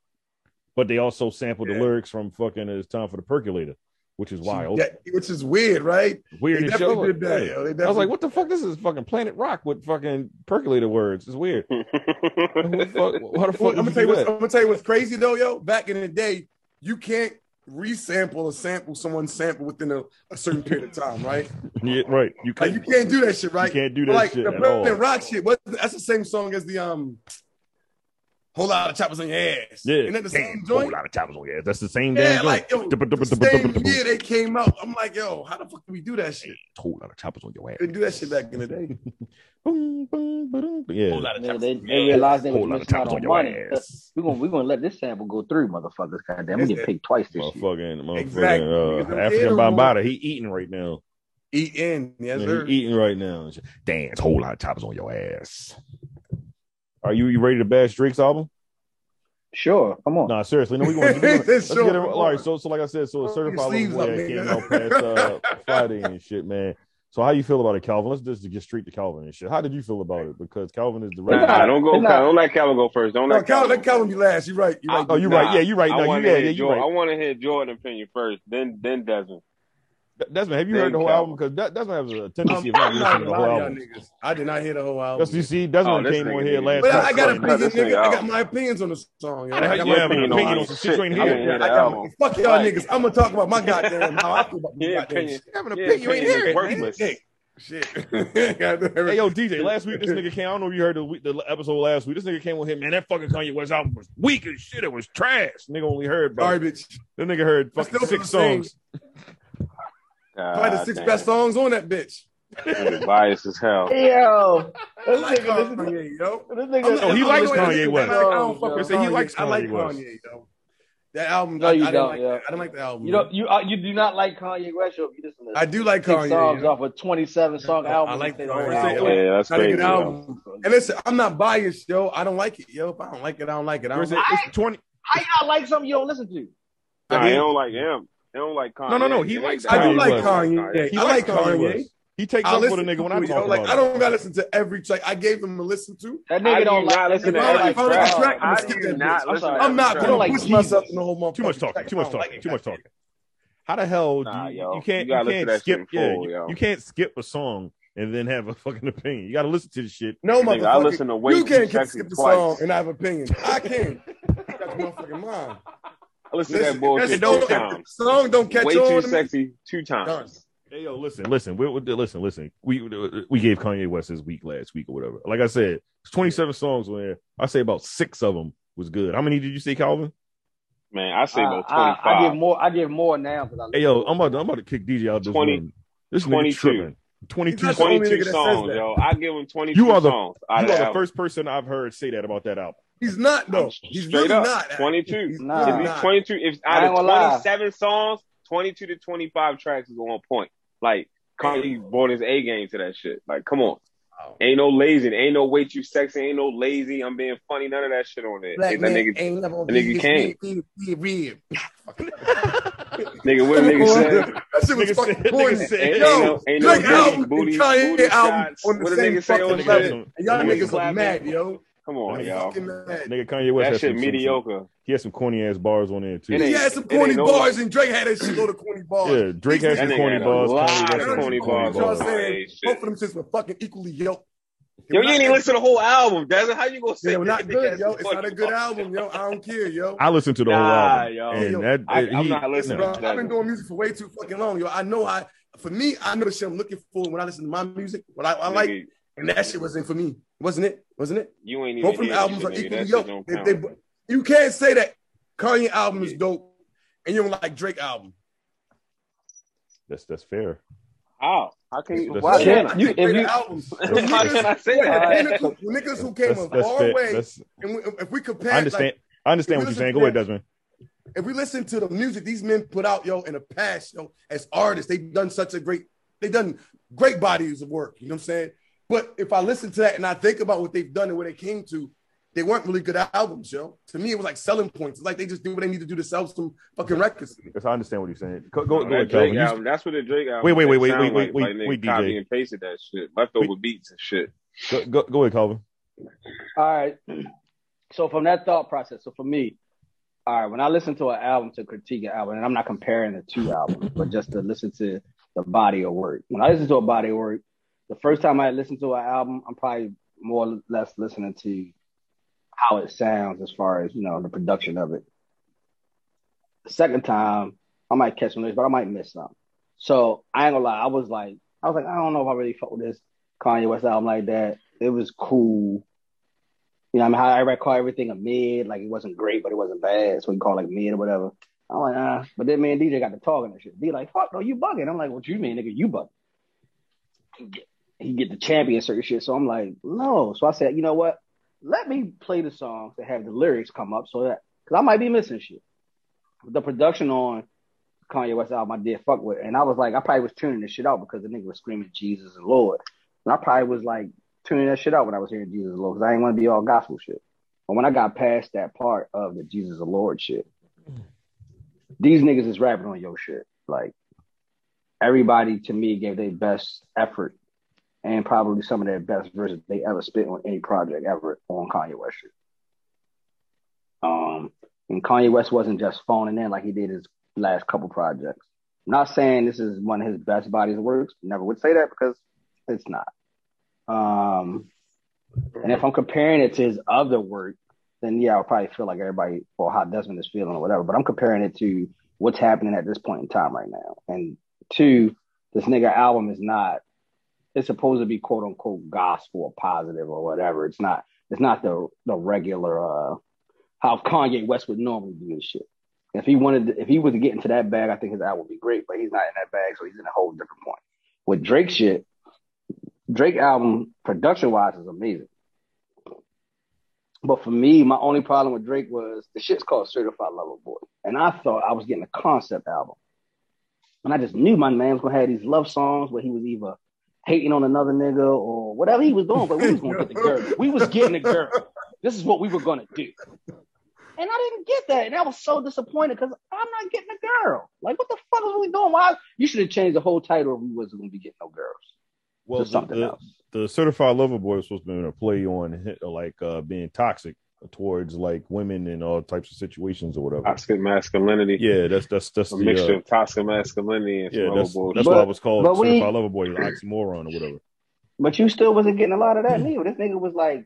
Speaker 6: but they also sampled the
Speaker 4: Yeah.
Speaker 6: lyrics from fucking "It's Time for the Percolator," which is wild.
Speaker 4: Yeah, which is weird, right?
Speaker 6: Weird
Speaker 4: They
Speaker 6: as shit. I was
Speaker 4: definitely
Speaker 6: like,
Speaker 4: did that. yo. They
Speaker 6: I was
Speaker 4: definitely-
Speaker 6: like, what the fuck? This is fucking Planet Rock with fucking percolator words. It's weird. Who the fuck, why the fuck? would
Speaker 4: I'm gonna
Speaker 6: you
Speaker 4: tell you
Speaker 6: do
Speaker 4: what's,
Speaker 6: that?
Speaker 4: I'm gonna tell you what's crazy though, yo. Back in the day, you can't resample or sample someone's sample within a, a certain period of time, right?
Speaker 6: Yeah, right. You
Speaker 4: Like
Speaker 6: can't.
Speaker 4: you can't do that shit,
Speaker 6: you
Speaker 4: right?
Speaker 6: can't do
Speaker 4: But,
Speaker 6: that
Speaker 4: like
Speaker 6: shit
Speaker 4: the
Speaker 6: at all.
Speaker 4: Planet Rock shit, what, that's the same song as the um whole lot of choppers on your ass.
Speaker 6: Yeah.
Speaker 4: isn't that the same joint?
Speaker 6: whole lot of choppers on your ass. That's the same damn
Speaker 4: Yeah,
Speaker 6: joint.
Speaker 4: like yo, same year they came out. I'm like, yo, how the fuck do we do that shit?
Speaker 6: whole lot of choppers on your ass.
Speaker 4: Couldn't do that shit back in the day.
Speaker 6: Boom, boom, ba-dum. Yeah.
Speaker 5: Nigga, They, they realized they
Speaker 6: Whole
Speaker 5: were
Speaker 6: lot of
Speaker 5: missing out
Speaker 6: choppers
Speaker 5: on
Speaker 6: on your
Speaker 5: money.
Speaker 6: ass.
Speaker 5: We're gonna we're gonna let this sample go through, motherfuckers. Goddamn, we get picked twice this year.
Speaker 6: Motherfucking, motherfucking
Speaker 4: Exactly.
Speaker 6: uh,
Speaker 4: Because them
Speaker 6: African
Speaker 4: animals-
Speaker 6: Bambata. He eating right now.
Speaker 4: E N, yes
Speaker 6: Yeah,
Speaker 4: sir.
Speaker 6: he eating right now. Damn, it's a whole lot of choppers on your ass. Are you, you ready to bash Drake's album?
Speaker 5: Sure, come on.
Speaker 6: Nah, seriously, no, we going to get
Speaker 4: It's
Speaker 6: Let's
Speaker 4: so
Speaker 6: get it. All right,
Speaker 4: boring.
Speaker 6: so so like I said, so a
Speaker 4: Pull your
Speaker 6: certified
Speaker 4: sleeves
Speaker 6: Lover
Speaker 4: up,
Speaker 6: boy that came out past
Speaker 4: nigga.
Speaker 6: uh, Friday and shit, man. So how you feel about it, Calvin? Let's just get straight to Calvin and shit. How did you feel about it? Because Calvin is the
Speaker 3: Nah,
Speaker 6: right.
Speaker 5: Nah,
Speaker 3: don't go.
Speaker 5: it's not-
Speaker 3: Cal- don't let Calvin go first. Don't
Speaker 4: No,
Speaker 3: let
Speaker 4: Calvin,
Speaker 3: Calvin.
Speaker 4: let Calvin be last. You're right. You're right.
Speaker 6: oh, you right. Yeah, you right.
Speaker 3: I
Speaker 6: No,
Speaker 3: want
Speaker 6: you
Speaker 3: to
Speaker 6: yeah, yeah,
Speaker 3: hear
Speaker 6: you
Speaker 3: Jordan. I
Speaker 6: right.
Speaker 3: want to hear Jordan opinion first, then then Desmond.
Speaker 6: Desmond, have you
Speaker 3: Then
Speaker 6: heard the whole
Speaker 3: Calvin.
Speaker 6: album? Because that Desmond has a
Speaker 4: Um,
Speaker 6: tendency of not
Speaker 4: I'm not
Speaker 6: listening to
Speaker 4: gonna
Speaker 6: the whole
Speaker 4: lie to y'all
Speaker 6: album.
Speaker 4: niggas. I did not hear the whole album.
Speaker 6: That's you see, Desmond
Speaker 3: Oh, this
Speaker 6: came on
Speaker 3: nigga
Speaker 6: here
Speaker 3: nigga.
Speaker 6: last
Speaker 4: But
Speaker 6: night.
Speaker 4: I, I got
Speaker 3: Cut
Speaker 4: an
Speaker 3: this
Speaker 4: opinion,
Speaker 3: nigga
Speaker 4: nigga. I
Speaker 3: out.
Speaker 4: got my opinions on the song. Yo. I, got
Speaker 6: you
Speaker 4: my
Speaker 6: have an
Speaker 4: opinion.
Speaker 6: opinion
Speaker 3: all
Speaker 6: on
Speaker 3: this
Speaker 6: some shit you ain't
Speaker 3: I
Speaker 6: hear.
Speaker 3: didn't hear
Speaker 4: I
Speaker 3: the
Speaker 4: got my,
Speaker 3: album.
Speaker 4: fuck y'all
Speaker 3: Like-
Speaker 4: niggas. I'm gonna talk about my goddamn how I feel about my
Speaker 3: Yeah,
Speaker 4: goddamn
Speaker 3: opinion.
Speaker 4: shit.
Speaker 6: You having an
Speaker 3: Yeah,
Speaker 6: opinion, you ain't
Speaker 3: opinion is
Speaker 6: hear it, man.
Speaker 3: worthless.
Speaker 4: Dick. Shit. hey
Speaker 6: Hey yo, DJ, last week this nigga came. I don't know if you heard the, week, the episode last week. This nigga came on here, man. That fucking Kanye West album was weak as shit. It was trash. Nigga only heard about it.
Speaker 4: garbage.
Speaker 6: That nigga heard
Speaker 4: That's
Speaker 6: fucking
Speaker 4: still
Speaker 6: six
Speaker 4: the same.
Speaker 6: songs.
Speaker 4: Probably the six
Speaker 6: Ah,
Speaker 3: God
Speaker 4: best
Speaker 3: damn.
Speaker 4: songs on that bitch.
Speaker 3: Nigga biased as hell.
Speaker 5: Yo,
Speaker 4: I
Speaker 5: this
Speaker 4: like
Speaker 5: nigga, this,
Speaker 4: Kanye, yo.
Speaker 5: this
Speaker 4: I'm
Speaker 5: nigga.
Speaker 4: not-
Speaker 6: Oh, he
Speaker 4: I'm
Speaker 6: likes
Speaker 4: not gonna-
Speaker 6: Kanye West.
Speaker 4: I don't fuck
Speaker 5: Yo,
Speaker 4: with
Speaker 6: He
Speaker 4: Kanye.
Speaker 6: likes
Speaker 4: I like
Speaker 6: Kanye West.
Speaker 4: Kanye, yo. That album,
Speaker 5: No,
Speaker 4: I,
Speaker 5: you don't,
Speaker 4: I didn't like
Speaker 5: yo.
Speaker 4: that. I didn't like the album.
Speaker 5: You don't. You uh, you do not like Kanye West. Yo, if you listen to
Speaker 4: I do like
Speaker 5: six
Speaker 4: Kanye.
Speaker 5: songs
Speaker 4: yo.
Speaker 5: off a twenty-seven song
Speaker 4: I
Speaker 5: album.
Speaker 4: like
Speaker 5: they
Speaker 4: Kanye.
Speaker 5: don't
Speaker 4: Yeah,
Speaker 5: have one.
Speaker 3: Yeah, that's
Speaker 4: Not a
Speaker 3: crazy.
Speaker 4: good
Speaker 3: yo.
Speaker 4: album. And listen, I'm not biased, yo. I don't like it, yo. If I don't like it, I don't like it. I
Speaker 6: Where's
Speaker 4: don't
Speaker 6: it?
Speaker 4: like
Speaker 6: It's twenty.
Speaker 5: How you not like something you don't listen to?
Speaker 3: Nah,
Speaker 4: I
Speaker 3: they
Speaker 4: mean-
Speaker 3: don't like him. They don't like Kanye.
Speaker 6: No, no, no, he
Speaker 3: They
Speaker 6: likes
Speaker 4: I do
Speaker 6: Kanye
Speaker 4: like
Speaker 6: West.
Speaker 4: Kanye.
Speaker 6: He
Speaker 4: I like
Speaker 6: likes Kanye
Speaker 4: Kanye.
Speaker 6: West. He takes
Speaker 4: I
Speaker 6: up for the
Speaker 4: listen
Speaker 6: nigga
Speaker 4: to
Speaker 6: when I
Speaker 4: it,
Speaker 6: talk
Speaker 4: yo. Like
Speaker 6: about
Speaker 4: I
Speaker 6: it.
Speaker 4: don't gotta listen to every track. I gave them a listen to.
Speaker 5: That
Speaker 3: How do
Speaker 5: nigga
Speaker 3: you
Speaker 5: don't like.
Speaker 3: not listen
Speaker 4: If
Speaker 3: to
Speaker 4: I,
Speaker 3: every
Speaker 4: if I like
Speaker 3: track?
Speaker 4: a track, I'm
Speaker 3: How
Speaker 4: gonna
Speaker 3: do
Speaker 4: skip
Speaker 3: you
Speaker 4: that
Speaker 3: not
Speaker 4: bitch.
Speaker 3: listen to
Speaker 4: I'm
Speaker 3: every
Speaker 4: not
Speaker 3: track?
Speaker 4: gonna
Speaker 5: Like
Speaker 4: push
Speaker 5: Jesus.
Speaker 4: myself in the whole motherfucking
Speaker 6: Too much talking.
Speaker 4: track if
Speaker 6: Too
Speaker 4: I
Speaker 6: much
Speaker 4: don't like
Speaker 6: talking.
Speaker 4: it.
Speaker 6: Too much talking. How the hell do
Speaker 3: Nah,
Speaker 6: you,
Speaker 3: yo,
Speaker 6: you can't
Speaker 3: you gotta listen
Speaker 6: you
Speaker 3: to
Speaker 6: can't
Speaker 3: that shit
Speaker 6: skip
Speaker 3: in
Speaker 6: yeah
Speaker 3: full,
Speaker 6: you,
Speaker 3: yo.
Speaker 6: you can't skip a song and then have a fucking opinion. You got to listen to the shit.
Speaker 4: No
Speaker 3: Nigga,
Speaker 4: motherfucker.
Speaker 3: I listen to Way
Speaker 4: you
Speaker 3: Too
Speaker 4: can't get-
Speaker 3: Sexy
Speaker 4: skip the
Speaker 3: twice.
Speaker 4: song and I have opinions. I can. That's my fucking mind.
Speaker 3: I listen to
Speaker 4: Listen,
Speaker 3: that
Speaker 4: if
Speaker 3: bullshit
Speaker 4: that song-
Speaker 3: two
Speaker 4: if the
Speaker 3: times.
Speaker 4: song don't catch
Speaker 3: Way
Speaker 4: on.
Speaker 3: too
Speaker 4: to me,
Speaker 3: sexy two times.
Speaker 6: Hey yo, listen, listen, we, we, listen, listen. We we gave Kanye West his week last week or whatever. Like I said, it's 27 songs on there. I say about six of them was good. How many did you say, Calvin?
Speaker 3: Man, I say about
Speaker 5: I, I, I give
Speaker 3: 25.
Speaker 5: more. I give more now because I.
Speaker 6: Hey yo, I'm about to, I'm about to kick DJ out this
Speaker 3: 20
Speaker 6: room. This nigga
Speaker 3: 22.
Speaker 6: tripping. 22.
Speaker 4: He's not-
Speaker 6: songs.
Speaker 3: 22
Speaker 4: nigga that says
Speaker 3: songs,
Speaker 4: that.
Speaker 3: yo. I give him 22
Speaker 6: You are the-
Speaker 3: songs.
Speaker 6: You
Speaker 3: out
Speaker 6: are
Speaker 3: of
Speaker 6: the
Speaker 3: that album.
Speaker 6: first person I've heard say that about that album.
Speaker 4: He's not though. He's
Speaker 3: Straight
Speaker 4: really
Speaker 3: up,
Speaker 4: not.
Speaker 3: 22.
Speaker 4: He's
Speaker 5: Nah.
Speaker 3: If
Speaker 4: really
Speaker 5: Nah.
Speaker 3: these
Speaker 4: not.
Speaker 3: 22, if
Speaker 5: I
Speaker 3: out
Speaker 5: ain't
Speaker 3: of
Speaker 5: gonna lie.
Speaker 3: 27 songs, 22 to 25 tracks is on point. Like, Kanye brought his A game to that shit. Like, come on. Ain't no lazy. Ain't no wait you sexy. Ain't no lazy. I'm being funny. None of that shit on there.
Speaker 4: Black
Speaker 3: That nigga,
Speaker 4: ain't never
Speaker 3: that nigga came.
Speaker 4: Rib.
Speaker 3: nigga, what nigga said?
Speaker 4: That shit was
Speaker 6: Nigga said-
Speaker 4: fucking
Speaker 6: nigga
Speaker 4: corny.
Speaker 6: said-
Speaker 3: Ain't, ain't
Speaker 4: Yo,
Speaker 3: no, ain't no
Speaker 4: Drake album
Speaker 3: booty,
Speaker 4: and
Speaker 3: booty,
Speaker 4: Kanye
Speaker 3: booty
Speaker 4: album
Speaker 3: shots.
Speaker 4: on the
Speaker 3: What a
Speaker 4: same
Speaker 3: nigga say
Speaker 4: fucking
Speaker 3: on
Speaker 6: Nigga,
Speaker 4: level.
Speaker 3: shit?
Speaker 6: nigga,
Speaker 4: And y'all
Speaker 3: Nigga
Speaker 4: niggas are
Speaker 3: slapping.
Speaker 4: mad, yo.
Speaker 3: Come on,
Speaker 6: Nigga
Speaker 3: y'all.
Speaker 4: Fucking mad.
Speaker 6: nigga Kanye West
Speaker 3: That
Speaker 6: has
Speaker 3: shit
Speaker 6: some- some-
Speaker 3: mediocre.
Speaker 6: he has some corny ass bars on there too.
Speaker 3: It
Speaker 4: He
Speaker 3: ain't-
Speaker 4: had some
Speaker 3: it ain't
Speaker 4: corny
Speaker 3: no-
Speaker 4: bars, and Drake had a shitload of corny bars.
Speaker 6: Yeah, Drake
Speaker 4: These
Speaker 6: has
Speaker 3: That nigga
Speaker 6: some
Speaker 4: niggas-
Speaker 6: corny
Speaker 3: had a
Speaker 6: bars.
Speaker 3: lot
Speaker 6: Kanye
Speaker 3: of
Speaker 6: West has some
Speaker 3: corny
Speaker 6: corny
Speaker 3: bars
Speaker 4: Y'all
Speaker 3: on
Speaker 6: bars.
Speaker 3: that
Speaker 4: saying
Speaker 3: shit.
Speaker 4: both of them shits were fucking equally yo.
Speaker 3: Yo, you ain't even listen to the whole album, Desmond. How you gonna say
Speaker 4: They were not
Speaker 3: that
Speaker 4: good,
Speaker 3: nigga
Speaker 4: yo.
Speaker 3: has
Speaker 4: It's not a
Speaker 3: fucking
Speaker 4: good
Speaker 3: bars?
Speaker 4: album, yo. I don't care, yo.
Speaker 6: I listened to the whole
Speaker 3: Nah,
Speaker 6: album,
Speaker 3: yo.
Speaker 6: and
Speaker 4: Yo,
Speaker 6: that
Speaker 3: I-
Speaker 6: it-
Speaker 3: I'm
Speaker 6: he-
Speaker 3: not listening
Speaker 6: no.
Speaker 3: to
Speaker 4: Bro, I've been doing music for way too fucking long, yo. I know how. For me, I know the shit I'm looking for when I listen to my music. What I, I like,
Speaker 3: Nigga,
Speaker 4: and that shit wasn't for me, wasn't it? Wasn't it?
Speaker 3: You ain't even
Speaker 4: Both of them
Speaker 3: hear
Speaker 4: albums
Speaker 3: that
Speaker 4: are
Speaker 3: shit, nigga.
Speaker 4: equally
Speaker 3: That shit
Speaker 4: dope.
Speaker 3: don't
Speaker 4: They-
Speaker 3: count.
Speaker 4: they- you can't say that Kanye album is
Speaker 3: Yeah.
Speaker 4: dope and you don't like Drake album.
Speaker 6: That's that's fair.
Speaker 3: How? How can you?
Speaker 6: That's-
Speaker 3: Why
Speaker 5: that's-
Speaker 3: can't
Speaker 5: Yeah.
Speaker 3: I?
Speaker 5: You-
Speaker 4: Drake
Speaker 5: if you-
Speaker 4: albums. When
Speaker 3: How
Speaker 4: niggas-
Speaker 3: can I say
Speaker 4: when
Speaker 3: that?
Speaker 5: Alright.
Speaker 4: niggas- when niggas who came
Speaker 6: That's,
Speaker 4: a
Speaker 6: that's
Speaker 4: far
Speaker 6: fair.
Speaker 4: way,
Speaker 6: That's,
Speaker 4: and we, if we compare,
Speaker 6: I understand. I understand
Speaker 4: if
Speaker 6: what
Speaker 4: you
Speaker 6: you're saying.
Speaker 4: listen
Speaker 6: Go ahead,
Speaker 4: to
Speaker 6: Desmond.
Speaker 4: if we listen to the music these men put out, yo, in the past, yo, as artists, they've done such a great, they've done great bodies of work. You know what I'm saying? But if I listen to that and I think about what they've done and where they came to, they weren't really good albums, yo. To me, it was like selling points. It's like they just do what they need to do to sell some fucking records.
Speaker 8: Yes, I understand what he's saying. Go, go,
Speaker 3: That
Speaker 8: go ahead,
Speaker 3: Drake
Speaker 8: Calvin. You-
Speaker 3: album, that's what the Drake album.
Speaker 8: Wait, wait, wait, wait,
Speaker 3: sound
Speaker 6: wait,
Speaker 3: like,
Speaker 6: wait,
Speaker 3: like, nigga
Speaker 6: wait,
Speaker 3: Copy
Speaker 6: DJ.
Speaker 3: and pasted that shit, leftover beats and shit.
Speaker 6: Go, go, go ahead, Calvin.
Speaker 5: All right. So from that thought process, so for me, all right, when I listen to an album to critique an album, and I'm not comparing the two albums, but just to listen to the body of work. When I listen to a body of work, the first time I listen to an album, I'm probably more or less listening to how it sounds as far as, you know, the production of it. The second time, I might catch some lyrics, but I might miss some. So I ain't gonna lie, I was like, I was like, I don't know if I really fuck with this Kanye West album like that. It was cool. You know, what I mean, how everybody call everything a mid, like it wasn't great, but it wasn't bad. So we call it like mid or whatever. I'm like, ah. But then me and DJ got to talking and shit. D like, fuck, no, you bugging. I'm like, what you mean, nigga? You bugging. He get- He get the champion certain shit. So I'm like, no. So I said, you know what? Let me play the songs that have the lyrics come up so that, because I might be missing shit. The production on Kanye West album I did fuck with. And I was like, I probably was tuning this shit out because the nigga was screaming Jesus and Lord. And I probably was like, tuning that shit out when I was hearing Jesus the Lord because I didn't want to be all gospel shit. But when I got past that part of the Jesus the Lord shit, these niggas is rapping on your shit. Like everybody to me gave their best effort and probably some of their best verses they ever spit on any project ever on Kanye West shit. Um, and Kanye West wasn't just phoning in like he did his last couple projects. not saying this is one of his best bodies of works. Never would say that because it's not. Um, and if I'm comparing it to his other work, then yeah, I'll probably feel like everybody or how Desmond is feeling or whatever. But I'm comparing it to what's happening at this point in time right now. And two, this nigga album is not. It's supposed to be quote unquote gospel or positive or whatever. It's not. It's not the the regular uh, how Kanye West would normally do his shit. If he wanted, to, if he was to get into that bag, I think his album would be great. But he's not in that bag, so he's in a whole different point. With Drake shit, Drake album production wise is amazing. But for me, my only problem with Drake was the shit's called Certified Lover Boy. And I thought I was getting a concept album. And I just knew my man was gonna have these love songs where he was either hating on another nigga or whatever he was doing, but we was gonna get the girl. We was getting the girl. This is what we were gonna do. And I didn't get that. And I was so disappointed because I'm not getting a girl. Like, what the fuck is we doing? Why you should have changed the whole title if we wasn't gonna be getting no girls
Speaker 6: Well,
Speaker 5: to something
Speaker 6: the,
Speaker 5: else.
Speaker 6: the certified lover boy was supposed to be a play on hit- like uh, being toxic towards like women and all types of situations or whatever.
Speaker 3: Toxic masculinity.
Speaker 6: Yeah, that's that's that's
Speaker 3: A
Speaker 6: the,
Speaker 3: mixture
Speaker 6: uh,
Speaker 3: of toxic masculinity and some
Speaker 6: yeah,
Speaker 3: other
Speaker 6: that's,
Speaker 3: bullshit.
Speaker 6: that's why
Speaker 5: But-
Speaker 6: I was called
Speaker 5: but we-
Speaker 6: certified lover boy, an oxymoron or whatever.
Speaker 5: But you still wasn't getting a lot of
Speaker 3: Mm.
Speaker 5: that neither. This nigga was like,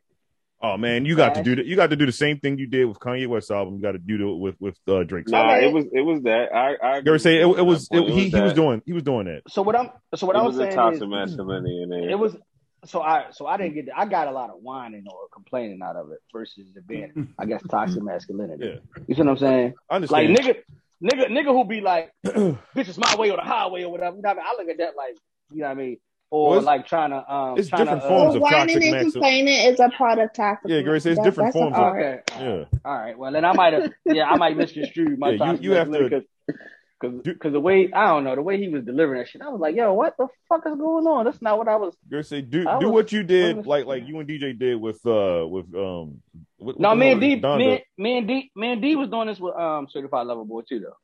Speaker 6: Oh man, you got to
Speaker 5: Right.
Speaker 6: do that. You got to do the same thing you did with Kanye West album. You got to do it with with uh, Drake's.
Speaker 3: Nah,
Speaker 5: I mean-
Speaker 3: it was it was that. I I
Speaker 6: You ever say it, it was it, he he was
Speaker 3: that.
Speaker 6: doing he was doing that.
Speaker 5: so what I'm, so what
Speaker 3: it
Speaker 5: I
Speaker 3: was
Speaker 5: was
Speaker 3: a
Speaker 5: saying
Speaker 3: toxic
Speaker 5: is,
Speaker 3: masculinity in there.
Speaker 5: it was, so I, so I didn't get, that. I got a lot of whining or complaining out of it versus it being, I guess, toxic masculinity. You see what I'm saying?
Speaker 6: I
Speaker 5: Like
Speaker 6: understand.
Speaker 5: nigga, nigga, nigga who be like, bitch, it's my way or the highway or whatever. You know what I mean? I look at that like, you know what I mean? Or
Speaker 6: Well, it's-
Speaker 5: like trying to, um,
Speaker 6: it's
Speaker 5: trying
Speaker 6: different
Speaker 5: to, uh,
Speaker 6: forms
Speaker 7: Well,
Speaker 6: of
Speaker 7: whining
Speaker 6: toxic
Speaker 7: and
Speaker 6: maxim-
Speaker 7: complaining is a part of toxic.
Speaker 6: Yeah, Grace, it's different
Speaker 7: that's a
Speaker 6: forms of-
Speaker 7: part.
Speaker 5: uh, Okay.
Speaker 6: yeah,
Speaker 5: All right. Well, then I might have. yeah, I might misconstrue my
Speaker 6: Yeah, you-
Speaker 5: thoughts
Speaker 6: you have to- Do-
Speaker 5: because the way I don't know the way he was delivering that shit, I was like, yo, what the fuck is going on? That's not what I was.
Speaker 6: you say do
Speaker 5: I
Speaker 6: do
Speaker 5: was-
Speaker 6: what you did
Speaker 5: I was-
Speaker 6: like like you and DJ did with uh with um. What,
Speaker 5: No,
Speaker 6: what the
Speaker 5: me
Speaker 6: hell
Speaker 5: and D,
Speaker 6: is it? Donda.
Speaker 5: me, me and D, me and D was doing this with um certified lover boy too though.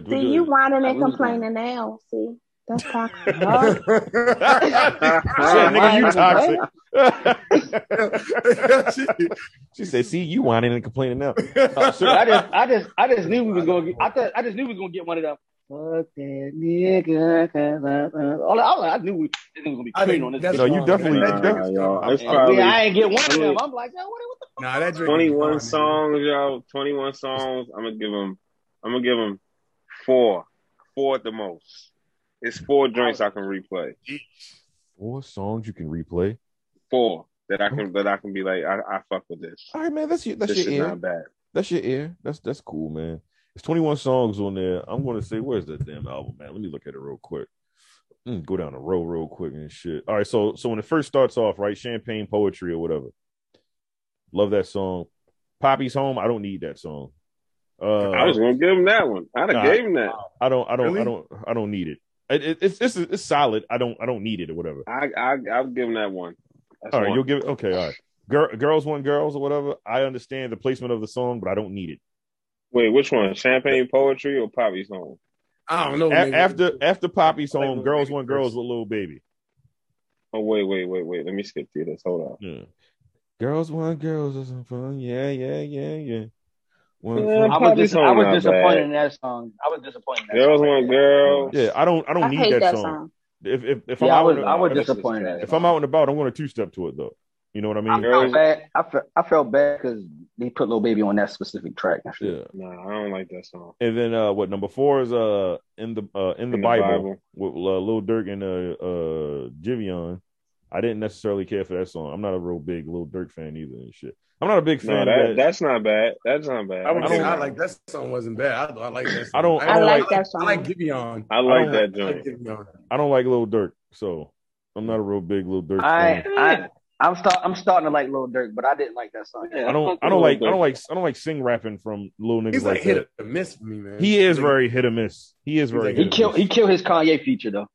Speaker 6: Yeah,
Speaker 7: See,
Speaker 6: we
Speaker 7: you
Speaker 6: did.
Speaker 7: whining
Speaker 5: I
Speaker 7: and
Speaker 5: lose
Speaker 7: complaining now. See, that's toxic.
Speaker 5: Huh?
Speaker 6: She said, nigga, you
Speaker 5: Mine-
Speaker 6: toxic.
Speaker 4: Shit.
Speaker 6: she said, "See, you whining and complaining now."
Speaker 5: So I just, I just, I just knew we was gonna get. I thought, I just knew we was gonna get one of them. Fuck that nigga. 'cause I- uh," All I, all I I knew we this nigga was gonna be
Speaker 4: I
Speaker 5: tweeting
Speaker 4: think
Speaker 5: on this.
Speaker 4: that's
Speaker 6: No, you
Speaker 4: wrong.
Speaker 6: definitely-
Speaker 4: That
Speaker 6: you
Speaker 3: Nah,
Speaker 4: Drake
Speaker 6: definitely-
Speaker 4: is-
Speaker 3: y'all, it's
Speaker 5: And we-
Speaker 3: probably
Speaker 5: I ain't get one of them. I'm like, yo, what, what the
Speaker 4: Nah, that Drake. is
Speaker 3: twenty one
Speaker 4: gone, nigga.
Speaker 3: songs, y'all. Twenty one songs. I'm gonna give them. I'm gonna give them four, four at the most. It's four joints I can replay.
Speaker 6: Four songs you can replay.
Speaker 3: Four that I can that I can be like I, I fuck with this.
Speaker 6: All right, man. That's your that's
Speaker 3: This
Speaker 6: your
Speaker 3: is
Speaker 6: ear.
Speaker 3: not bad.
Speaker 6: That's your ear. That's that's cool, man. It's 21 songs on there. I'm gonna say, where's that damn album, man? Let me look at it real quick. Mm, go down the road real quick and shit. All right, so so when it first starts off, right? Champagne poetry or whatever. Love that song. Poppy's home. I don't need that song. Uh,
Speaker 3: I was gonna give him that one. I'd have
Speaker 6: Nah.
Speaker 3: gave him that.
Speaker 6: I don't. I don't.
Speaker 4: Really?
Speaker 6: I don't. I don't need it. It, it. It's it's it's solid. I don't. I don't need it or whatever.
Speaker 3: I I I'll give him that one. That's
Speaker 6: All right,
Speaker 3: one.
Speaker 6: you'll give it. Okay, all right. Girl, girls want girls or whatever. I understand the placement of the song, but I don't need it.
Speaker 3: Wait, which one? Champagne poetry or poppy song?
Speaker 4: I don't know.
Speaker 6: A-
Speaker 4: nigga.
Speaker 6: after after Poppy's
Speaker 4: I like
Speaker 6: song,
Speaker 4: Lil
Speaker 6: girls
Speaker 4: Baby
Speaker 6: want
Speaker 4: first.
Speaker 6: girls with little baby.
Speaker 3: Oh wait, wait, wait, wait. Let me skip through this. Hold on.
Speaker 6: Yeah. Girls want girls is some fun. Yeah, yeah, yeah, yeah. One
Speaker 3: Yeah,
Speaker 5: I
Speaker 6: fun-
Speaker 5: was
Speaker 3: Probably
Speaker 5: dis-
Speaker 3: song
Speaker 5: I was
Speaker 3: not
Speaker 5: disappointed
Speaker 3: bad.
Speaker 5: in that song. I was disappointed. In that
Speaker 3: Girls
Speaker 5: song.
Speaker 3: want girls.
Speaker 6: yeah, I don't I don't
Speaker 7: I
Speaker 6: need
Speaker 7: hate
Speaker 6: that,
Speaker 7: that,
Speaker 6: song.
Speaker 7: song.
Speaker 6: If if if I'm
Speaker 5: Yeah, I
Speaker 6: out
Speaker 5: was
Speaker 6: and
Speaker 5: I was
Speaker 6: about-
Speaker 3: This is
Speaker 5: disappointed. In that
Speaker 3: trash.
Speaker 6: if I'm out and about, I'm going to two step to it though. You know what I
Speaker 5: I
Speaker 6: mean?
Speaker 5: felt
Speaker 3: Girls-
Speaker 5: bad. I felt I felt bad because they put Lil Baby on that specific track. and shit.
Speaker 6: Yeah.
Speaker 3: Nah, I don't like that song.
Speaker 6: And then uh what number four is uh in the uh in the,
Speaker 3: In the
Speaker 6: Bible,
Speaker 3: Bible.
Speaker 6: with uh, Lil Durk and uh uh Jivion. I didn't necessarily care for that song. I'm not a real big Lil Durk fan either and shit. I'm not a big
Speaker 3: No,
Speaker 6: fan of
Speaker 3: that
Speaker 6: that.
Speaker 3: that's not bad. That's not bad.
Speaker 4: I was
Speaker 6: I
Speaker 4: saying
Speaker 6: don't-
Speaker 4: I like that song wasn't bad. I, I like that. Song.
Speaker 6: I don't- I
Speaker 7: I like that
Speaker 4: I
Speaker 7: song.
Speaker 4: like Gibeon.
Speaker 3: I like
Speaker 6: I
Speaker 3: that
Speaker 4: I like
Speaker 3: joint.
Speaker 4: Gibeon.
Speaker 6: I don't like Lil Durk, so I'm not a real big Lil Durk
Speaker 5: I
Speaker 6: fan.
Speaker 5: I I'm start I'm starting to like Lil Durk, but I didn't like that song.
Speaker 3: Yeah,
Speaker 6: I don't
Speaker 3: fuck
Speaker 6: I don't
Speaker 3: Lil
Speaker 6: like I
Speaker 3: Durk.
Speaker 6: don't like I don't like sing rapping from little niggas
Speaker 4: He's like
Speaker 6: like
Speaker 4: hit
Speaker 6: that.
Speaker 4: or miss for me, man.
Speaker 6: He is
Speaker 4: Like,
Speaker 6: very hit or miss. He is
Speaker 4: He's
Speaker 6: very
Speaker 4: like-
Speaker 6: hit
Speaker 5: He
Speaker 6: or
Speaker 5: killed
Speaker 6: miss.
Speaker 5: he killed his Kanye feature though.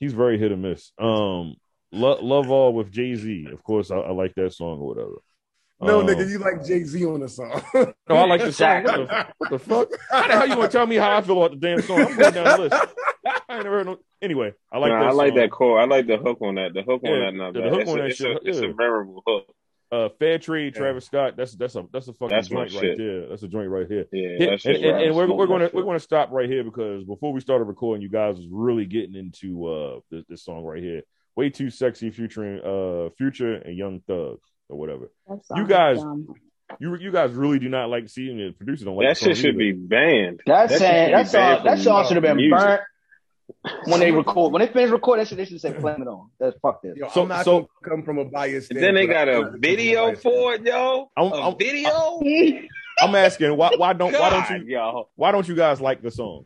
Speaker 6: He's very hit or miss. Um, Lo- love all with Jay Z. Of course, I, I like that song or whatever.
Speaker 4: No,
Speaker 6: Um,
Speaker 3: Oh.
Speaker 4: nigga, you like Jay Z on the song.
Speaker 6: No, I like the song. What the, what the fuck? How the hell you gonna tell me how I feel about the damn song? I'm going down the list. I ain't never heard no. Anyway, I like
Speaker 3: Nah,
Speaker 6: that.
Speaker 3: I like
Speaker 6: song.
Speaker 3: that core. I like the hook on that. The hook on
Speaker 6: Yeah,
Speaker 3: that not
Speaker 6: the-
Speaker 3: bad.
Speaker 6: the hook
Speaker 3: it's,
Speaker 6: on
Speaker 3: a,
Speaker 6: that
Speaker 3: it's,
Speaker 6: shit,
Speaker 3: a, it's
Speaker 6: yeah.
Speaker 3: a memorable hook.
Speaker 6: Uh, Fair trade, Travis Scott. That's that's a that's a fucking
Speaker 3: That's my
Speaker 6: joint
Speaker 3: shit.
Speaker 6: right there. That's a joint right here.
Speaker 3: Yeah,
Speaker 6: Yeah,
Speaker 3: that
Speaker 6: and,
Speaker 3: shit
Speaker 6: and-
Speaker 3: right.
Speaker 6: and we're,
Speaker 3: Smoke
Speaker 6: we're gonna
Speaker 3: that
Speaker 6: we're
Speaker 3: shit.
Speaker 6: gonna stop right here because before we started recording, you guys was really getting into uh this, this song right here, way too sexy, featuring uh Future and Young Thug or whatever.
Speaker 7: That song
Speaker 6: You guys-
Speaker 7: is dumb.
Speaker 6: You you guys really do not like seeing the producers don't like
Speaker 3: that
Speaker 6: the song
Speaker 3: shit should
Speaker 6: either.
Speaker 3: be banned. That shit should
Speaker 5: That's saying
Speaker 3: be
Speaker 5: that's
Speaker 3: banned
Speaker 5: all that
Speaker 3: from
Speaker 5: song should have been
Speaker 3: music.
Speaker 5: burnt when they record when they finish recording that shit, they should say blame it on. That's fuck this.
Speaker 4: Yo,
Speaker 6: So-
Speaker 4: I'm not
Speaker 6: so-
Speaker 4: gonna come from a biased.
Speaker 3: And then they
Speaker 4: standpoint.
Speaker 3: got
Speaker 4: I'm
Speaker 3: a
Speaker 4: not gonna come from
Speaker 3: video
Speaker 4: biased
Speaker 3: for it, yo.
Speaker 6: I'm-
Speaker 3: a
Speaker 6: I'm-
Speaker 3: video.
Speaker 6: I'm asking why why don't why don't
Speaker 3: God,
Speaker 6: you
Speaker 3: yo.
Speaker 6: why don't you guys like the song?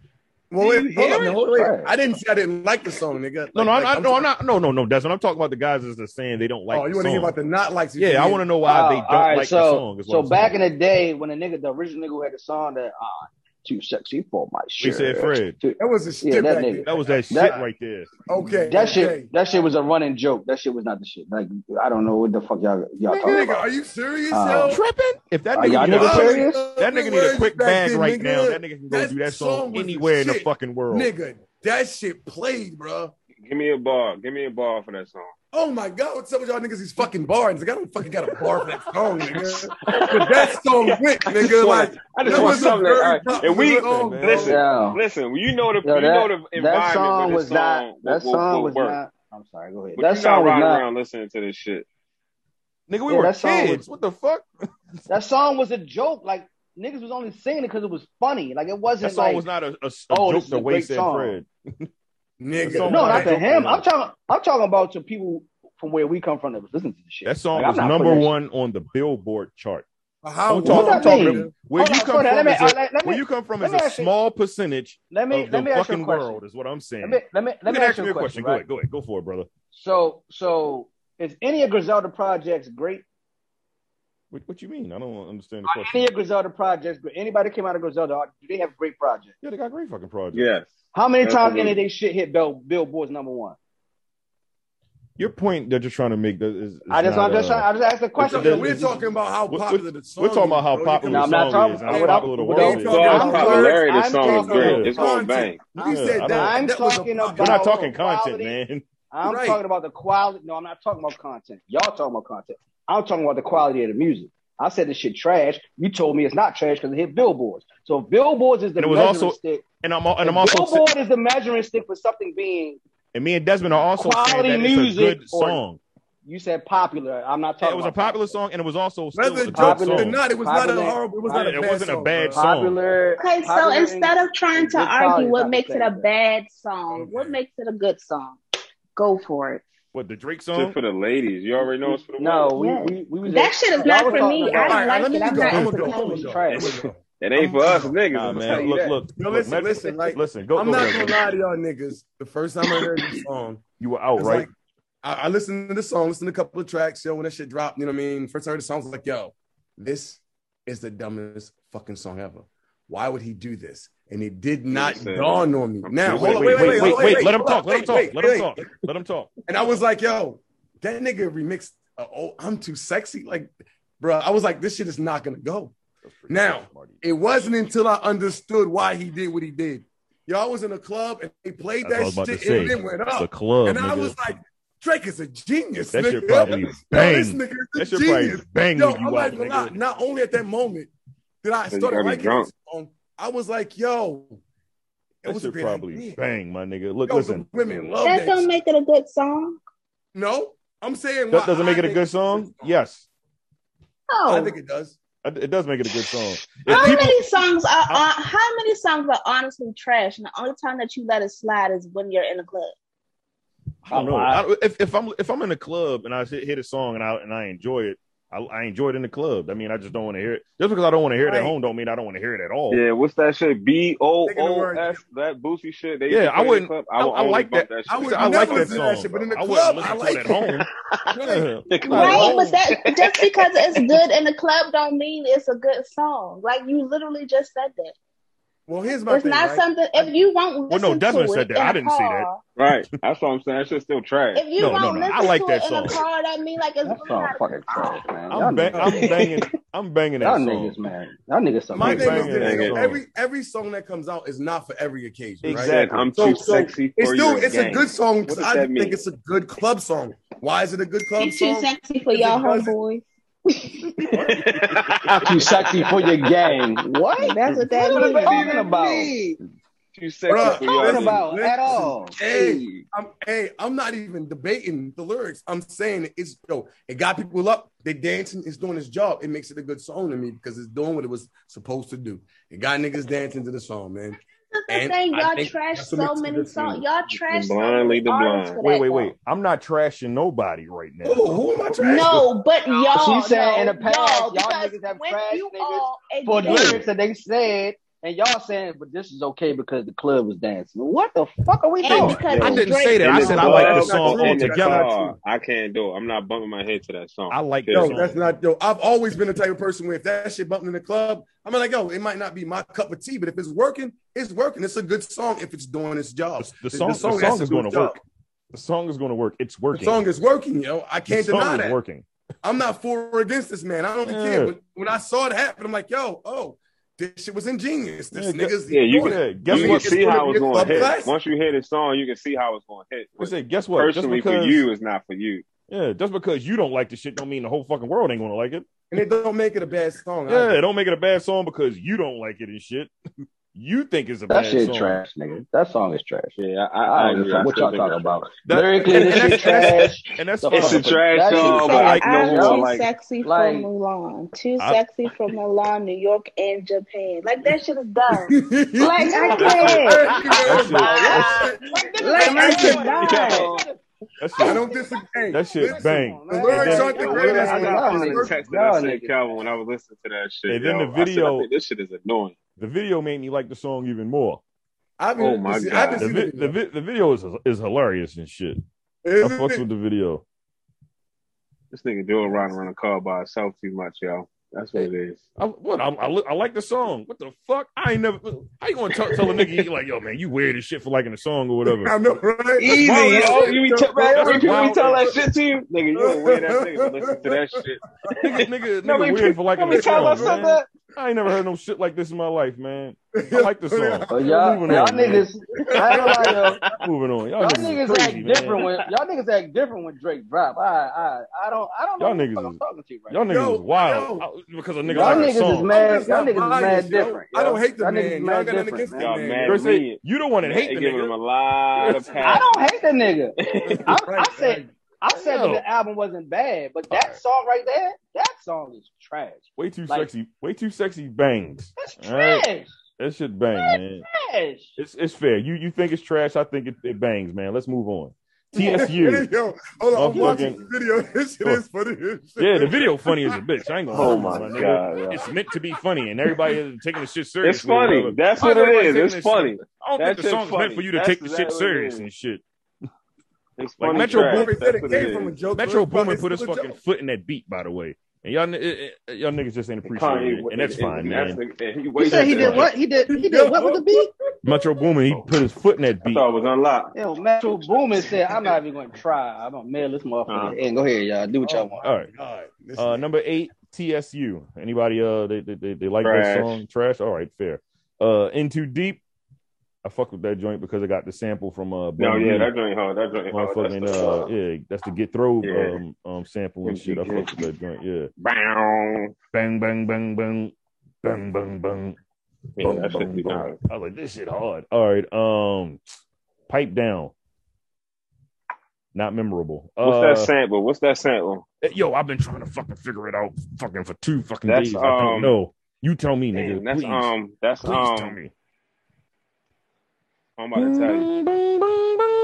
Speaker 4: Well,
Speaker 3: Do you
Speaker 4: wait, hold
Speaker 3: hear
Speaker 4: on,
Speaker 3: it?
Speaker 4: man, hold on, wait.
Speaker 5: Right.
Speaker 4: I didn't say I didn't like the song, nigga.
Speaker 6: No,
Speaker 4: Like-
Speaker 6: no, I'm,
Speaker 4: like,
Speaker 6: not- no, I'm not. No, no, no, Desmond. I'm talking about the guys that's just saying they don't like.
Speaker 4: oh, you
Speaker 6: the
Speaker 4: want to hear
Speaker 6: song.
Speaker 4: about the not likes?
Speaker 6: Yeah, I want to know why they don't
Speaker 5: Oh, all right,
Speaker 6: like
Speaker 5: so,
Speaker 6: the song. is what
Speaker 5: So
Speaker 6: I'm
Speaker 5: back
Speaker 6: saying.
Speaker 5: in the day, when the nigga, the original nigga who had the song that uh, "Too Sexy for My
Speaker 6: we
Speaker 5: Shirt,"
Speaker 6: said Fred.
Speaker 5: Too-
Speaker 4: That was a shit
Speaker 5: Yeah, that
Speaker 4: back
Speaker 5: nigga.
Speaker 4: then.
Speaker 6: That was that shit
Speaker 5: That-
Speaker 6: right there.
Speaker 4: Okay,
Speaker 5: that shit,
Speaker 4: okay.
Speaker 5: that shit was a running joke. That shit was not the shit. Like I don't know what the fuck y'all y'all
Speaker 4: Nigga,
Speaker 5: talking
Speaker 4: nigga,
Speaker 5: about.
Speaker 4: are you serious,
Speaker 5: Uh,
Speaker 4: yo?
Speaker 6: Tripping? If that
Speaker 5: Are
Speaker 6: nigga,
Speaker 5: y'all
Speaker 6: need a-
Speaker 5: niggas serious?
Speaker 6: that nigga need a quick bag right now. That nigga can go
Speaker 4: that
Speaker 6: do that
Speaker 4: song
Speaker 6: song
Speaker 4: was the
Speaker 6: anywhere in the
Speaker 4: shit.
Speaker 6: fucking world.
Speaker 4: Nigga, that shit played, bro.
Speaker 3: Give me a bar. Give me a bar for that song.
Speaker 4: Oh my god, what's up with y'all niggas? These fucking bars. Like, I don't fucking got a bar for that song, nigga. But that song went, nigga.
Speaker 3: just wanna-
Speaker 4: like,
Speaker 3: I just want
Speaker 4: that was a
Speaker 3: something.
Speaker 4: very
Speaker 3: That, all right. And we
Speaker 4: popular song,
Speaker 3: listen,
Speaker 4: bro.
Speaker 5: Yeah.
Speaker 3: listen. You know the
Speaker 5: Yo,
Speaker 3: you know the
Speaker 5: that,
Speaker 3: environment
Speaker 5: that
Speaker 3: where
Speaker 5: song
Speaker 3: this
Speaker 5: was
Speaker 3: song
Speaker 5: not.
Speaker 3: will-
Speaker 5: that
Speaker 3: will-
Speaker 5: song
Speaker 3: will
Speaker 5: was
Speaker 3: work.
Speaker 5: not. I'm sorry. Go ahead.
Speaker 3: But
Speaker 5: That
Speaker 3: you're not
Speaker 5: song was
Speaker 3: riding
Speaker 5: not.
Speaker 3: around listening to this shit.
Speaker 6: Nigga, we
Speaker 5: Yeah,
Speaker 6: were
Speaker 5: that song was-
Speaker 6: kids. What the fuck?
Speaker 5: That song was a joke. Like niggas was only singing it because it was funny. Like it wasn't
Speaker 6: That song
Speaker 5: like
Speaker 6: was not a, a, a
Speaker 5: oh,
Speaker 6: joke
Speaker 5: this is
Speaker 6: to
Speaker 5: a great
Speaker 6: waste that
Speaker 5: song.
Speaker 6: Fred.
Speaker 4: Nigga,
Speaker 6: No,
Speaker 5: no, not
Speaker 4: like,
Speaker 5: to
Speaker 6: that-
Speaker 5: him. I'm talking. I'm talking about to people from where we come from that was listening to this shit.
Speaker 6: That song
Speaker 5: Like, I'm
Speaker 6: was
Speaker 5: not putting
Speaker 6: number
Speaker 5: that shit-
Speaker 6: one on the Billboard chart.
Speaker 4: how
Speaker 6: I'm, talk,
Speaker 5: what
Speaker 6: I'm
Speaker 5: that
Speaker 6: talking
Speaker 5: mean?
Speaker 6: to- where
Speaker 5: Hold
Speaker 6: you
Speaker 5: on,
Speaker 6: come
Speaker 5: Fred,
Speaker 6: from.
Speaker 5: let me-
Speaker 6: is
Speaker 5: uh,
Speaker 6: a,
Speaker 5: let- let
Speaker 6: where
Speaker 5: me-
Speaker 6: you come from
Speaker 5: let
Speaker 6: is
Speaker 5: me
Speaker 6: a
Speaker 5: ask you-
Speaker 6: small percentage
Speaker 5: Let me
Speaker 6: of the
Speaker 5: let me ask you a
Speaker 6: fucking
Speaker 5: question.
Speaker 6: world. Is what I'm saying.
Speaker 5: Let me let me
Speaker 6: You
Speaker 5: let me
Speaker 6: can
Speaker 5: ask you a question.
Speaker 6: Go
Speaker 5: right?
Speaker 6: ahead. Go ahead. Go for it, brother.
Speaker 5: So so is any of Griselda projects great?
Speaker 6: What, what you mean? I don't understand the
Speaker 5: Are
Speaker 6: question.
Speaker 5: any of Griselda projects great? Anybody came out of Griselda? are- Do they have great projects?
Speaker 6: Yeah, they got great fucking projects.
Speaker 3: Yes.
Speaker 5: How many times any
Speaker 3: Absolutely.
Speaker 5: of they shit hit Bill, Billboard's number one?
Speaker 6: Your point that you're trying to make that is, is
Speaker 5: I just
Speaker 6: not,
Speaker 5: I'm just
Speaker 6: uh,
Speaker 5: trying, I just asked the question.
Speaker 6: It doesn't-
Speaker 4: we're talking about how
Speaker 6: We're-
Speaker 4: popular the song
Speaker 6: We're talking about how
Speaker 4: is, bro.
Speaker 6: popular
Speaker 5: No,
Speaker 6: the
Speaker 5: I'm not
Speaker 6: song
Speaker 5: talking-
Speaker 6: is and how
Speaker 5: what I'm-
Speaker 6: popular the
Speaker 5: what
Speaker 6: world
Speaker 5: I'm
Speaker 6: is.
Speaker 4: talking
Speaker 6: We're
Speaker 4: about-
Speaker 3: Well,
Speaker 4: I'm
Speaker 3: how
Speaker 4: talking-
Speaker 3: popularity the
Speaker 5: I'm
Speaker 3: song is
Speaker 5: talking-
Speaker 3: great. It's going
Speaker 4: Content.
Speaker 3: bang.
Speaker 4: He
Speaker 6: Yeah,
Speaker 4: said
Speaker 6: I
Speaker 4: that.
Speaker 6: don't-
Speaker 5: I'm
Speaker 4: that was a
Speaker 5: talking
Speaker 4: pop-
Speaker 5: about-
Speaker 6: not talking
Speaker 5: Quality.
Speaker 6: content, man.
Speaker 5: I'm
Speaker 4: Right.
Speaker 5: talking about the quality. No, I'm not talking about content. Y'all talking about content. I'm talking about the quality of the music. I said this shit trash. You told me it's not trash because it hit billboards. So if billboards is the
Speaker 6: And it was
Speaker 5: measuring
Speaker 6: also-
Speaker 5: stick.
Speaker 6: And I'm al- and
Speaker 5: if
Speaker 6: I'm also
Speaker 5: billboard is the measuring stick for something being
Speaker 6: and me and Desmond are also saying
Speaker 5: Quality
Speaker 6: that it's a
Speaker 5: music
Speaker 6: good
Speaker 5: or-
Speaker 6: song.
Speaker 5: you said popular. I'm not
Speaker 6: Yeah,
Speaker 5: talking.
Speaker 6: it was a
Speaker 5: about
Speaker 6: popular
Speaker 5: content.
Speaker 6: song and it was also still a
Speaker 4: Whether it
Speaker 6: good
Speaker 4: jokes
Speaker 5: Popular-
Speaker 4: or
Speaker 6: song.
Speaker 4: not, it was not a
Speaker 5: popular-
Speaker 4: horrible. It was not a
Speaker 6: It
Speaker 4: bad
Speaker 6: wasn't a
Speaker 4: song,
Speaker 6: bad
Speaker 4: bro.
Speaker 6: song.
Speaker 5: Popular.
Speaker 7: Okay, so
Speaker 5: popular
Speaker 7: instead
Speaker 5: and-
Speaker 7: of trying to
Speaker 5: good quality
Speaker 7: argue
Speaker 5: is
Speaker 7: what
Speaker 5: not
Speaker 7: makes
Speaker 5: the
Speaker 7: it
Speaker 5: same
Speaker 7: a
Speaker 5: thing.
Speaker 7: bad song, what
Speaker 4: Okay.
Speaker 7: makes it a good song? Go for it.
Speaker 6: What the Drake
Speaker 3: Shit
Speaker 6: song?
Speaker 3: for the ladies. You already know it's for the
Speaker 5: no,
Speaker 3: women.
Speaker 5: we,
Speaker 7: Yes.
Speaker 5: we, we was
Speaker 7: That shit is
Speaker 5: y'all
Speaker 7: not
Speaker 5: was
Speaker 7: for
Speaker 5: talking
Speaker 7: me.
Speaker 5: about-
Speaker 4: All
Speaker 7: I don't
Speaker 4: right, all right,
Speaker 7: like
Speaker 4: let me
Speaker 7: it. I'm
Speaker 4: go.
Speaker 7: not
Speaker 4: I'm
Speaker 7: into
Speaker 4: gonna go. I'm gonna
Speaker 5: It's
Speaker 4: go.
Speaker 7: country.
Speaker 4: I'm
Speaker 5: trash.
Speaker 4: gonna go.
Speaker 3: It ain't for us niggas.
Speaker 6: Nah,
Speaker 3: I'm
Speaker 6: man.
Speaker 3: telling you
Speaker 6: Look,
Speaker 3: that.
Speaker 6: look,
Speaker 4: Yo,
Speaker 6: look,
Speaker 4: listen,
Speaker 6: man,
Speaker 4: listen, like,
Speaker 6: listen. Go,
Speaker 4: I'm
Speaker 6: go,
Speaker 4: not
Speaker 6: go,
Speaker 4: gonna
Speaker 6: go.
Speaker 4: lie to y'all niggas. The first time I heard this song,
Speaker 6: You were out,
Speaker 4: It's
Speaker 6: Oh, right?
Speaker 4: like, I, I listened to the song, listened to a couple of tracks, yo, when that shit dropped, you know what I mean? First I heard the song, I was like, yo, this is the dumbest fucking song ever. Why would he do this? And it did not
Speaker 3: Listen.
Speaker 4: dawn on me. Now,
Speaker 6: wait,
Speaker 4: hold on,
Speaker 6: wait, wait, wait,
Speaker 4: hold on,
Speaker 6: wait, Let him
Speaker 4: hold on,
Speaker 6: talk. Let him
Speaker 4: wait,
Speaker 6: talk.
Speaker 4: wait,
Speaker 6: Let him
Speaker 4: wait.
Speaker 6: talk. Let him talk.
Speaker 4: And I was like, yo, that nigga remixed uh, oh, I'm too sexy. Like, bro, I was like, this shit is not gonna go. Now, It wasn't until I understood why he did what he did. Y'all was in a club and they played
Speaker 6: That's what I was
Speaker 4: that
Speaker 6: about
Speaker 4: shit
Speaker 6: to say.
Speaker 4: and then went
Speaker 6: It's a
Speaker 4: up.
Speaker 6: club,
Speaker 4: and I
Speaker 6: nigga.
Speaker 4: was like, Drake is a genius.
Speaker 6: that
Speaker 4: nigga.
Speaker 6: should probably
Speaker 4: Yo, this
Speaker 6: bang.
Speaker 4: nigga
Speaker 6: That
Speaker 4: is a
Speaker 6: should probably
Speaker 4: genius.
Speaker 6: bang
Speaker 4: Yo,
Speaker 6: when
Speaker 4: I'm
Speaker 6: you
Speaker 4: not
Speaker 6: out,
Speaker 4: gonna lie.
Speaker 6: nigga.
Speaker 4: Not only at that moment did I
Speaker 3: Cause you
Speaker 4: started
Speaker 3: gotta be
Speaker 4: liking
Speaker 3: drunk.
Speaker 4: this song, I was like, yo, it
Speaker 6: That
Speaker 4: was a
Speaker 6: should
Speaker 4: great
Speaker 6: probably
Speaker 4: idea.
Speaker 6: bang, my nigga. Look,
Speaker 4: Yo,
Speaker 6: listen.
Speaker 4: the women love
Speaker 7: That
Speaker 4: that.
Speaker 7: don't
Speaker 4: shit.
Speaker 7: make it a good song.
Speaker 4: no, I'm saying
Speaker 6: That
Speaker 4: why
Speaker 6: doesn't make
Speaker 4: I
Speaker 6: it a
Speaker 4: think
Speaker 6: good
Speaker 4: it's
Speaker 6: song. Yes,
Speaker 7: Oh,
Speaker 4: I think it does.
Speaker 6: it it does make it a good song. If
Speaker 7: how
Speaker 6: people-
Speaker 7: many songs are uh, how many songs are honestly trash? And the only time that you let it slide is when you're in a club.
Speaker 6: I don't know. I, if, if I'm if I'm in a club and I hit, hit a song and I and I enjoy it, I, I enjoy it in the club. I mean, I just don't want to hear it. Just because I don't want to hear it
Speaker 4: Right.
Speaker 6: at home, don't mean I don't want to hear it at all.
Speaker 3: Yeah, what's that shit? B O
Speaker 4: Taking the
Speaker 3: O
Speaker 4: word.
Speaker 3: S. That boosie shit. They
Speaker 6: Yeah,
Speaker 3: used to play
Speaker 6: I
Speaker 3: in the
Speaker 6: wouldn't-
Speaker 3: club.
Speaker 6: I-
Speaker 3: would
Speaker 6: I
Speaker 3: only
Speaker 6: like
Speaker 3: bump
Speaker 6: that.
Speaker 3: shit.
Speaker 4: I would
Speaker 6: I like
Speaker 4: never
Speaker 6: that
Speaker 4: do that
Speaker 6: song,
Speaker 4: shit, but
Speaker 6: bro.
Speaker 4: in the
Speaker 6: I wouldn't
Speaker 4: club,
Speaker 6: listen
Speaker 4: I
Speaker 6: to
Speaker 4: like
Speaker 6: it at
Speaker 4: it.
Speaker 6: home.
Speaker 4: Right.
Speaker 6: Not at
Speaker 7: Right,
Speaker 6: home.
Speaker 7: but that just because it's good in the club don't mean it's a good song. Like you literally just said that.
Speaker 4: Well, here's my
Speaker 7: it's
Speaker 4: thing.
Speaker 7: not
Speaker 4: right?
Speaker 7: something if you won't listen
Speaker 6: Well, no, Desmond
Speaker 7: to it
Speaker 6: said that.
Speaker 7: in
Speaker 6: I
Speaker 7: a
Speaker 6: didn't see
Speaker 7: car,
Speaker 3: Right. That's what I'm saying. That shit's still trash.
Speaker 7: If you
Speaker 6: No, no, no.
Speaker 7: won't listen
Speaker 6: I like
Speaker 7: to
Speaker 6: that
Speaker 7: it in a
Speaker 6: song.
Speaker 7: car, that mean like it's
Speaker 5: That
Speaker 7: really
Speaker 5: song
Speaker 7: not a
Speaker 5: fucking
Speaker 7: good song.
Speaker 5: trash, man. Y'all
Speaker 6: I'm, bang,
Speaker 5: niggas-
Speaker 6: I'm banging. I'm banging
Speaker 5: Y'all
Speaker 6: that
Speaker 5: niggas,
Speaker 6: song.
Speaker 5: man. Y'all niggas some
Speaker 4: My
Speaker 6: Big
Speaker 4: thing
Speaker 6: Bang
Speaker 4: is
Speaker 6: is
Speaker 4: this:
Speaker 3: that
Speaker 4: yo,
Speaker 3: song.
Speaker 4: every every song that comes out is not for every occasion,
Speaker 6: Exactly.
Speaker 4: right?
Speaker 3: Said, I'm
Speaker 4: So-
Speaker 3: too
Speaker 4: so
Speaker 3: sexy for
Speaker 4: It's still
Speaker 3: your
Speaker 4: it's a
Speaker 3: game."
Speaker 4: good song because
Speaker 3: does
Speaker 4: I
Speaker 3: that
Speaker 4: think
Speaker 3: mean?
Speaker 4: it's a good club song. Why is it a good club
Speaker 7: He's too
Speaker 4: song?
Speaker 7: sexy for
Speaker 4: If it
Speaker 7: y'all
Speaker 4: doesn't-
Speaker 7: homeboys.
Speaker 5: Not too sexy for your gang. What?
Speaker 7: Like, that's what that
Speaker 5: What are they
Speaker 7: means.
Speaker 5: talking about?
Speaker 3: Too sexy
Speaker 4: Bruh,
Speaker 3: for
Speaker 5: Talking
Speaker 3: your
Speaker 4: listen,
Speaker 3: game.
Speaker 5: about at all?
Speaker 4: Hey, I'm hey, I'm not even debating the lyrics. I'm saying it's yo, it got people up. They dancing, it's doing its job. It makes it a good song to me because it's doing what it was supposed to do. It got niggas dancing to the song, man.
Speaker 7: That's the
Speaker 4: And
Speaker 7: thing.
Speaker 4: I
Speaker 7: Y'all
Speaker 4: think
Speaker 7: trash
Speaker 4: that's what
Speaker 7: so
Speaker 4: makes it
Speaker 7: many
Speaker 4: good
Speaker 7: songs.
Speaker 4: too.
Speaker 7: Y'all trash so
Speaker 3: blind
Speaker 7: many
Speaker 3: lead the
Speaker 7: artists
Speaker 3: blind.
Speaker 7: for
Speaker 6: Wait,
Speaker 7: that
Speaker 6: wait,
Speaker 7: song.
Speaker 6: wait. I'm not trashing nobody right now.
Speaker 4: Oh, who am I trashing?
Speaker 7: No, but y'all.
Speaker 5: She said in the
Speaker 7: no,
Speaker 5: past, y'all
Speaker 7: because
Speaker 5: niggas have
Speaker 7: when
Speaker 5: trash
Speaker 7: you
Speaker 5: niggas
Speaker 7: all
Speaker 5: For
Speaker 7: admit-
Speaker 5: lyrics that they said, and y'all saying, but this is okay because the club was dancing. What the fuck are we
Speaker 7: And
Speaker 5: doing?
Speaker 7: because
Speaker 6: I
Speaker 7: it's
Speaker 6: didn't
Speaker 7: Drake.
Speaker 6: say that. I
Speaker 3: In
Speaker 6: said I like the
Speaker 3: club,
Speaker 6: song
Speaker 3: in the
Speaker 6: altogether.
Speaker 3: car, I can't do it. I'm not bumping my head to that song.
Speaker 6: I like that
Speaker 4: Yo,
Speaker 6: song.
Speaker 4: that's not yo. I've always been the type of person where if that shit bumping in the club, I'm like, yo, it might not be my cup of tea, but if it's working, it's working. It's a good song if it's doing its job.
Speaker 6: The song, the song,
Speaker 4: has
Speaker 6: is
Speaker 4: do
Speaker 6: going
Speaker 4: its
Speaker 6: to work.
Speaker 4: job.
Speaker 6: The song is going to work. It's
Speaker 4: The
Speaker 6: working.
Speaker 4: song is working, yo. I
Speaker 6: The
Speaker 4: can't
Speaker 6: song
Speaker 4: deny
Speaker 6: is
Speaker 4: that.
Speaker 6: working.
Speaker 4: I'm not for or against this man. I don't
Speaker 6: Yeah.
Speaker 4: care. When, when I saw it happen, I'm like, yo, oh, this shit was ingenious. This
Speaker 6: Yeah, gu-
Speaker 4: nigga's
Speaker 3: yeah, you
Speaker 4: doing it.
Speaker 6: Yeah, guess
Speaker 3: you
Speaker 6: what?
Speaker 3: can see how it's
Speaker 4: Club
Speaker 3: going to hit.
Speaker 4: classic.
Speaker 3: Once you hear the song, you can see how it's going to hit.
Speaker 6: I
Speaker 3: But
Speaker 6: said, guess what? Just
Speaker 3: personally,
Speaker 6: because
Speaker 3: for you, it's not for you.
Speaker 6: Yeah, just because you don't like the shit don't mean the whole fucking world ain't gonna like it.
Speaker 4: and it don't make it a bad song.
Speaker 6: Yeah,
Speaker 4: either.
Speaker 6: don't make it a bad song because you don't like it and shit. you think it's a
Speaker 5: That
Speaker 6: bad
Speaker 5: shit
Speaker 6: song.
Speaker 5: trash, nigga. That song is trash.
Speaker 3: Yeah, I,
Speaker 5: I
Speaker 3: I,
Speaker 5: don't
Speaker 3: agree.
Speaker 5: give a
Speaker 3: I
Speaker 5: fuck what
Speaker 3: still
Speaker 5: y'all
Speaker 3: think
Speaker 5: talking
Speaker 3: it's
Speaker 5: about.
Speaker 6: That-
Speaker 5: Lyrically,
Speaker 6: and,
Speaker 5: this
Speaker 6: and
Speaker 5: shit
Speaker 6: that's, that's-
Speaker 5: trash.
Speaker 6: and that's
Speaker 5: The
Speaker 6: fine.
Speaker 5: fuck
Speaker 3: It's a
Speaker 5: But
Speaker 3: trash
Speaker 5: that is
Speaker 3: song, but I know
Speaker 5: trash.
Speaker 3: who I
Speaker 7: I'm too
Speaker 3: like.
Speaker 7: sexy
Speaker 5: Like-
Speaker 7: for Milan. Too
Speaker 6: I-
Speaker 7: sexy for Milan, New York, and Japan. Like that shit is dumb. Like, I
Speaker 6: That shit-
Speaker 4: I
Speaker 6: that
Speaker 7: like
Speaker 4: That shit-
Speaker 7: it's dumb.
Speaker 6: That shit,
Speaker 4: I don't disagree.
Speaker 6: that shit
Speaker 4: Listen,
Speaker 6: bang.
Speaker 4: The lyrics aren't the
Speaker 3: Yo,
Speaker 4: greatest.
Speaker 3: what did I, I, I
Speaker 5: Y'all
Speaker 4: but it's
Speaker 5: niggas-
Speaker 4: working.
Speaker 3: texted I
Speaker 5: y'all
Speaker 3: said
Speaker 5: niggas.
Speaker 3: Calvin when I was listening to that shit.
Speaker 6: And then
Speaker 3: yo.
Speaker 6: the
Speaker 3: I said, I
Speaker 6: video-
Speaker 3: think this shit is annoying.
Speaker 6: The video made me like the song even more.
Speaker 4: I've been,
Speaker 3: Oh my
Speaker 4: see,
Speaker 3: God.
Speaker 4: I've
Speaker 6: The
Speaker 4: been
Speaker 6: vi- the, vi- the video is is hilarious and shit. I fucks with the video.
Speaker 3: This nigga doing riding around the car by himself too much, yo. That's what it is.
Speaker 6: I, what I'm, I, li- I like the song. What the fuck? I ain't never. How you gonna tell, tell a nigga you like yo man? You weird as shit for liking a song or whatever.
Speaker 4: I know, right?
Speaker 3: Easy,
Speaker 4: Wow, that's-
Speaker 3: yo. You be t- man,
Speaker 4: that's
Speaker 3: every people
Speaker 6: wild.
Speaker 3: be telling that shit to you. Nigga, you ain't weird that nigga to listen to that shit.
Speaker 6: nigga, nigga, nigga
Speaker 3: Nobody-
Speaker 6: weird for liking
Speaker 3: nobody
Speaker 6: a song.
Speaker 3: tell us
Speaker 6: man.
Speaker 3: that.
Speaker 6: I ain't never heard no shit like this in my life, man. I like the song.
Speaker 5: But y'all,
Speaker 6: Moving
Speaker 5: y'all
Speaker 6: on, man.
Speaker 5: niggas, I ain't gonna lie, yo.
Speaker 6: Moving on, y'all,
Speaker 5: Y'all
Speaker 6: niggas, is
Speaker 5: niggas
Speaker 6: crazy,
Speaker 5: act
Speaker 6: man.
Speaker 5: different when y'all niggas act different when Drake drop. I I I don't I don't know
Speaker 6: Y'all
Speaker 5: who the
Speaker 6: niggas
Speaker 5: fuck I'm
Speaker 6: is-
Speaker 5: talking to right
Speaker 6: Y'all niggas
Speaker 4: Yo,
Speaker 6: is wild
Speaker 4: yo.
Speaker 6: I- because a nigga like
Speaker 5: Y'all
Speaker 6: a
Speaker 5: niggas
Speaker 6: song.
Speaker 5: is mad.
Speaker 4: It's
Speaker 5: Y'all
Speaker 4: not
Speaker 5: niggas is mad
Speaker 4: biased, yo.
Speaker 5: different.
Speaker 4: I don't hate the
Speaker 5: Y'all
Speaker 4: man.
Speaker 5: niggas
Speaker 4: Y'all
Speaker 5: mad
Speaker 4: got
Speaker 5: different,
Speaker 4: nothing against
Speaker 5: man.
Speaker 4: that
Speaker 3: Y'all
Speaker 4: man.
Speaker 3: mad
Speaker 6: Drake said,
Speaker 3: me.
Speaker 6: you the one that hate
Speaker 3: They
Speaker 6: the
Speaker 3: giving him a
Speaker 6: nigga.
Speaker 3: lot of
Speaker 5: I
Speaker 3: passes.
Speaker 5: don't hate the nigga. I, I
Speaker 4: Right,
Speaker 5: said I said that
Speaker 6: Yo.
Speaker 5: the album wasn't bad, but that
Speaker 6: Alright.
Speaker 5: song right there, that song is trash.
Speaker 6: Way too
Speaker 5: Like-
Speaker 6: sexy. Way too sexy bangs.
Speaker 5: That's
Speaker 6: Alright.
Speaker 5: trash.
Speaker 6: That shit bang, man.
Speaker 5: Trash.
Speaker 6: It's it's fair. You you think it's trash? I think it, it bangs, man. Let's move on.
Speaker 4: Hey,
Speaker 6: TSU.
Speaker 4: yo, hold on, I'm watching
Speaker 6: Motherfucking-
Speaker 4: this video. This shit is funny. as shit.
Speaker 6: Yeah, the video funny as a bitch. I ain't gonna.
Speaker 3: Oh
Speaker 6: lie to
Speaker 3: my
Speaker 6: you, nigga.
Speaker 3: god. yo.
Speaker 6: It's meant to be funny, and everybody is taking the shit seriously.
Speaker 3: It's funny.
Speaker 6: Whatever.
Speaker 3: That's
Speaker 6: Why
Speaker 3: what it
Speaker 6: everybody
Speaker 3: is.
Speaker 6: taking
Speaker 3: It's
Speaker 6: this
Speaker 3: funny.
Speaker 6: shit- I don't
Speaker 3: That
Speaker 6: think the
Speaker 3: shit's
Speaker 6: song's meant
Speaker 3: funny.
Speaker 6: for you to
Speaker 3: That's
Speaker 6: take the shit
Speaker 3: exactly what it
Speaker 6: serious
Speaker 3: is.
Speaker 6: and shit.
Speaker 3: It's
Speaker 6: Like
Speaker 3: funny.
Speaker 6: Metro
Speaker 3: trash.
Speaker 6: Boomin
Speaker 4: Boomin said
Speaker 3: That's
Speaker 4: it
Speaker 3: what
Speaker 4: came
Speaker 3: is.
Speaker 4: from a joke. so
Speaker 6: Metro
Speaker 4: it's probably
Speaker 6: Boomin put his
Speaker 4: still a
Speaker 6: fucking
Speaker 4: joke.
Speaker 6: foot in that beat, by the way, and y'all n- eh, eh, y'all niggas just ain't appreciating
Speaker 3: Kanye,
Speaker 6: it, and that's fine, man.
Speaker 3: the- he
Speaker 5: You
Speaker 3: wasted
Speaker 5: said he
Speaker 3: that
Speaker 5: did
Speaker 3: shit.
Speaker 5: what? He did he did what with the beat?
Speaker 6: Metro Boomin, he put his foot in that
Speaker 3: I
Speaker 6: beat.
Speaker 3: thought it was unlocked.
Speaker 5: Yo, Metro Boomin said, I'm not even going to try. I'm going to mail this
Speaker 6: Uh-huh.
Speaker 5: motherfucker in. Go ahead, y'all. Do what y'all want.
Speaker 6: All right.
Speaker 4: Oh, God. This
Speaker 6: Uh,
Speaker 4: is-
Speaker 6: number eight, TSU. Anybody? Uh, they they they, they like that
Speaker 3: Trash.
Speaker 6: song? Trash. All right, fair. Uh, Into Deep. I fuck with that joint because I got the sample from uh.
Speaker 3: No,
Speaker 6: Bun
Speaker 3: yeah,
Speaker 6: B.
Speaker 3: that joint hard. That joint hard. That's
Speaker 6: Motherfucking,
Speaker 3: the
Speaker 6: uh,
Speaker 3: fuck.
Speaker 6: yeah, that's the get through
Speaker 3: Yeah.
Speaker 6: um, um sample and shit. I
Speaker 3: Yeah.
Speaker 6: fuck with that joint. Yeah,
Speaker 3: Bow.
Speaker 6: bang bang bang bang bang bang bang.
Speaker 3: Yeah,
Speaker 6: Boom,
Speaker 3: that
Speaker 6: boom,
Speaker 3: should be
Speaker 6: boom.
Speaker 3: hard.
Speaker 6: I was like, this shit hard. All right. Um, pipe down. Not memorable.
Speaker 3: What's
Speaker 6: uh, eh,
Speaker 3: that sample? What's that sample?
Speaker 6: Yo, I've been trying to fucking figure it out, fucking for two fucking
Speaker 3: That's,
Speaker 6: days. I don't
Speaker 3: um,
Speaker 6: know. You tell me, nigga.
Speaker 3: Damn, that's
Speaker 6: please,
Speaker 3: um, that's
Speaker 6: please tell
Speaker 3: um.
Speaker 6: me.
Speaker 3: I'm about to tell you.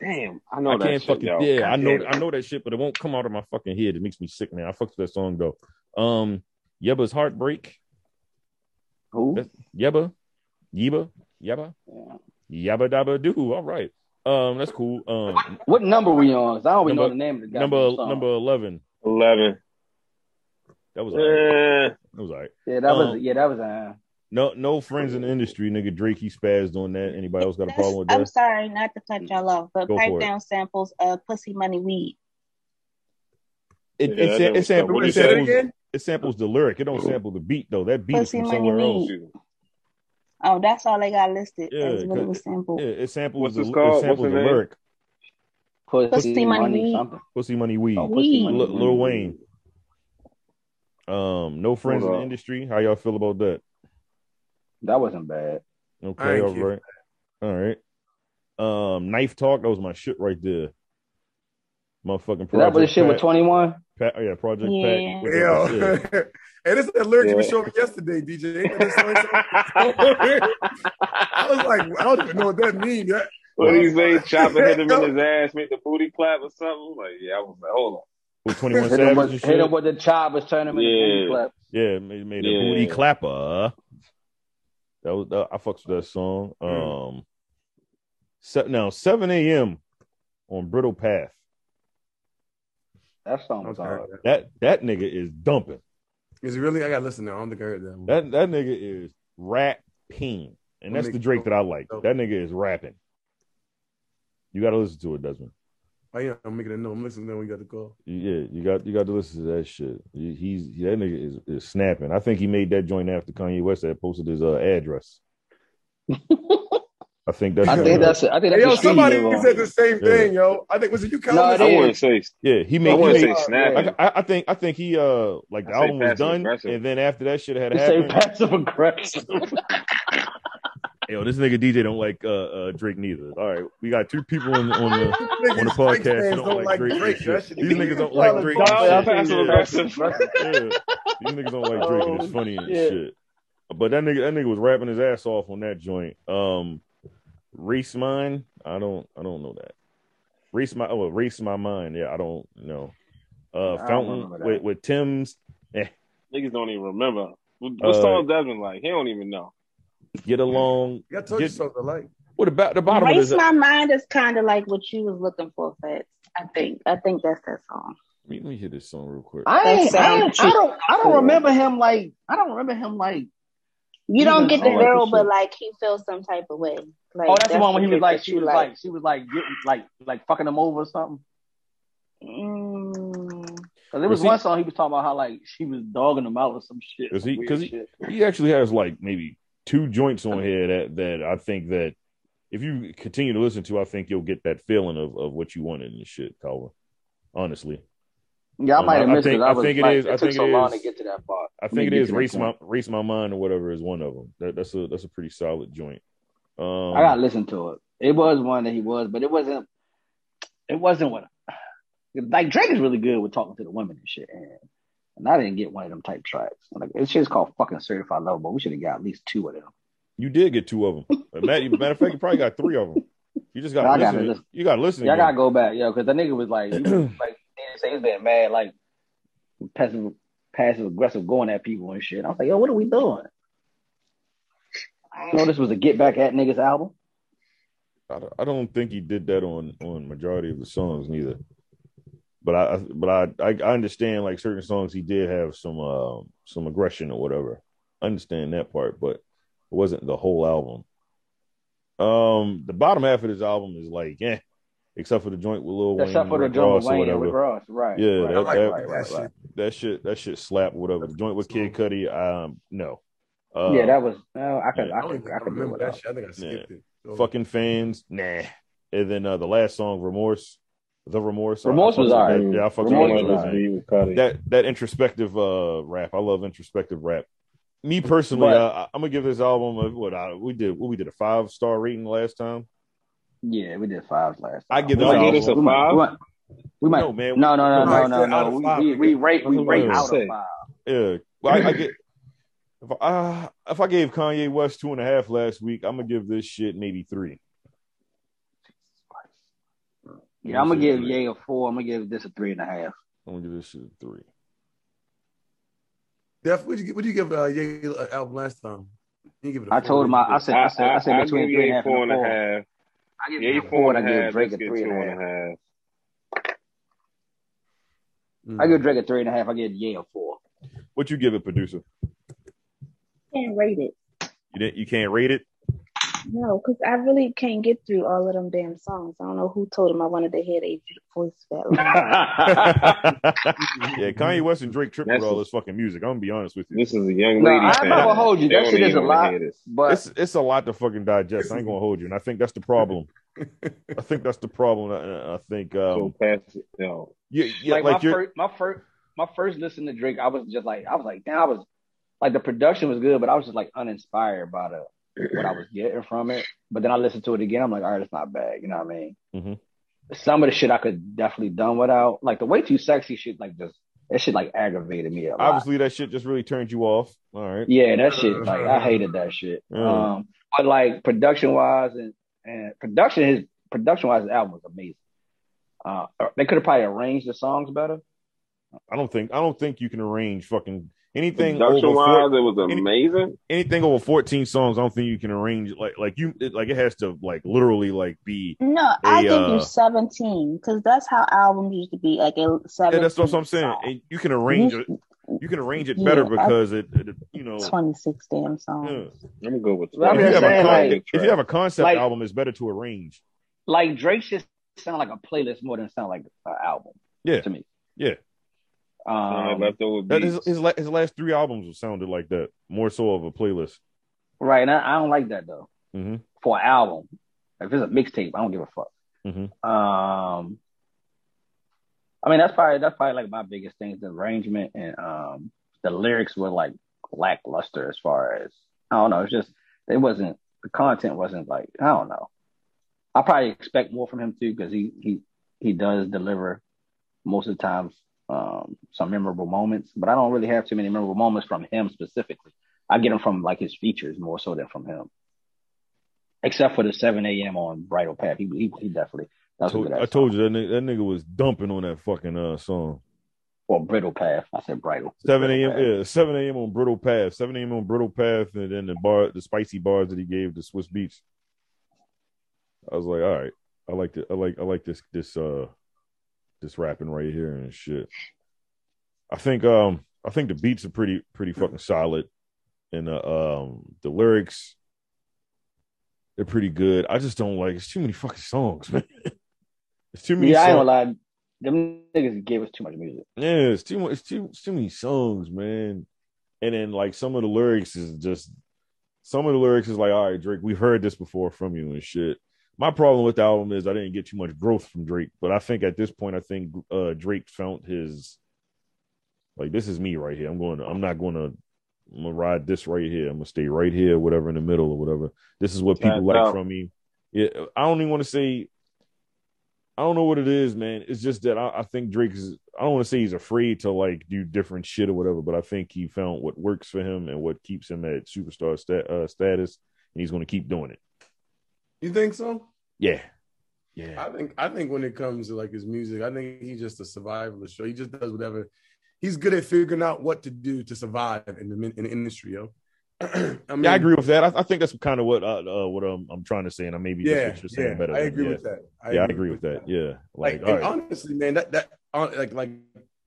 Speaker 3: Damn, I know
Speaker 6: I
Speaker 3: that
Speaker 6: can't
Speaker 3: shit,
Speaker 6: fucking
Speaker 3: yo.
Speaker 6: yeah. I
Speaker 3: God
Speaker 6: know
Speaker 3: damn it.
Speaker 6: I know that shit, but it won't come out of my fucking head. It makes me sick, man. I fucked with that song though. Um, Yeba's heartbreak.
Speaker 5: Who?
Speaker 6: That's- Yeba, Yeba, Yeba, Yaba Dabba Doo. All right. Um, that's cool. Um,
Speaker 5: What number we on? 'Cause I don't even know
Speaker 6: Number-
Speaker 5: the name of the guy.
Speaker 6: number number eleven.
Speaker 3: Eleven.
Speaker 6: That was all right.
Speaker 3: Eh,
Speaker 6: that was all right.
Speaker 5: Yeah, that was
Speaker 6: um,
Speaker 5: yeah, that was uh,
Speaker 6: No, no friends in the industry, nigga. Drake, he spazzed on that. Anybody else got a problem with
Speaker 7: I'm
Speaker 6: that?
Speaker 7: sorry not to cut y'all off, but
Speaker 6: Go for
Speaker 7: pipe
Speaker 6: it.
Speaker 7: down samples of Pussy Money Weed.
Speaker 6: It,
Speaker 3: Yeah,
Speaker 6: it,
Speaker 3: that joint
Speaker 6: sa- it,
Speaker 3: was tough.
Speaker 6: sample,
Speaker 3: What
Speaker 6: it,
Speaker 3: he said
Speaker 6: samples,
Speaker 3: again?
Speaker 6: it samples the lyric. It don't sample the beat though. That beat is
Speaker 7: Pussy
Speaker 6: from
Speaker 7: money
Speaker 6: somewhere
Speaker 7: meat.
Speaker 6: else.
Speaker 7: Oh, that's all they got listed
Speaker 6: Yeah,
Speaker 7: as what
Speaker 6: cause-
Speaker 7: it was sampled.
Speaker 6: Yeah, it samples
Speaker 3: What's
Speaker 6: the,
Speaker 3: this
Speaker 6: it
Speaker 3: called? What's
Speaker 6: samples
Speaker 3: the
Speaker 6: the
Speaker 3: name?
Speaker 6: lyric.
Speaker 5: pussy,
Speaker 7: Pussy
Speaker 5: money,
Speaker 7: Money Weed.
Speaker 5: something.
Speaker 6: Pussy money weed.
Speaker 5: Oh,
Speaker 7: Weed.
Speaker 5: pussy money,
Speaker 6: Lil, Lil
Speaker 5: Weed.
Speaker 6: Wayne. Um, no friends in
Speaker 3: Hold
Speaker 6: the
Speaker 3: up.
Speaker 6: industry. How y'all feel about that?
Speaker 5: That wasn't bad.
Speaker 6: Okay, all
Speaker 4: Thank you.
Speaker 6: right, all right. Um, knife talk. That was my shit right there. Motherfucking project.
Speaker 5: Is that what the shit with
Speaker 6: Pat-
Speaker 5: twenty one?
Speaker 6: Pat- yeah, project.
Speaker 7: Yeah.
Speaker 6: Pat, with
Speaker 4: Yeah.
Speaker 6: that shit.
Speaker 4: and it's that lyric you were
Speaker 3: Yeah.
Speaker 4: showing me yesterday, DJ. Ain't that the song you told me? I was like, I don't even know what that means. That-
Speaker 3: What do you say? Chopper hit him in his ass, make the booty clap or something. Like, yeah, I was like, hold
Speaker 6: with Twenty One
Speaker 5: Hit him,
Speaker 6: Savage and
Speaker 5: with, hit him
Speaker 6: shit.
Speaker 5: with the chop was turning him
Speaker 3: Yeah.
Speaker 5: into club.
Speaker 6: Yeah, made, made a
Speaker 3: Yeah.
Speaker 6: booty clapper. That was that, I fucks with that song.
Speaker 4: Hmm.
Speaker 6: Um, se- now seven a.m. on Brittle Path.
Speaker 5: That song was
Speaker 4: Okay.
Speaker 5: hard.
Speaker 6: That that nigga is dumping.
Speaker 4: Is it really? I gotta listen now. I don't think I heard that. One.
Speaker 6: That that nigga is rapping, and that's the Drake that I like. That nigga is rapping. You got to listen to it, Desmond.
Speaker 4: oh, yeah, I'm making a note. I'm listening. Then we got the call.
Speaker 6: Yeah, you got you got to listen to that shit. He- He's that nigga is, is snapping. I think he made that joint after Kanye West had posted his uh, address. I think that's
Speaker 5: I think that's it. I think that's
Speaker 4: Hey, yo,
Speaker 5: the street
Speaker 4: somebody
Speaker 5: he live on.
Speaker 4: said the same
Speaker 6: Yeah.
Speaker 4: thing, yo. I think was it you, Kyle?
Speaker 5: No,
Speaker 3: on.
Speaker 5: it
Speaker 3: I
Speaker 5: is.
Speaker 3: wouldn't say.
Speaker 6: yeah. He
Speaker 3: I
Speaker 6: made,
Speaker 3: wouldn't
Speaker 6: he
Speaker 3: say
Speaker 6: made
Speaker 3: snapping.
Speaker 6: I, I I think I think he uh like the
Speaker 3: I say
Speaker 6: album was
Speaker 3: passive
Speaker 6: done,
Speaker 3: aggressive.
Speaker 6: and then after that shit had
Speaker 5: You say
Speaker 6: happened,
Speaker 5: passive aggressive.
Speaker 6: yo, this nigga DJ don't like uh, uh Drake neither. All right, we got two people on on the
Speaker 4: Niggas,
Speaker 6: on the
Speaker 4: Drake
Speaker 6: podcast that
Speaker 4: fans
Speaker 6: don't, like Drake. and shit.
Speaker 4: That shit-
Speaker 6: These niggas don't like Drake.
Speaker 5: Y'all
Speaker 6: and
Speaker 3: Y'all
Speaker 6: shit.
Speaker 3: passive aggressive.
Speaker 6: Yeah. These niggas don't like Drake, and it's funny and
Speaker 5: Oh, shit.
Speaker 6: shit. But that nigga, that nigga was rapping his ass off on that joint. Um, race mine. I don't, I don't know that. Race my, oh, race my mind. Yeah, I don't know. Uh,
Speaker 5: I don't
Speaker 6: Fountain
Speaker 5: remember that.
Speaker 6: with, with Tim's.
Speaker 3: Niggas don't even remember. What, what
Speaker 6: Uh,
Speaker 3: song Desmond like? He don't even know.
Speaker 6: Get along.
Speaker 4: I told you
Speaker 6: Get-
Speaker 4: something. Like,
Speaker 6: What about the bottom of
Speaker 7: Race
Speaker 6: this?
Speaker 7: My Mind is kind of like what you was looking for, Fats. I think. I think that's that song.
Speaker 6: Let me, let me hear this song real quick.
Speaker 5: I ain't, I, ain't, I
Speaker 7: That sound
Speaker 5: don't I don't
Speaker 7: cool.
Speaker 5: remember him like I don't remember him like
Speaker 7: You don't
Speaker 5: Mhm.
Speaker 7: get the
Speaker 5: I like
Speaker 7: girl,
Speaker 5: this
Speaker 7: but
Speaker 5: shit.
Speaker 7: like he feels some type of way. Like
Speaker 5: oh that's the one when he was
Speaker 7: shit
Speaker 5: like
Speaker 7: that
Speaker 5: she
Speaker 7: you
Speaker 5: was like she was like getting like like fucking him over or something.
Speaker 7: Mm,
Speaker 5: Cause there was
Speaker 6: Was he-
Speaker 5: one song he was talking about how like she was dogging him out or some shit.
Speaker 6: Is
Speaker 5: some
Speaker 6: he-
Speaker 5: weird
Speaker 6: 'cause he-
Speaker 5: shit.
Speaker 6: he actually has like maybe two joints on here that that I think that if you continue to listen to, I think you'll get that feeling of, of what you wanted and shit, Calvin. Honestly,
Speaker 5: Yeah, I
Speaker 6: Um,
Speaker 5: might
Speaker 6: I-
Speaker 5: have
Speaker 6: I
Speaker 5: missed
Speaker 6: think-
Speaker 5: it. I,
Speaker 6: I
Speaker 5: was,
Speaker 6: think it
Speaker 5: like,
Speaker 6: is- I
Speaker 5: took
Speaker 6: think
Speaker 5: so
Speaker 6: it is-
Speaker 5: long to get to that part.
Speaker 6: I
Speaker 5: Let
Speaker 6: think it
Speaker 5: me get
Speaker 6: is
Speaker 5: to that
Speaker 6: race my
Speaker 5: point.
Speaker 6: race my mind or whatever is one of them. That, that's a that's a pretty solid joint. Um,
Speaker 5: I gotta listen to it. It was one that he was, but it wasn't. It wasn't what. Like Drake is really good with talking to the women and shit, and, and I didn't get one of them type tracks. Like it's just called fucking Certified Lover, but we should have got at least two of them.
Speaker 6: you did get two of them. Matter, matter of fact, you probably got three of them. You just got to
Speaker 5: I gotta
Speaker 6: listen. to-
Speaker 5: listen.
Speaker 6: You got to listen.
Speaker 5: Yeah, I
Speaker 6: again.
Speaker 5: gotta go back, yo, because that nigga was like, he was, like they say he's been mad, like passive, passive aggressive, going at people and shit. I was like, yo, what are we doing? I didn't know
Speaker 7: Mm.
Speaker 5: this was a Get Back at Niggas album.
Speaker 6: I don't- I don't think he did that on on majority of the songs neither. But I, I- but I, I, I understand like certain songs he did have some, um, some aggression or whatever. I understand that part, but it wasn't the whole album. Um, the bottom half of this album is like, eh, except for the joint with Lil Wayne,
Speaker 5: Except for the
Speaker 6: Rick
Speaker 5: drum
Speaker 6: Ross
Speaker 5: with
Speaker 6: or
Speaker 5: Wayne and
Speaker 6: whatever.
Speaker 5: Rick Ross, right?
Speaker 6: Yeah,
Speaker 5: right,
Speaker 6: that-
Speaker 5: right,
Speaker 6: that-
Speaker 5: right, right,
Speaker 4: that
Speaker 5: right.
Speaker 6: That shit, that shit slap whatever. The joint with Kid Cudi, um, no. Uh,
Speaker 5: yeah, that was. No, I could,
Speaker 6: yeah,
Speaker 5: I
Speaker 4: I don't
Speaker 5: could,
Speaker 4: even
Speaker 5: I could
Speaker 4: remember that
Speaker 5: shit.
Speaker 4: shit. I think I skipped it. So-
Speaker 6: fucking fans, nah. And then uh, the last song, remorse, the remorse. I- I
Speaker 5: Remorse
Speaker 6: fucked
Speaker 5: was
Speaker 6: with
Speaker 5: alright.
Speaker 6: that. Yeah, I fucked with
Speaker 5: Remorse
Speaker 6: that.
Speaker 5: was
Speaker 6: That-
Speaker 5: alright.
Speaker 6: That that introspective uh rap, I love introspective rap. Me personally,
Speaker 5: But-
Speaker 6: I, I'm gonna give this album a, what I, we did. What we did a five star rating last time.
Speaker 5: Yeah, we did fives last.
Speaker 6: I
Speaker 5: time.
Speaker 6: give
Speaker 5: We
Speaker 6: this
Speaker 5: might-
Speaker 6: album- Give
Speaker 3: us a
Speaker 5: we might-
Speaker 3: five?
Speaker 5: we might- We might.
Speaker 6: No, man.
Speaker 5: No, no, no,
Speaker 4: Right,
Speaker 5: no, no,
Speaker 4: out of
Speaker 5: no.
Speaker 4: five,
Speaker 5: We, we, we rate, we
Speaker 3: That's what I
Speaker 5: rate
Speaker 3: was
Speaker 5: out
Speaker 3: saying.
Speaker 5: of five.
Speaker 6: Yeah, well, I, I get. If I, uh, if I gave Kanye West two and a half last week, I'm gonna give this shit maybe three.
Speaker 5: Yeah, I'm gonna
Speaker 6: Give
Speaker 5: give
Speaker 6: this a three.
Speaker 5: Ye a four. I'm gonna give this a three and a half.
Speaker 6: I'm gonna give this shit a three.
Speaker 4: Def, what'd you, gi- what'd you give uh, Ye uh, album last time? You give it a
Speaker 5: I
Speaker 4: four,
Speaker 5: told him. I, I
Speaker 4: didn't
Speaker 5: said. I said. I, said
Speaker 3: I,
Speaker 5: between
Speaker 3: give
Speaker 5: three and
Speaker 3: Ye
Speaker 5: a half
Speaker 3: four
Speaker 5: and
Speaker 3: and
Speaker 5: a
Speaker 3: a
Speaker 5: four.
Speaker 3: half.
Speaker 5: I give
Speaker 3: Yeah,
Speaker 5: Ye a
Speaker 3: four
Speaker 5: four.
Speaker 3: and a
Speaker 5: I give
Speaker 3: half.
Speaker 5: Drake a
Speaker 3: Let's get
Speaker 5: three
Speaker 3: two
Speaker 5: and a half.
Speaker 3: and a half.
Speaker 4: you? Mm.
Speaker 5: I give Drake a three and a half. I give Ye a four.
Speaker 6: What you give it, producer?
Speaker 7: Can't rate it.
Speaker 6: You didn't, you can't rate it.
Speaker 7: No, because I really can't get through all of them damn songs. I don't know who told him I wanted to hear their voice that loud.
Speaker 6: yeah, Kanye West and Drake tripped with
Speaker 3: That's-
Speaker 6: all this fucking music. I'm gonna be honest with you.
Speaker 3: this is a young lady.
Speaker 5: No, I'm
Speaker 3: fan.
Speaker 5: not gonna hold you.
Speaker 3: They
Speaker 5: That
Speaker 3: don't
Speaker 5: shit
Speaker 3: even
Speaker 5: is a
Speaker 3: wanna
Speaker 5: lot.
Speaker 3: hear this.
Speaker 5: But
Speaker 6: It's it's a lot to fucking digest. I ain't gonna hold you, and I think that's the problem. I think that's the problem. and I, I think
Speaker 3: So
Speaker 6: um,
Speaker 3: pass it. No.
Speaker 6: yeah, yeah, like,
Speaker 5: like, my
Speaker 6: you're
Speaker 5: first, my first, my first listen to Drake, I was just like, I was like, damn, I was like, the production was good, but I was just like uninspired by the what I was getting from it. But then I listened to it again, I'm like, all right, it's not bad, you know what I mean?
Speaker 6: Mhm.
Speaker 5: Some of the shit I could definitely done without, like the way too sexy shit, like just that shit like aggravated me a lot.
Speaker 6: obviously that shit just really turned you off. All right,
Speaker 5: Yeah, that shit. Like I hated that shit.
Speaker 6: Yeah.
Speaker 5: Um, but like production wise and and production his production wise, the album was amazing. Uh, they could have probably arranged the songs better.
Speaker 6: I don't think I don't think you can arrange fucking anything over
Speaker 3: Production
Speaker 6: four,
Speaker 3: wise, it was
Speaker 6: any-
Speaker 3: amazing.
Speaker 6: anything over 14 songs. I don't think you can arrange like like you it, like it has to like literally like be.
Speaker 7: No, I
Speaker 6: They,
Speaker 7: give
Speaker 6: uh,
Speaker 7: you 17 because that's how albums used to be. Like, it, 17.
Speaker 6: Yeah, that's what I'm saying.
Speaker 7: songs.
Speaker 6: And you can arrange it. You can arrange it better
Speaker 7: Yeah, I-
Speaker 6: because it, it you know.
Speaker 7: 26 damn songs.
Speaker 6: yeah.
Speaker 3: I'm gonna go with
Speaker 5: Well, I'm
Speaker 6: if, you have
Speaker 5: just
Speaker 6: a
Speaker 5: saying,
Speaker 6: con-
Speaker 5: like-
Speaker 6: if you have a concept
Speaker 5: Like-
Speaker 6: album, it's better to arrange.
Speaker 5: Like Drake just sound like a playlist more than it sound like an album.
Speaker 6: Yeah.
Speaker 5: to me.
Speaker 6: Yeah.
Speaker 5: Um,
Speaker 3: leftover
Speaker 6: That
Speaker 3: beats.
Speaker 6: his, his, la- his last three albums sounded like that, more so of a playlist.
Speaker 5: right, and I, I don't like that though.
Speaker 6: hmm
Speaker 5: For an album, if it's a mixtape, I don't give a fuck.
Speaker 6: Mhm.
Speaker 5: Um, I mean that's probably that's probably like my biggest thing: is the arrangement and um, the lyrics were like lackluster as far as I don't know. It's just it wasn't the content wasn't like I don't know. I probably expect more from him too because he he he does deliver most of the times um, some memorable moments, but I don't really have too many memorable moments from him specifically. I get them from like his features more so than from him. Except for the 7 a.m. on Bridal Path, he he, he definitely.
Speaker 6: I
Speaker 5: That's
Speaker 6: told, I told you that nigga, that nigga was dumping on that fucking uh song.
Speaker 5: Or Brittle Path. I said Bridal.
Speaker 6: 7
Speaker 5: Bridal
Speaker 6: a.m. Yeah, 7 a.m. on Brittle Path. 7 a.m. on Brittle Path, and then the bar, the spicy bars that he gave to Swiss Beats. I was like, all right, I like it. I like I like this this uh this rapping right here and shit. I think um I think the beats are pretty pretty fucking solid, and uh, um the lyrics they're pretty good. I just don't like it's too many fucking songs, man. it's too many.
Speaker 5: Yeah, I ain't
Speaker 6: songs.
Speaker 5: gonna lie. Them niggas gave us too much music.
Speaker 6: Yeah, it's too much. It's too it's too many songs, man. And then like some of the lyrics is just some of the lyrics is like, all right, Drake, we've heard this before from you and shit. My problem with the album is I didn't get too much growth from Drake, but I think at this point, I think uh Drake found his like this is me right here. I'm going. To, I'm not going to. I'm gonna ride this right here. I'm gonna stay right here, whatever in the middle or whatever. This is what people
Speaker 3: Tapped
Speaker 6: like
Speaker 3: out.
Speaker 6: from me. Yeah, I don't even want to say. I don't know what it is, man. It's just that I, I think Drake is. I don't want to say he's afraid to like do different shit or whatever, but I think he found what works for him and what keeps him at superstar sta- uh, status, and he's gonna keep doing it.
Speaker 4: You think so?
Speaker 6: Yeah, yeah.
Speaker 4: I think I think when it comes to like his music, I think he's just a survivalist. So he just does whatever. He's good at figuring out what to do to survive in the, min- in the industry, yo. I mean,
Speaker 6: yeah, I agree with that. I, I think that's kind of what uh, uh, what I'm, I'm trying to say, and I maybe that's
Speaker 4: Yeah,
Speaker 6: what you're saying
Speaker 4: yeah,
Speaker 6: better.
Speaker 4: I
Speaker 6: than-
Speaker 4: agree
Speaker 6: yeah.
Speaker 4: with that.
Speaker 6: yeah, I agree with that. Yeah, like,
Speaker 4: Like,
Speaker 6: uh,
Speaker 4: and
Speaker 6: all right.
Speaker 4: honestly, man, that that on- like like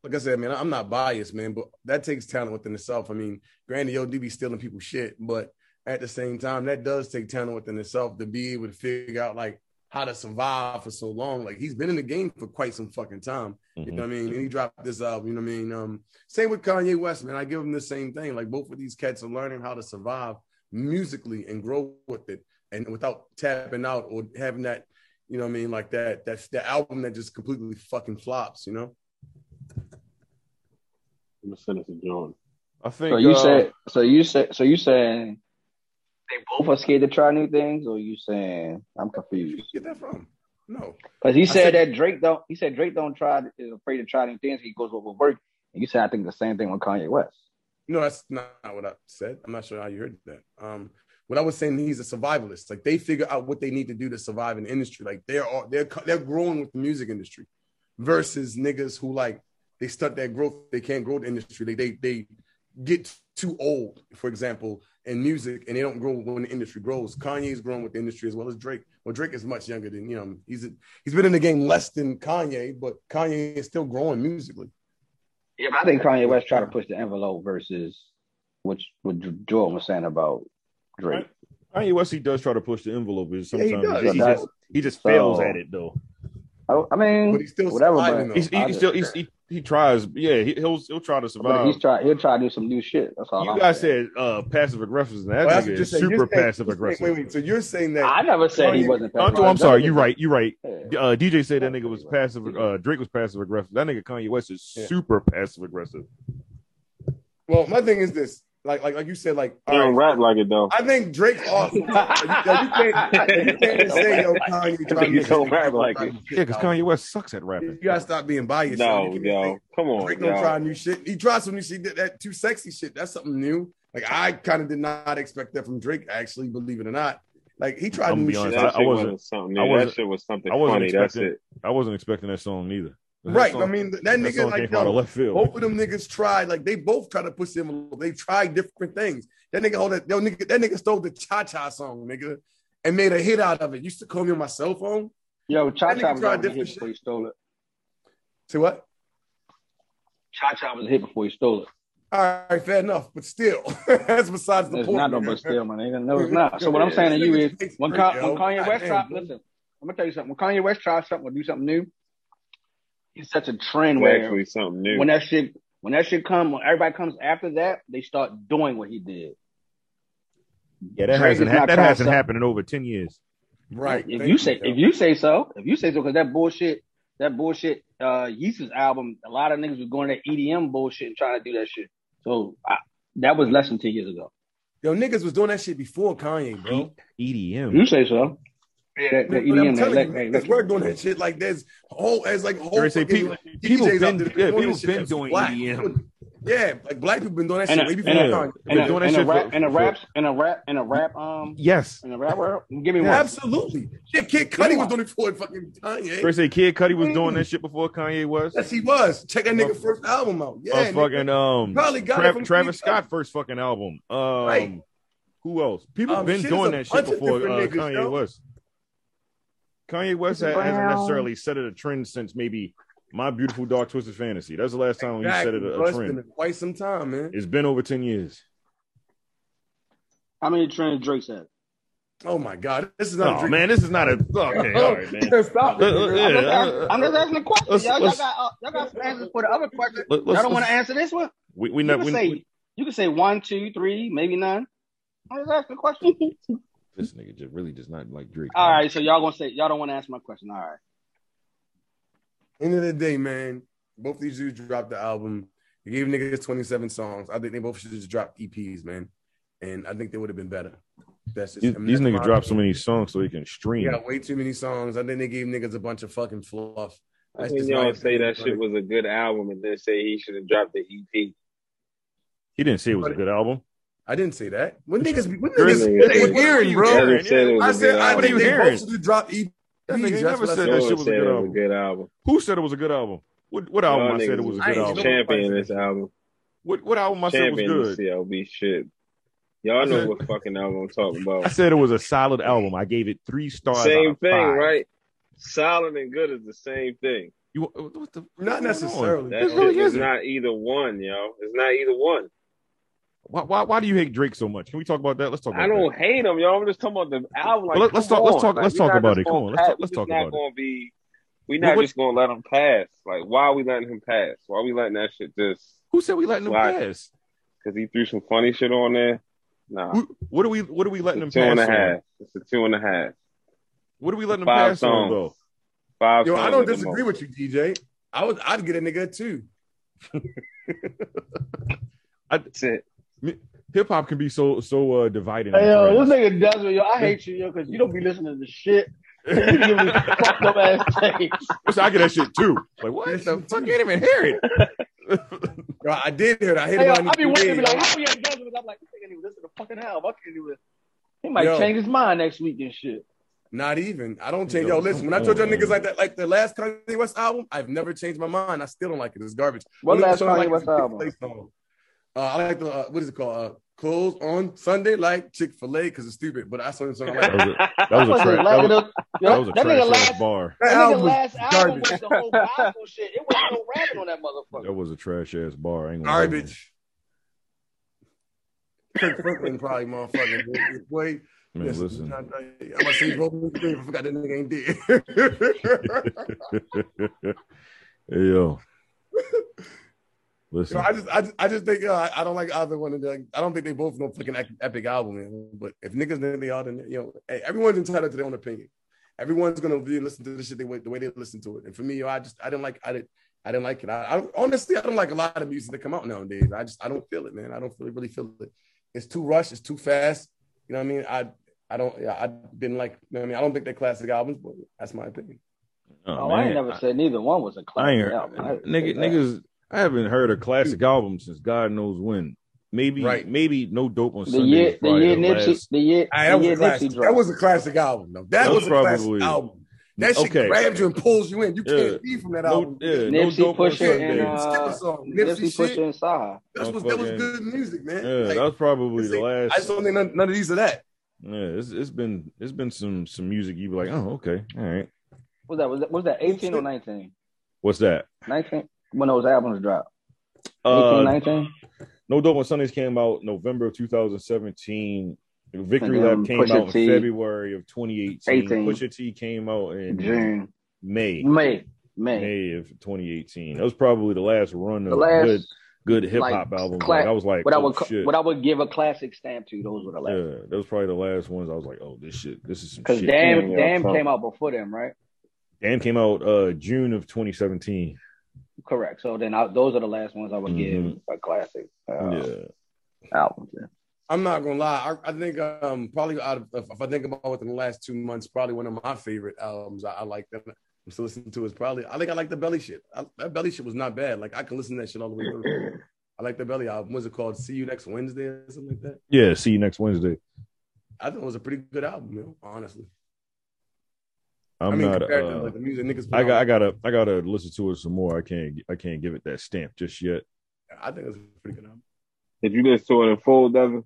Speaker 4: like I said, man, I'm not biased, man, but that takes talent within itself. I mean, granted, yo, do be stealing people's shit, but at the same time, that does take talent within itself to be able to figure out like how to survive for so long. Like he's been in the game for quite some fucking time.
Speaker 6: Mm-hmm.
Speaker 4: You know what I mean? And he dropped this album. You know what I mean? Um, same with Kanye West, man. I give him the same thing. Like both of these cats are learning how to survive musically and grow with it, and without tapping out or having that, you know what I mean? Like that. That's the album that just completely fucking flops. You know?
Speaker 10: I'm gonna send it to John.
Speaker 8: I think
Speaker 5: So you
Speaker 8: uh,
Speaker 5: said so you said so you saying they both are scared to try new things, or you saying I'm
Speaker 4: Where
Speaker 5: confused?
Speaker 4: you get that from? No.
Speaker 5: Because he said,
Speaker 4: said-
Speaker 5: that Drake don't. He said Drake don't try is afraid to try new things. He goes with what work. And you said I think the same thing with Kanye West.
Speaker 4: No, that's not what I said. I'm not sure how you heard that. Um, what I was saying, he's a survivalist. Like they figure out what they need to do to survive in the industry. Like they're all, they're co- they're growing with the music industry, versus niggas who like they stuck their growth. They can't grow the industry. They they they get too old, for example, in music, and they don't grow when the industry grows. Kanye's grown with the industry as well as Drake. Well, Drake is much younger than you know. He's he's been in the game less than Kanye, but Kanye is still growing musically.
Speaker 5: Yeah, but I think Kanye West tried to push the envelope versus which what Jordan was saying about Drake.
Speaker 6: Kanye West, he does try to push the envelope. But
Speaker 4: Yeah,
Speaker 6: sometimes
Speaker 4: he
Speaker 6: he,
Speaker 4: does.
Speaker 6: just, he
Speaker 5: That's-
Speaker 6: just, he just
Speaker 5: so-
Speaker 6: fails at it though.
Speaker 5: I, I mean,
Speaker 4: But he's still
Speaker 5: whatever. But
Speaker 4: surviving, though.
Speaker 6: He's, he,
Speaker 5: I
Speaker 6: he
Speaker 5: just-
Speaker 6: still he's, he, he tries. Yeah, he, he'll he'll try to
Speaker 5: but
Speaker 6: survive.
Speaker 5: he's try. He'll try to do some new shit. That's all.
Speaker 6: you
Speaker 5: I'm
Speaker 6: guys
Speaker 5: saying.
Speaker 6: said uh, passive aggressive. and That
Speaker 4: Well, that's
Speaker 6: nigga
Speaker 4: what you're
Speaker 6: is
Speaker 4: saying. You're
Speaker 6: super
Speaker 4: saying-
Speaker 6: passive aggressive.
Speaker 4: Wait, wait. So you're saying that
Speaker 5: I never said he
Speaker 4: Kanye-
Speaker 5: wasn't.
Speaker 6: Oh, no, I'm sorry. You're right. You're right.
Speaker 5: Yeah.
Speaker 6: Uh, DJ said that nigga was passive. Uh, Drake was passive aggressive. That nigga Kanye West is
Speaker 4: Yeah.
Speaker 6: super passive aggressive.
Speaker 4: Well, my thing is this, like, like, like you said, like,
Speaker 10: He
Speaker 4: all
Speaker 10: don't
Speaker 4: right,
Speaker 10: rap like it though.
Speaker 4: I think Drake's awesome. Like, you, like, you can't, you can't just say yo, Kanye
Speaker 3: I think
Speaker 4: trying
Speaker 3: you
Speaker 4: to
Speaker 3: don't rap like it.
Speaker 6: Yeah, because Kanye West sucks at rapping.
Speaker 4: You gotta stop being biased. son.
Speaker 3: No,
Speaker 4: You can't
Speaker 3: yo,
Speaker 4: say
Speaker 3: come on,
Speaker 4: Drake don't
Speaker 3: yo.
Speaker 4: try new shit. He tried some new shit. That, that too sexy shit. That's something new. Like I kind of did not expect that from Drake. Actually, believe it or not, like he
Speaker 6: I'm
Speaker 4: tried
Speaker 6: gonna
Speaker 4: new
Speaker 6: be
Speaker 4: shit.
Speaker 6: honest,
Speaker 3: That
Speaker 6: I- I
Speaker 3: shit
Speaker 6: wasn't-
Speaker 3: wasn't something.
Speaker 6: I
Speaker 3: new.
Speaker 6: wasn't-
Speaker 3: That shit was something
Speaker 6: I wasn't
Speaker 3: funny. That's
Speaker 6: expecting-
Speaker 3: it.
Speaker 6: I wasn't expecting that song neither. That
Speaker 4: Right.
Speaker 6: song-
Speaker 4: I mean, that, nigga
Speaker 6: song
Speaker 4: like
Speaker 6: came from out of
Speaker 4: yo,
Speaker 6: left field.
Speaker 4: both of them niggas tried. Like they both tried to push the envelope. They tried different things. That nigga hold that yo nigga. That nigga stole the cha cha song, nigga, and made a hit out of it. Used to call me on my cell phone.
Speaker 5: Yo, Cha
Speaker 4: That nigga
Speaker 5: Cha was
Speaker 4: tried
Speaker 5: already
Speaker 4: different
Speaker 5: hit
Speaker 4: shit.
Speaker 5: before he stole it.
Speaker 4: Say what?
Speaker 5: Cha Cha was a hit before he stole it.
Speaker 4: All right, fair enough. But still, that's besides the
Speaker 5: It's
Speaker 4: point.
Speaker 5: not no
Speaker 4: nigga.
Speaker 5: but still, my nigga. No, it's not. So what I'm saying to you is, when, Con- when Kanye West
Speaker 4: Goddamn,
Speaker 5: tried,
Speaker 4: bro.
Speaker 5: listen, I'm gonna tell you something. When Kanye West tries something or do something new, he's such a trend
Speaker 3: It's
Speaker 5: where
Speaker 3: actually something new.
Speaker 5: when that shit when that shit come, when everybody comes after that, they start doing what he did.
Speaker 6: yeah, that
Speaker 5: Drake
Speaker 6: hasn't,
Speaker 5: is
Speaker 6: ha-
Speaker 5: not
Speaker 6: that
Speaker 5: trying
Speaker 6: hasn't
Speaker 5: to-
Speaker 6: happened in over ten years.
Speaker 4: right?
Speaker 5: If
Speaker 4: thank
Speaker 5: you say
Speaker 4: yo.
Speaker 5: if you say so, if you say so, because that bullshit, that bullshit, uh, Yeezus album, a lot of niggas was going to EDM bullshit and trying to do that shit. So I, that was less than ten years ago.
Speaker 4: yo niggas was doing that shit before Kanye, bro.
Speaker 5: If
Speaker 6: EDM.
Speaker 5: You say so. Yeah, that, E that
Speaker 4: But I'm
Speaker 5: EDM, that,
Speaker 4: telling
Speaker 5: that,
Speaker 4: you,
Speaker 5: that,
Speaker 4: niggas were doing that shit. Like there's whole as like whole.
Speaker 6: They say
Speaker 4: fucking,
Speaker 6: people-
Speaker 4: like,
Speaker 6: people
Speaker 4: DJs out
Speaker 6: been-
Speaker 4: there
Speaker 6: yeah,
Speaker 4: doing
Speaker 6: people
Speaker 4: this shit
Speaker 6: been
Speaker 4: that's
Speaker 6: doing E
Speaker 4: black.
Speaker 6: EDM.
Speaker 4: Yeah, like black people been doing that
Speaker 5: And
Speaker 4: shit
Speaker 5: a-
Speaker 4: way before
Speaker 5: and a-
Speaker 4: Kanye.
Speaker 5: and
Speaker 6: Been
Speaker 5: a,
Speaker 6: doing that
Speaker 5: and a
Speaker 6: shit
Speaker 5: rap
Speaker 6: for-
Speaker 5: and a
Speaker 6: for-
Speaker 5: rap and a rap and a rap um
Speaker 6: Yes.
Speaker 5: and a rap world. Give me one.
Speaker 4: Absolutely. Shit, Kid Cudi was doing it before fucking
Speaker 6: They
Speaker 4: Kanye.
Speaker 6: say Kid Cudi was doing
Speaker 4: Mm.
Speaker 6: that shit before Kanye West.
Speaker 4: Yes, he was. Check that nigga first album out. Yeah,
Speaker 6: uh,
Speaker 4: nigga.
Speaker 6: fucking um
Speaker 4: Probably got it
Speaker 6: Trav-
Speaker 4: from
Speaker 6: Travis
Speaker 4: Kid Cudi.
Speaker 6: Scott first fucking album. Um
Speaker 4: Right.
Speaker 6: who else? People
Speaker 4: Um,
Speaker 6: been
Speaker 4: shit,
Speaker 6: doing that
Speaker 4: it's a
Speaker 6: shit
Speaker 4: bunch of
Speaker 6: before uh,
Speaker 4: different niggas,
Speaker 6: Kanye
Speaker 4: yo.
Speaker 6: West. Chris Kanye West ha- hasn't necessarily set it a trend since maybe My Beautiful Dark Twisted Fantasy. That's the last time when
Speaker 4: Exactly,
Speaker 6: he set it
Speaker 4: bro.
Speaker 6: a, a
Speaker 4: It's
Speaker 6: trend.
Speaker 4: been quite some time, man.
Speaker 6: It's been over ten years.
Speaker 5: How many trends Drake's had?
Speaker 4: Oh my god, this is not. a
Speaker 6: Oh
Speaker 4: drink.
Speaker 6: man, this is not a okay. All right, man.
Speaker 4: Stop
Speaker 6: Uh,
Speaker 4: it.
Speaker 6: uh,
Speaker 4: nigga.
Speaker 6: yeah,
Speaker 5: I'm, just,
Speaker 6: uh,
Speaker 5: I'm- I'm just asking a question.
Speaker 6: let's-
Speaker 5: y'all, y'all
Speaker 6: let's-
Speaker 5: got, uh, y'all got some answers for the other question.
Speaker 6: Let-
Speaker 5: Y'all
Speaker 6: let's-
Speaker 5: don't want to
Speaker 6: let's-
Speaker 5: answer this one.
Speaker 6: We we
Speaker 5: You
Speaker 6: not
Speaker 5: can
Speaker 6: we,
Speaker 5: say
Speaker 6: we-
Speaker 5: you can say one, two, three, maybe none. I'm just asking a question.
Speaker 6: this nigga just really does not like Drake.
Speaker 5: All right, so y'all gonna say y'all don't want to answer my question. All right.
Speaker 4: End of the day, man. Both these dudes dropped the album. They gave niggas 27 songs. I think they both should have just dropped EPs, man. And I think they would have been better. That's just
Speaker 6: These,
Speaker 4: I mean,
Speaker 6: these
Speaker 4: that's
Speaker 6: niggas
Speaker 4: my
Speaker 6: drop so
Speaker 4: opinion.
Speaker 6: many songs so he can stream.
Speaker 4: They got way too many songs. I think they gave niggas a bunch of fucking fluff.
Speaker 3: I
Speaker 4: That's
Speaker 3: think
Speaker 4: just my
Speaker 3: y'all say
Speaker 4: opinion,
Speaker 3: that shit
Speaker 4: brother.
Speaker 3: was a good album and then say he should have dropped the E EP.
Speaker 6: He didn't say it was a
Speaker 4: But-
Speaker 6: good album.
Speaker 4: I didn't say that. When niggas, be- when
Speaker 6: Chris-
Speaker 4: niggas,
Speaker 3: Nigga,
Speaker 4: what they
Speaker 3: what-
Speaker 4: hearing,
Speaker 3: Y'all
Speaker 4: bro.
Speaker 3: just said it was
Speaker 4: I
Speaker 3: a
Speaker 4: said
Speaker 3: good
Speaker 4: I
Speaker 3: album.
Speaker 6: What are
Speaker 4: think
Speaker 6: you
Speaker 4: they
Speaker 6: hearing?
Speaker 4: both should have dropped EPs.
Speaker 6: That nigga ain't
Speaker 4: That's
Speaker 6: never
Speaker 4: what I
Speaker 6: said
Speaker 4: said.
Speaker 6: that
Speaker 3: Y'all
Speaker 6: shit was a
Speaker 3: said
Speaker 6: good
Speaker 3: it was
Speaker 6: album.
Speaker 3: a good album.
Speaker 6: Who said it was a good album? What, what album
Speaker 3: Y'all
Speaker 6: I said it was a good
Speaker 4: ain't
Speaker 6: album?
Speaker 4: no-
Speaker 3: Champion this album.
Speaker 6: What, what album I said was
Speaker 3: Champion this
Speaker 6: good?
Speaker 3: CLB shit. Y'all
Speaker 6: I
Speaker 3: know
Speaker 6: said-
Speaker 3: what fucking album I'm talking
Speaker 6: I
Speaker 3: about.
Speaker 6: said it was a solid album. I gave it three stars. out
Speaker 3: Same
Speaker 6: of
Speaker 3: thing,
Speaker 6: five.
Speaker 3: right? Solid and good is the same thing.
Speaker 6: You what the what's
Speaker 4: Not
Speaker 6: going on?
Speaker 4: necessarily.
Speaker 3: That
Speaker 6: It really
Speaker 3: shit is
Speaker 6: isn't.
Speaker 3: not either one, yo. It's not either one.
Speaker 6: Why, why why do you hate Drake so much? Can we talk about that? Let's talk. About
Speaker 3: I don't
Speaker 6: That.
Speaker 3: hate him, yo. I'm just talking about the album. Like,
Speaker 6: Well, let's
Speaker 3: come
Speaker 6: talk- let's
Speaker 3: on.
Speaker 6: talk-
Speaker 3: Like,
Speaker 6: let's
Speaker 3: we
Speaker 6: talk
Speaker 3: not
Speaker 6: about
Speaker 3: just
Speaker 6: it. Come
Speaker 3: gonna
Speaker 6: on, let's
Speaker 3: pass-
Speaker 6: talk- let's
Speaker 3: we
Speaker 6: talk
Speaker 3: just
Speaker 6: about it.
Speaker 3: not Gonna be, we
Speaker 6: Well,
Speaker 3: not
Speaker 6: what-
Speaker 3: just gonna let him pass. Like, why are we letting him pass? Why are we letting that shit just?
Speaker 6: Who said we letting him
Speaker 3: Why?
Speaker 6: pass?
Speaker 3: Because he threw some funny shit on there. Nah,
Speaker 6: Who, what are we what are we letting him
Speaker 3: it's a two and
Speaker 6: pass?
Speaker 3: a
Speaker 6: On?
Speaker 3: half. It's a two and a half.
Speaker 6: What are we letting him
Speaker 3: Five
Speaker 6: pass
Speaker 3: songs.
Speaker 6: on though?
Speaker 3: Five.
Speaker 4: Yo,
Speaker 3: songs
Speaker 4: I don't
Speaker 3: at the
Speaker 4: disagree
Speaker 3: most.
Speaker 4: with you, DJ. I would, I'd get a nigga too.
Speaker 3: That's it.
Speaker 6: Hip hop can be so so uh, dividing.
Speaker 5: Hey,
Speaker 6: and
Speaker 5: yo, this
Speaker 6: friends.
Speaker 5: nigga Desmond, yo, I hate you, yo, because you don't be listening to shit. you give me fucked up ass takes.
Speaker 6: Wish I get that shit too. Like what
Speaker 4: Yes,
Speaker 6: the
Speaker 4: you
Speaker 6: fuck?
Speaker 4: do.
Speaker 6: Can't even hear it.
Speaker 4: Yo, I did hear it. I hit
Speaker 5: Hey,
Speaker 4: it
Speaker 5: yo,
Speaker 4: when
Speaker 5: I be
Speaker 4: I
Speaker 5: waiting to
Speaker 4: need
Speaker 5: be
Speaker 4: to
Speaker 5: like, how we at Desmond? I'm like, this nigga didn't listen to fucking hell. I can't even. He might
Speaker 4: Yo.
Speaker 5: change his mind next week and shit.
Speaker 4: Not even. I don't
Speaker 6: Yo,
Speaker 4: change. Yo, listen. When I
Speaker 6: come
Speaker 4: told y'all
Speaker 6: on,
Speaker 4: niggas
Speaker 6: man.
Speaker 4: like that, like the last Kanye West album, I've never changed my mind. I still don't like it. It's garbage.
Speaker 5: What
Speaker 4: Only
Speaker 5: last
Speaker 4: song I
Speaker 5: Kanye
Speaker 4: is
Speaker 5: West
Speaker 4: the Chick-fil-A
Speaker 5: album?
Speaker 4: song. Uh, I like the uh, what is it called? Uh, Close on Sunday like Chick Fil A because it's stupid. But that's the only song I
Speaker 6: That
Speaker 4: like.
Speaker 6: was a, that was a
Speaker 5: Wasn't
Speaker 6: trash. That
Speaker 5: letting
Speaker 6: was,
Speaker 5: us- yo,
Speaker 6: that was a
Speaker 5: that
Speaker 6: trash
Speaker 5: nigga
Speaker 6: ass
Speaker 5: last,
Speaker 6: bar.
Speaker 5: that
Speaker 4: That
Speaker 5: nigga
Speaker 4: album was
Speaker 5: last album
Speaker 4: garbage.
Speaker 5: was the whole gospel shit. It was no rapping on that motherfucker.
Speaker 6: That was a trash ass bar. I ain't gonna lie.
Speaker 4: garbage. Kirk Franklin probably motherfucking boy.
Speaker 6: Man,
Speaker 4: Yes,
Speaker 6: listen.
Speaker 4: I'm gonna say both of them. I forgot that nigga ain't dead.
Speaker 6: Hey, yo.
Speaker 4: So
Speaker 6: Listen.
Speaker 5: Oh,
Speaker 4: I just, I just, I just think uh, I- I don't like either one of them. I don't think they both no fucking ec- epic album. Man. But if niggas think they are, then you know, hey, everyone's entitled to their own opinion. Everyone's gonna be listen to the shit they way- the way they listen to it. And for me, yo, I just, I didn't like, I didn't, I didn't like it. I, I honestly, I don't like a lot of music that come out nowadays. I just, I don't feel it, man. I don't really, really feel it. It's too rushed. It's too fast. You know what I mean? I, I don't, yeah, I didn't like. You know what I mean? I don't think they're classic albums, but that's my opinion.
Speaker 5: Oh,
Speaker 6: man.
Speaker 5: I ain't never said neither one was a classic
Speaker 6: I ain't heard,
Speaker 5: album. I didn't say
Speaker 6: nigga,
Speaker 5: that.
Speaker 6: niggas. I haven't heard a classic album since God knows when. Maybe,
Speaker 4: Right.
Speaker 6: maybe no dope on
Speaker 5: The
Speaker 6: Sunday.
Speaker 5: year,
Speaker 6: is
Speaker 5: the
Speaker 6: probably
Speaker 5: year
Speaker 6: the
Speaker 5: Nipsey,
Speaker 6: last-
Speaker 5: the year,
Speaker 4: All right,
Speaker 5: the
Speaker 4: that was
Speaker 5: year
Speaker 4: a classic.
Speaker 5: Nipsey dropped.
Speaker 4: That was a classic album, though. That,
Speaker 6: That
Speaker 4: was,
Speaker 6: was
Speaker 4: a classic
Speaker 6: probably-
Speaker 4: album. That shit
Speaker 6: Okay.
Speaker 4: grabs you and pulls you in. You
Speaker 6: Yeah.
Speaker 4: can't leave from that
Speaker 6: no,
Speaker 4: album.
Speaker 6: yeah, no
Speaker 5: Nipsey
Speaker 6: dope on
Speaker 5: Pusha
Speaker 4: Yeah,
Speaker 6: Sunday.
Speaker 5: and, uh,
Speaker 4: skip a song.
Speaker 5: Nipsey,
Speaker 4: Nipsey, shit.
Speaker 5: Pusha and Saha.
Speaker 4: That's what, that was
Speaker 6: Motherfucking-
Speaker 4: good music, man.
Speaker 6: yeah,
Speaker 4: Like,
Speaker 6: that was probably the
Speaker 4: see,
Speaker 6: last.
Speaker 4: I just don't think none, none of these are that.
Speaker 6: yeah, it's, it's been it's been some some music. You be like, oh, okay, all right.
Speaker 5: What Was that was that was that eighteen or nineteen?
Speaker 6: What's that?
Speaker 5: Nineteen when those albums dropped. 18,
Speaker 6: Uh,
Speaker 5: 19?
Speaker 6: no dope on Sundays came out November of 2017. Victory
Speaker 5: And then
Speaker 6: Lab came
Speaker 5: Pusha
Speaker 6: out
Speaker 5: T.
Speaker 6: in February of 2018.
Speaker 5: 18.
Speaker 6: Pusha T came out in
Speaker 5: June,
Speaker 6: May.
Speaker 5: May, May.
Speaker 6: May of 2018. That was probably the last run of
Speaker 5: The last
Speaker 6: good good hip hop
Speaker 5: like,
Speaker 6: albums.
Speaker 5: cla-
Speaker 6: like, I was like,
Speaker 5: what I
Speaker 6: oh,
Speaker 5: would ca-
Speaker 6: shit.
Speaker 5: what I would give a classic stamp to. Those were the last
Speaker 6: yeah, that was probably the last ones. I was like, oh, this shit, this is some
Speaker 5: because
Speaker 6: shit.
Speaker 5: Damn,
Speaker 3: Yeah,
Speaker 5: Damn
Speaker 3: so-
Speaker 5: came out before them, right?
Speaker 6: Damn came out uh June of 2017.
Speaker 5: Correct. So then I, those are the last ones I would
Speaker 6: Mhm.
Speaker 5: give a classic uh,
Speaker 4: Oh.
Speaker 6: yeah,
Speaker 5: album. To.
Speaker 4: I'm not gonna lie. I, I think um probably out of if, if I think about within the last two months, probably one of my favorite albums I, I like that I'm still listening to is probably I think I like the belly shit. I, that belly shit was not bad. Like I can listen to that shit all the way through. I like the belly album. What's it called? See you next Wednesday or something like that.
Speaker 6: yeah. See you next Wednesday.
Speaker 4: I think it was a pretty good album, you know, honestly.
Speaker 6: I'm
Speaker 4: I mean,
Speaker 6: not.
Speaker 4: compared to
Speaker 6: uh,
Speaker 4: like, the music niggas. put
Speaker 6: I got. I
Speaker 4: out,
Speaker 6: gotta. I gotta listen to it some more. I can't. I can't give it that stamp just yet.
Speaker 4: I, think it's a pretty good album.
Speaker 3: If you listen to it in full, Devin,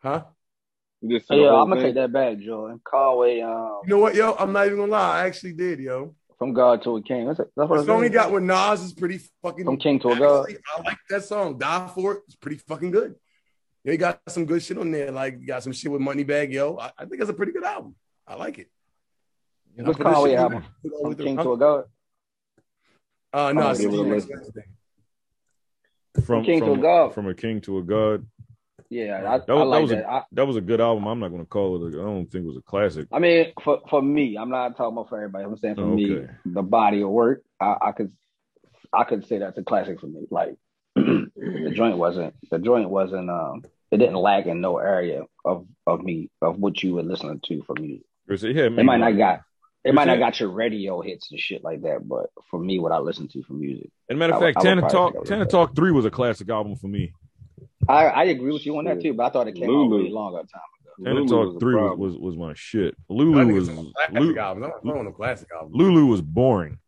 Speaker 4: Huh?
Speaker 3: you listen
Speaker 5: So
Speaker 3: to the
Speaker 5: yeah,
Speaker 3: whole
Speaker 5: I'm gonna
Speaker 3: thing.
Speaker 5: take that back, Jordan. Conway um,
Speaker 4: You know what, yo? I'm not even gonna lie. I actually did, yo.
Speaker 5: from God to a King. That's, that's what
Speaker 4: The
Speaker 5: I
Speaker 4: song he
Speaker 5: got
Speaker 4: got with Nas is pretty fucking.
Speaker 5: from King to a God.
Speaker 4: Honestly, I like that song. Die for it. It's pretty fucking good. They got some good shit on there. Like you got some shit with Moneybag, yo. I, I think it's a pretty good album. I like it. And I
Speaker 5: What's
Speaker 4: put this
Speaker 5: Conway
Speaker 4: shit
Speaker 5: album?
Speaker 4: through-
Speaker 5: From King
Speaker 4: Huh?
Speaker 5: to a God.
Speaker 4: Uh, no,
Speaker 5: I'll
Speaker 4: it's
Speaker 5: give it a
Speaker 4: the next
Speaker 5: listen.
Speaker 4: Wednesday.
Speaker 6: From
Speaker 5: King to
Speaker 6: from,
Speaker 5: a God.
Speaker 6: From a king to a god.
Speaker 5: Yeah, I,
Speaker 6: That
Speaker 5: I
Speaker 6: was- that
Speaker 5: like
Speaker 6: was a-
Speaker 5: that. I
Speaker 6: That was a good album. I'm not gonna call it. A, I don't think it was a classic.
Speaker 5: I mean, for, for me, I'm not talking about for everybody. I'm saying for
Speaker 6: Oh,
Speaker 5: me,
Speaker 6: okay.
Speaker 5: the body of work, I, I could, I could say that's a classic for me. Like the joint wasn't, the joint wasn't, um, it didn't lack in no area of of me of what you were listening to for music.
Speaker 6: Chris, it had
Speaker 5: It
Speaker 6: me
Speaker 5: might not
Speaker 6: like-
Speaker 5: got, it
Speaker 6: Is
Speaker 5: might
Speaker 6: it-
Speaker 5: not got your radio hits and shit like that. But for me, what I listen to for music,
Speaker 6: And matter of
Speaker 5: I would-
Speaker 6: fact,
Speaker 5: I
Speaker 6: Tana
Speaker 5: would probably
Speaker 6: Talk,
Speaker 5: think I would
Speaker 6: Tana
Speaker 5: agree.
Speaker 6: Talk Three was a classic album for me.
Speaker 5: I I agree with you on that too. But I thought it came out
Speaker 3: Lulu.
Speaker 5: really long at the time.
Speaker 6: Tana
Speaker 3: Lulu
Speaker 6: Talk
Speaker 3: was a
Speaker 6: Three was,
Speaker 3: problem.
Speaker 6: was was my shit.
Speaker 4: I
Speaker 6: Lulu
Speaker 4: think
Speaker 6: was
Speaker 4: it's a classic
Speaker 6: Lu-
Speaker 4: album. I'm not on a classic album.
Speaker 6: Lulu was boring.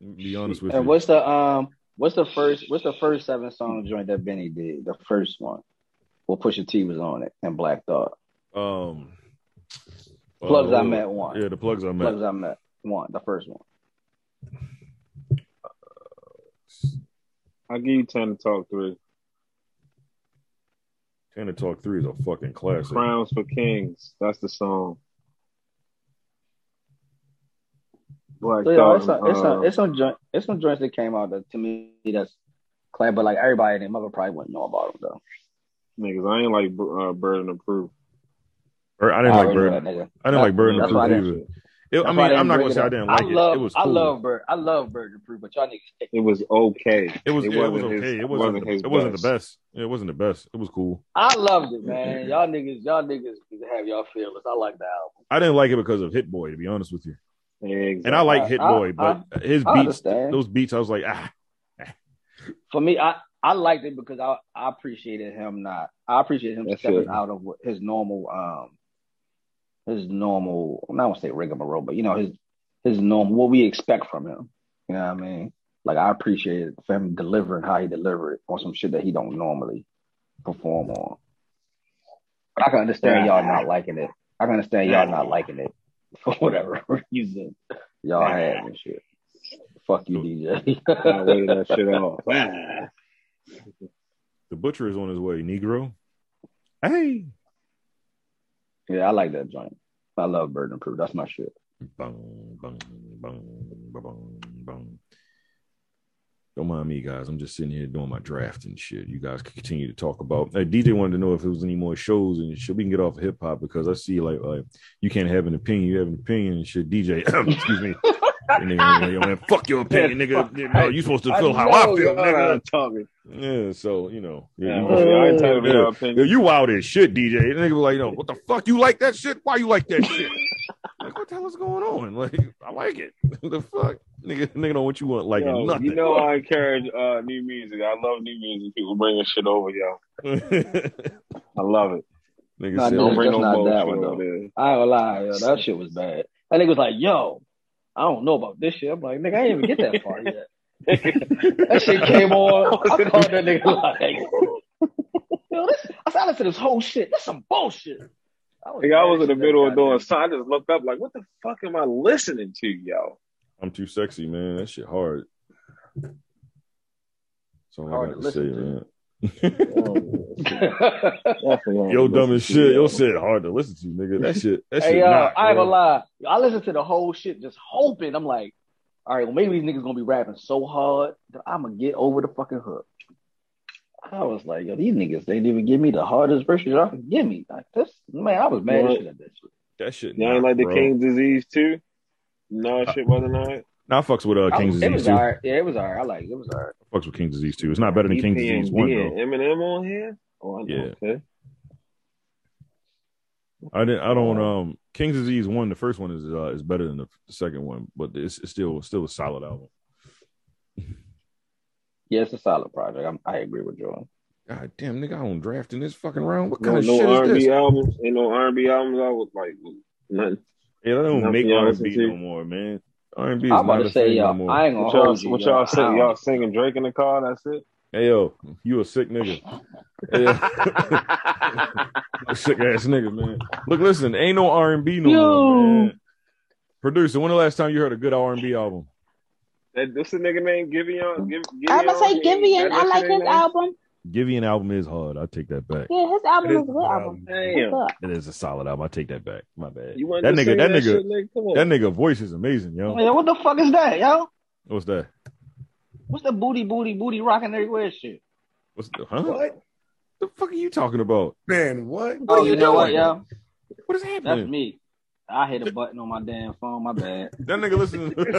Speaker 6: to Be honest with
Speaker 5: And
Speaker 6: you.
Speaker 5: what's the um what's the first what's the first seven song joint that Benny did? The first one. Well Pusha T was on it and Black Thought.
Speaker 6: Um,
Speaker 5: Plugs
Speaker 6: uh,
Speaker 5: I met one.
Speaker 6: Yeah, the plugs I met.
Speaker 5: Plugs I met one, the first one.
Speaker 3: I'll give you ten to talk three.
Speaker 6: Tanner Talk Three is a fucking classic.
Speaker 3: Crowns for Kings. That's the song. Black
Speaker 5: So, yeah, it's some
Speaker 3: Thought,
Speaker 5: it's some
Speaker 3: uh,
Speaker 5: it's some joint, it's some joints that came out that to me that's clap, but like everybody and their mother probably wouldn't know about them though.
Speaker 3: niggas. I ain't like uh, Burden of Proof.
Speaker 6: Or I didn't
Speaker 5: I
Speaker 6: like
Speaker 5: already know
Speaker 6: Bird.
Speaker 5: that nigga.
Speaker 6: I didn't like Bird and
Speaker 5: That's
Speaker 6: the
Speaker 5: why I
Speaker 6: Proof
Speaker 5: didn't-
Speaker 6: either. It, I
Speaker 5: that's
Speaker 6: mean,
Speaker 5: why I didn't
Speaker 6: I'm not
Speaker 5: bring
Speaker 6: gonna
Speaker 5: it
Speaker 6: say I
Speaker 5: up.
Speaker 6: didn't like
Speaker 5: I
Speaker 6: it.
Speaker 5: love,
Speaker 6: it was
Speaker 5: I
Speaker 6: cool.
Speaker 5: love Bird. I love Bird and Proof, but y'all niggas think
Speaker 3: It was okay.
Speaker 6: It was. It, was
Speaker 3: wasn't
Speaker 6: okay.
Speaker 3: his-
Speaker 6: it wasn't. the,
Speaker 3: his
Speaker 6: it wasn't the best. It wasn't the best. It was cool.
Speaker 5: I loved it, man. Y'all niggas, y'all niggas need to have y'all feelings. I like the album.
Speaker 6: I didn't like it because of Hit Boy, to be honest with you.
Speaker 3: Exactly.
Speaker 6: And I like
Speaker 5: I-
Speaker 6: Hit
Speaker 5: I-
Speaker 6: Boy, but his
Speaker 5: I
Speaker 6: beats,
Speaker 5: understand.
Speaker 6: those beats, I was like, ah,
Speaker 5: For me, I, I liked it because I, I appreciated him not. I appreciate him
Speaker 3: That's
Speaker 5: stepping
Speaker 3: it.
Speaker 5: out of what- his normal um his normal I don't want to say rigmarole, but you know, his his normal what we expect from him. You know what I mean? Like I appreciated for him delivering how he delivered on some shit that he don't normally perform on. But I can understand y'all not liking it. I can understand y'all not liking it for whatever reason y'all had and shit. Fuck you, DJ.
Speaker 3: I waited that shit off.
Speaker 6: the butcher is on his way, Negro. Hey,
Speaker 5: yeah, I like that joint. I love Burden Proof. That's my shit.
Speaker 6: bong, bong, bong, bong, bong. Don't mind me, guys. I'm just sitting here doing my draft and shit. You guys can continue to talk about. Hey, DJ wanted to know if there was any more shows and shit. We can get off of hip hop because I see like like you can't have an opinion. You have an opinion and shit. DJ, excuse me. That nigga, like, Yo, man, fuck your opinion, nigga. You know, you supposed to feel how I feel, nigga. Yeah, so you know,
Speaker 3: Yeah,
Speaker 6: yeah, you-
Speaker 3: I ain't telling you
Speaker 6: Yo,
Speaker 3: opinion.
Speaker 6: you wild as shit, DJ. And they were like, no, what the fuck? You like that shit? Why you like that shit? like, what the hell is going on? Like, I like it. the fuck? Nigga, nigga know what you want like
Speaker 3: Yo,
Speaker 6: nothing.
Speaker 3: you know I encourage uh, new music. I love new music. People bringing shit over, yo.
Speaker 6: nigga
Speaker 3: I love it.
Speaker 5: Nah,
Speaker 6: said,
Speaker 5: dude,
Speaker 3: Don't bring
Speaker 5: just
Speaker 3: no
Speaker 5: not
Speaker 3: bullshit
Speaker 5: that one, though.
Speaker 3: over there.
Speaker 5: I ain't gonna lie, yo, that shit was bad. That nigga was like, yo, I don't know about this shit. I'm like, nigga, I didn't even get that far yet. that shit came on. I called that nigga like, yo, this, I said, I listened to this whole shit. That's some bullshit. I was,
Speaker 3: Like, I was in the
Speaker 5: mad as
Speaker 3: middle of
Speaker 5: shit.
Speaker 3: doing something. I just looked up, like, what the fuck am I listening to, yo?
Speaker 6: I'm too sexy, man. That shit hard. That's all
Speaker 5: Hard
Speaker 6: I got to
Speaker 5: to
Speaker 6: say,
Speaker 5: listen to.
Speaker 6: man.
Speaker 3: Definitely
Speaker 6: Yo, dumb as shit. Yo,
Speaker 3: Yo,
Speaker 6: shit hard to listen to, nigga. That shit. That shit.
Speaker 5: hey, yo,
Speaker 6: knock,
Speaker 5: I ain't
Speaker 6: bro.
Speaker 5: gonna lie. I listened to the whole shit just hoping. I'm like, all right, well, maybe these niggas gonna be rapping so hard that I'm gonna get over the fucking hook. I was like, yo, these niggas, they didn't even give me the hardest verses y'all can give me. Like, this, man, I was mad as shit at that shit.
Speaker 6: That shit.
Speaker 3: Y'all ain't like the
Speaker 6: bro. Uh,
Speaker 3: King's Disease too? No shit wasn't on it.
Speaker 6: Nah, I fucks with uh,
Speaker 5: I
Speaker 6: King's
Speaker 5: was, it
Speaker 6: Disease
Speaker 5: was
Speaker 6: too.
Speaker 5: all right. Yeah, it was all right. I like it. It was all right.
Speaker 6: Fucks with King's Disease too. It's not better than King's
Speaker 3: EPMD
Speaker 6: Disease one though.
Speaker 3: and Eminem on here? Oh, I know.
Speaker 6: Yeah.
Speaker 3: Okay.
Speaker 6: I didn't. I don't. Um, King's Disease one. The first one is uh, is better than the second one, but it's, it's still still a solid album.
Speaker 5: Yeah, it's a solid project. I'm, I agree with Jordan.
Speaker 6: God damn, nigga, I don't draft in this fucking round. What kind
Speaker 3: No, no
Speaker 6: of shit is this?
Speaker 3: R&B albums. Ain't no R&B albums. I was like, nothing.
Speaker 6: Yeah, I don't
Speaker 3: Nothing
Speaker 6: make
Speaker 3: y'all
Speaker 6: R and
Speaker 3: listen
Speaker 6: B
Speaker 3: to.
Speaker 6: no more, man. R and B is
Speaker 5: I'm about
Speaker 6: not
Speaker 5: to
Speaker 6: a
Speaker 5: say,
Speaker 6: thing no
Speaker 5: y'all,
Speaker 6: more.
Speaker 5: I ain't gonna
Speaker 3: What
Speaker 5: hold
Speaker 3: y'all,
Speaker 5: you.
Speaker 3: what
Speaker 5: Oh, yo.
Speaker 3: y'all
Speaker 5: I
Speaker 3: sing?
Speaker 5: don't-
Speaker 3: Y'all singing Drake in the car? That's it?
Speaker 6: Hey yo, you a sick nigga. Hey, yo. You a sick ass nigga, man. Look, listen, ain't no R and B no more,
Speaker 5: Yo.
Speaker 6: man. Producer, when the last time you heard a good R and B album?
Speaker 3: That, this a nigga named Giveon. Give,
Speaker 7: I'm gonna say Givian. I like his album.
Speaker 6: Givian album is hard. I take that back.
Speaker 7: Yeah, his album
Speaker 6: It is
Speaker 7: is a
Speaker 6: a
Speaker 7: good
Speaker 6: good
Speaker 7: album.
Speaker 3: Damn.
Speaker 7: What's up?
Speaker 6: It is a solid album. I take that back. My bad.
Speaker 3: You want
Speaker 6: That nigga, that nigga,
Speaker 3: Shit, nigga? Come on.
Speaker 6: that nigga voice is amazing, yo.
Speaker 5: Man, what the fuck is that, yo?
Speaker 6: What's that?
Speaker 5: What's the booty, booty, booty rocking everywhere shit?
Speaker 6: What's the huh? What
Speaker 4: What?
Speaker 6: the fuck are you talking about?
Speaker 4: Man, what?
Speaker 5: oh, you, know what, yo?
Speaker 6: What is
Speaker 5: That's
Speaker 6: happening?
Speaker 5: me. I hit a button on my damn phone. My bad.
Speaker 6: That nigga listening.
Speaker 5: I'm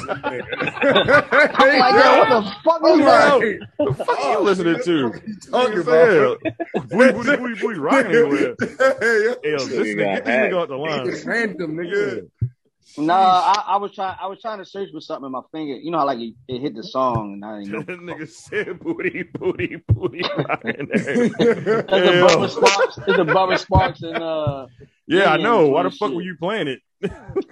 Speaker 5: like, yo, what the fuck is that?
Speaker 4: Right.
Speaker 6: the fuck are you listening to?
Speaker 4: Talking about.
Speaker 6: Booty, booty, booty, booty, rocking anywhere.
Speaker 4: Yeah,
Speaker 6: Hey, yo, this
Speaker 3: Nigga got
Speaker 6: nigga, get this
Speaker 3: hacked.
Speaker 6: nigga off the line.
Speaker 4: It's random, nigga.
Speaker 5: Nah, I, I was trying. I was trying to search for something in my finger. You know how like it, it hit the song and I didn't know.
Speaker 6: That nigga said booty, booty, booty, rocking everywhere.
Speaker 5: That's
Speaker 6: Hey,
Speaker 5: a
Speaker 6: yo.
Speaker 5: Bubba Sparks. It's a Bubba Sparks and uh.
Speaker 6: Yeah, I know. Why the
Speaker 5: Shit.
Speaker 6: fuck were you playing it?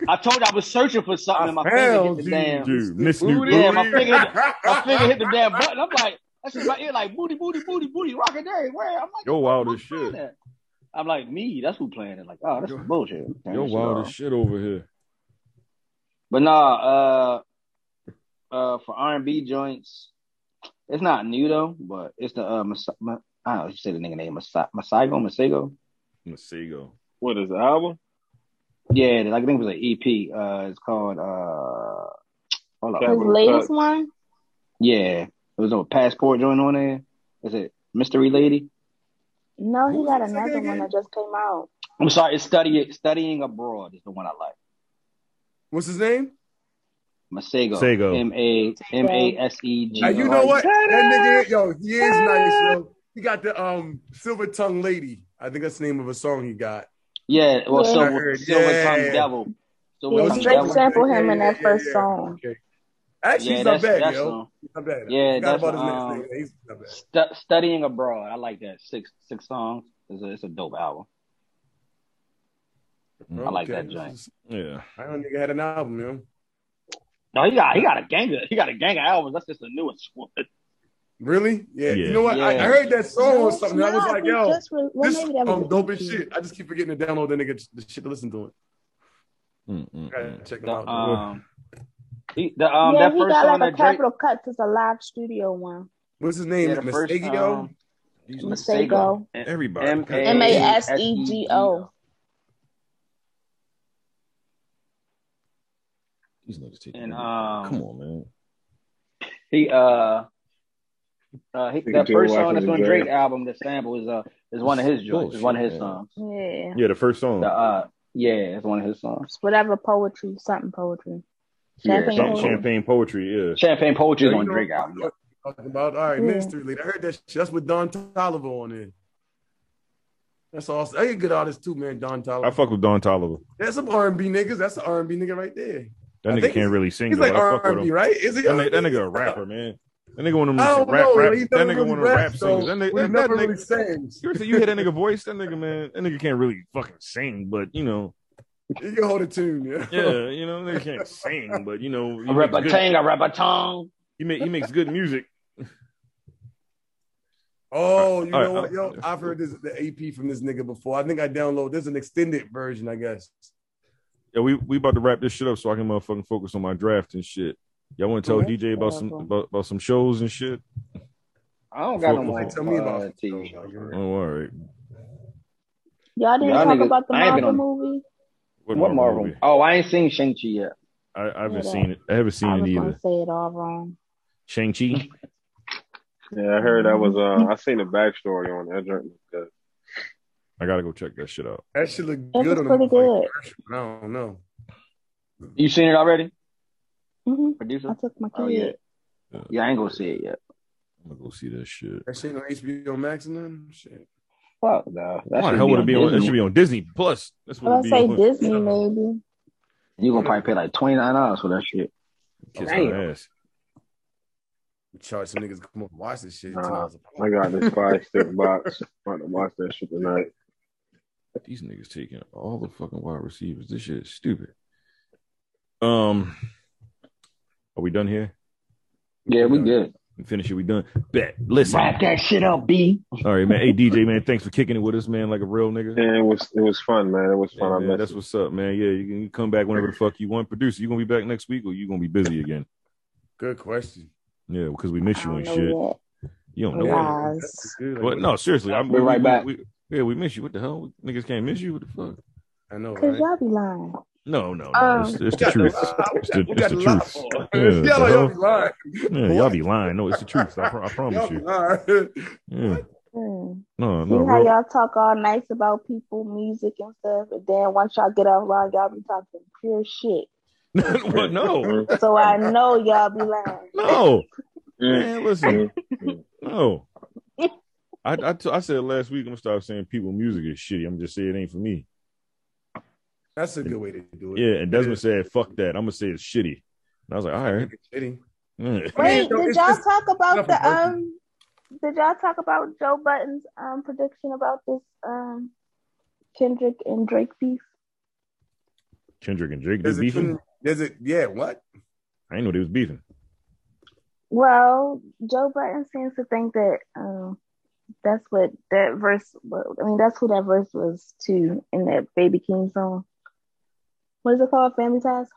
Speaker 5: I told you I was searching for something
Speaker 4: I
Speaker 5: and my finger hit
Speaker 4: found
Speaker 5: the
Speaker 4: you,
Speaker 5: damn.
Speaker 6: Dude, Miss New
Speaker 5: Booty. Yeah, my
Speaker 6: Booty.
Speaker 5: finger, my finger hit the damn button. I'm like, that's in my ear, like booty, booty, booty, booty, rocking everywhere. I'm like,
Speaker 6: Yo, wild as
Speaker 5: who's playing
Speaker 6: shit.
Speaker 5: that? I'm like, me. That's who playing it. Like, oh, that's
Speaker 6: Yo-
Speaker 5: some bullshit. Turn
Speaker 6: Yo,
Speaker 5: this shit
Speaker 6: wild
Speaker 5: off.
Speaker 6: as shit over here.
Speaker 5: But nah, uh, uh, for R and B joints, It's not new though, but it's the uh, Mas- Ma- I don't know. You say the nigga name Masa- Masago Masago.
Speaker 6: Masego.
Speaker 3: What is the album?
Speaker 5: Yeah, like, I think it was an EP. Uh, it's called uh, hold on.
Speaker 3: Yeah.
Speaker 7: His latest one?
Speaker 5: Yeah, it was a passport joint on there. Is it Mystery Lady?
Speaker 7: No,
Speaker 4: Who
Speaker 7: he
Speaker 4: was
Speaker 7: got
Speaker 4: this
Speaker 7: another
Speaker 4: nigga
Speaker 7: one that
Speaker 4: again?
Speaker 7: just came out.
Speaker 5: I'm sorry, it's study studying abroad is the one I like.
Speaker 4: What's his name?
Speaker 5: Masego.
Speaker 6: Masego.
Speaker 5: M A M A S E G. O.
Speaker 4: And you know what? That nigga, yo, he is nice, yo. He got the um silver tongue lady. I think that's the name of a song he got.
Speaker 5: Yeah, well,
Speaker 7: Yeah.
Speaker 5: so
Speaker 4: I heard,
Speaker 5: Silver
Speaker 4: yeah.
Speaker 5: Tongue Devil. Silver
Speaker 4: No,
Speaker 7: He
Speaker 5: Tongue
Speaker 4: it's that
Speaker 7: they
Speaker 5: Devil.
Speaker 4: one.
Speaker 7: sampled him in
Speaker 4: Yeah,
Speaker 7: that
Speaker 4: yeah,
Speaker 7: first
Speaker 4: yeah.
Speaker 7: song.
Speaker 4: Okay. Actually,
Speaker 5: Yeah,
Speaker 4: he's not
Speaker 5: that's
Speaker 4: bad,
Speaker 5: that's
Speaker 4: yo.
Speaker 5: um,
Speaker 4: He's not bad.
Speaker 5: Yeah,
Speaker 4: Forgot
Speaker 5: that's,
Speaker 4: about his last
Speaker 5: um,
Speaker 4: name. He's not bad.
Speaker 5: stu- studying abroad. I like that six six songs. It's a, it's a dope album. I like that joint.
Speaker 6: Yeah.
Speaker 4: I don't think I had an album, yo.
Speaker 5: No, he got he got a gang of he got a gang of albums. That's just the newest one.
Speaker 4: Really? Yeah.
Speaker 6: Yeah.
Speaker 4: You know what? I, I
Speaker 5: Yeah.
Speaker 4: heard that song or something. I was
Speaker 7: No,
Speaker 4: like,
Speaker 7: he
Speaker 4: yo,
Speaker 7: just re- well,
Speaker 4: this
Speaker 7: maybe that was
Speaker 4: um,
Speaker 7: the
Speaker 4: dope as
Speaker 7: EP.
Speaker 4: shit. I just keep forgetting to download that nigga the shit to listen to it.
Speaker 6: Mm, mm,
Speaker 4: I gotta
Speaker 6: mm.
Speaker 4: check it
Speaker 5: The,
Speaker 4: out.
Speaker 5: um, he, the, um,
Speaker 7: yeah,
Speaker 5: that
Speaker 7: he
Speaker 5: first
Speaker 7: got
Speaker 5: song
Speaker 7: like a
Speaker 5: that Drake.
Speaker 7: capital cut to the live studio one.
Speaker 4: What's his name?
Speaker 5: yeah, the first,
Speaker 4: Masego?
Speaker 5: um,
Speaker 6: These niggas-
Speaker 7: Masego.
Speaker 6: Everybody.
Speaker 5: M A
Speaker 7: M A S E G O.
Speaker 6: These niggas taking.
Speaker 5: And
Speaker 6: over. Come
Speaker 5: um,
Speaker 6: on, man.
Speaker 5: he uh, uh, he,
Speaker 3: Nigga
Speaker 5: that
Speaker 3: Joe
Speaker 5: first song
Speaker 3: Washington
Speaker 5: that's on
Speaker 3: is
Speaker 5: Drake
Speaker 3: there.
Speaker 5: album, the sample is uh, is one of his joints. It's one of his
Speaker 6: Bullshit, man.
Speaker 5: songs.
Speaker 7: Yeah.
Speaker 6: Yeah, the first song.
Speaker 5: The uh, yeah, it's one of his songs.
Speaker 7: It's whatever poetry, something poetry.
Speaker 5: Yeah,
Speaker 7: Champagne
Speaker 6: Champ-
Speaker 7: Poetry.
Speaker 6: champagne poetry. Yeah.
Speaker 5: Champagne Poetry is
Speaker 4: Yeah, you
Speaker 5: on
Speaker 4: know
Speaker 5: Drake
Speaker 4: what I'm
Speaker 5: album.
Speaker 4: Talking about all right,
Speaker 7: Yeah.
Speaker 4: Mystery Leader. I heard that shit. That's with Don Tolliver on it. That's awesome. Hey, a good artist too, man. Don
Speaker 6: I
Speaker 4: Tolliver.
Speaker 6: fuck with Don Tolliver.
Speaker 4: That's some R and B niggas. That's an R and B nigga right there.
Speaker 6: That
Speaker 4: I
Speaker 6: nigga
Speaker 4: think
Speaker 6: can't
Speaker 4: he's-
Speaker 6: really sing.
Speaker 4: He's
Speaker 6: though.
Speaker 4: like
Speaker 6: I fuck with
Speaker 4: R and B,
Speaker 6: him.
Speaker 4: right? Is he?
Speaker 6: That nigga, that nigga a rapper, man. That nigga one of them
Speaker 4: I
Speaker 6: rap,
Speaker 4: don't know.
Speaker 6: rap.
Speaker 4: He
Speaker 6: That
Speaker 4: never
Speaker 6: nigga
Speaker 4: really
Speaker 6: one of them rap
Speaker 4: raps, though.
Speaker 6: singers. That nigga,
Speaker 4: He
Speaker 6: that, that
Speaker 4: never
Speaker 6: nigga,
Speaker 4: really sings.
Speaker 6: seriously, you hear that nigga voice? That nigga, man, that nigga can't really fucking sing. But you know,
Speaker 4: He can hold a tune. Yeah.
Speaker 6: yeah, you know, nigga can't sing. But you know, he
Speaker 5: I
Speaker 6: makes
Speaker 5: rap a
Speaker 6: good,
Speaker 5: tang, I rap a tongue.
Speaker 6: he, make, he makes good music.
Speaker 4: Oh, you
Speaker 6: All right,
Speaker 4: know what,
Speaker 6: all
Speaker 4: yo?
Speaker 6: right.
Speaker 4: I've heard this the AP from this nigga before. I think I downloaded. There's an extended version, I guess.
Speaker 6: Yeah, we we about to wrap this shit up so I can motherfucking focus on my draft and shit. Y'all want to tell
Speaker 4: Okay.
Speaker 6: DJ about some about, about some shows and shit?
Speaker 5: I don't got no
Speaker 6: Well,
Speaker 5: more.
Speaker 4: tell me about
Speaker 5: uh,
Speaker 4: it.
Speaker 5: TV shows.
Speaker 6: Oh, all right.
Speaker 7: Y'all didn't
Speaker 5: Y'all
Speaker 7: talk
Speaker 5: niggas-
Speaker 7: about the
Speaker 5: I ain't been
Speaker 7: Marvel movie?
Speaker 5: What Marvel?
Speaker 6: movie?
Speaker 5: Oh, I ain't seen Shang Chi yet.
Speaker 6: I, I haven't
Speaker 7: Yeah.
Speaker 6: seen it. I haven't seen
Speaker 7: I
Speaker 6: it
Speaker 7: was
Speaker 6: either.
Speaker 7: gonna say it all wrong.
Speaker 6: Shang Chi.
Speaker 3: Yeah, I heard that was. Uh, I seen the backstory on that joint.
Speaker 6: I gotta go check that shit out.
Speaker 4: That should look
Speaker 7: It
Speaker 4: good
Speaker 7: was
Speaker 4: on
Speaker 7: pretty
Speaker 4: the
Speaker 7: good.
Speaker 4: I don't know.
Speaker 5: You seen it already,
Speaker 7: hmm I
Speaker 5: producer?
Speaker 7: took my kid.
Speaker 5: Oh yeah. Yeah, I ain't gonna see it yet.
Speaker 6: I'm gonna go see that shit.
Speaker 4: That shit on HBO Max and then shit.
Speaker 5: Fuck no. That
Speaker 6: Why the
Speaker 5: should
Speaker 6: hell would it be on? It
Speaker 5: Disney.
Speaker 6: should be on Disney Plus. That's
Speaker 7: I
Speaker 6: what
Speaker 7: was
Speaker 6: it
Speaker 7: gonna
Speaker 6: be
Speaker 7: say
Speaker 6: on.
Speaker 7: Disney maybe.
Speaker 5: You gonna probably pay like twenty nine dollars for that shit.
Speaker 6: Kiss
Speaker 5: Damn.
Speaker 6: my ass.
Speaker 4: charge some niggas to come up and watch this shit.
Speaker 3: Nah.
Speaker 4: Ten dollars a pop.
Speaker 3: I got this five stick box. I'm about to watch that shit tonight.
Speaker 6: These niggas taking all the fucking wide receivers. This shit is stupid. Um, are we done here?
Speaker 5: Yeah, we good.
Speaker 6: We finish it. We done. Bet. Listen.
Speaker 5: Wrap that shit up, B.
Speaker 6: All right, man. Hey, DJ, man. Thanks for kicking it with us, man. Like a real nigga.
Speaker 3: Yeah, it was it was fun, man. It was
Speaker 6: Yeah,
Speaker 3: fun. I
Speaker 6: man,
Speaker 3: missed
Speaker 6: that's
Speaker 3: it.
Speaker 6: what's up, man. Yeah, you can come back whenever the fuck you want. Producer, you gonna be back next week, or you gonna be busy again?
Speaker 4: Good question.
Speaker 6: Yeah, because we
Speaker 7: I
Speaker 6: miss you
Speaker 7: don't
Speaker 6: and
Speaker 7: know
Speaker 6: shit.
Speaker 7: yet.
Speaker 6: You don't know
Speaker 7: Yeah.
Speaker 6: what.
Speaker 7: Lies.
Speaker 4: That's good. Like,
Speaker 6: What? No, seriously. I'm,
Speaker 5: Be right back.
Speaker 6: We, yeah, we miss you. What the hell? Niggas can't miss you. What the fuck?
Speaker 4: I know,
Speaker 7: Cause
Speaker 4: right?
Speaker 7: y'all be lying.
Speaker 6: No, no, no.
Speaker 7: Um,
Speaker 6: it's, it's
Speaker 4: We
Speaker 6: the
Speaker 4: got
Speaker 6: truth.
Speaker 4: the lie. We
Speaker 6: It's
Speaker 4: got-
Speaker 6: the,
Speaker 4: we
Speaker 6: it's
Speaker 4: got
Speaker 6: the
Speaker 4: the lie
Speaker 6: truth.
Speaker 4: for it.
Speaker 6: Yeah,
Speaker 4: Y'all,
Speaker 6: the
Speaker 4: y'all
Speaker 6: hell?
Speaker 4: be lying.
Speaker 6: Yeah, y'all be lying. No, it's the truth. I, pro- I
Speaker 4: Y'all
Speaker 6: promise
Speaker 4: be
Speaker 6: you.
Speaker 4: lying.
Speaker 6: Yeah.
Speaker 7: Hmm.
Speaker 6: No,
Speaker 7: See
Speaker 6: no.
Speaker 7: how
Speaker 6: Real,
Speaker 7: y'all talk all nice about people, music and stuff, and then once y'all get offline, y'all be talking pure shit.
Speaker 6: What? no,
Speaker 7: So I know y'all be lying.
Speaker 6: no.
Speaker 3: Mm.
Speaker 6: Man, listen. No. I, I, t- I said last week, I'm going to start saying people music is shitty. I'm just saying it ain't for me.
Speaker 4: That's a good way to do it.
Speaker 6: Yeah, and Desmond said, fuck that. I'm going to say it's shitty. And I was like, all right.
Speaker 4: Shitty.
Speaker 6: Yeah.
Speaker 7: Wait,
Speaker 4: I mean,
Speaker 7: did
Speaker 4: it's
Speaker 7: y'all
Speaker 4: just-
Speaker 7: talk about
Speaker 4: nothing
Speaker 7: the
Speaker 4: personal.
Speaker 7: um? Did y'all talk about Joe Button's um prediction about this um Kendrick and Drake beef?
Speaker 6: Kendrick and Drake, they
Speaker 4: There's a
Speaker 6: beefing?
Speaker 4: Kendrick- there's a yeah. What?
Speaker 6: I didn't know they was beefing.
Speaker 7: Well, Joe Button seems to think that um that's what that verse. wa- I mean, that's who that verse was to in that Baby King song. What is it called? Family Ties.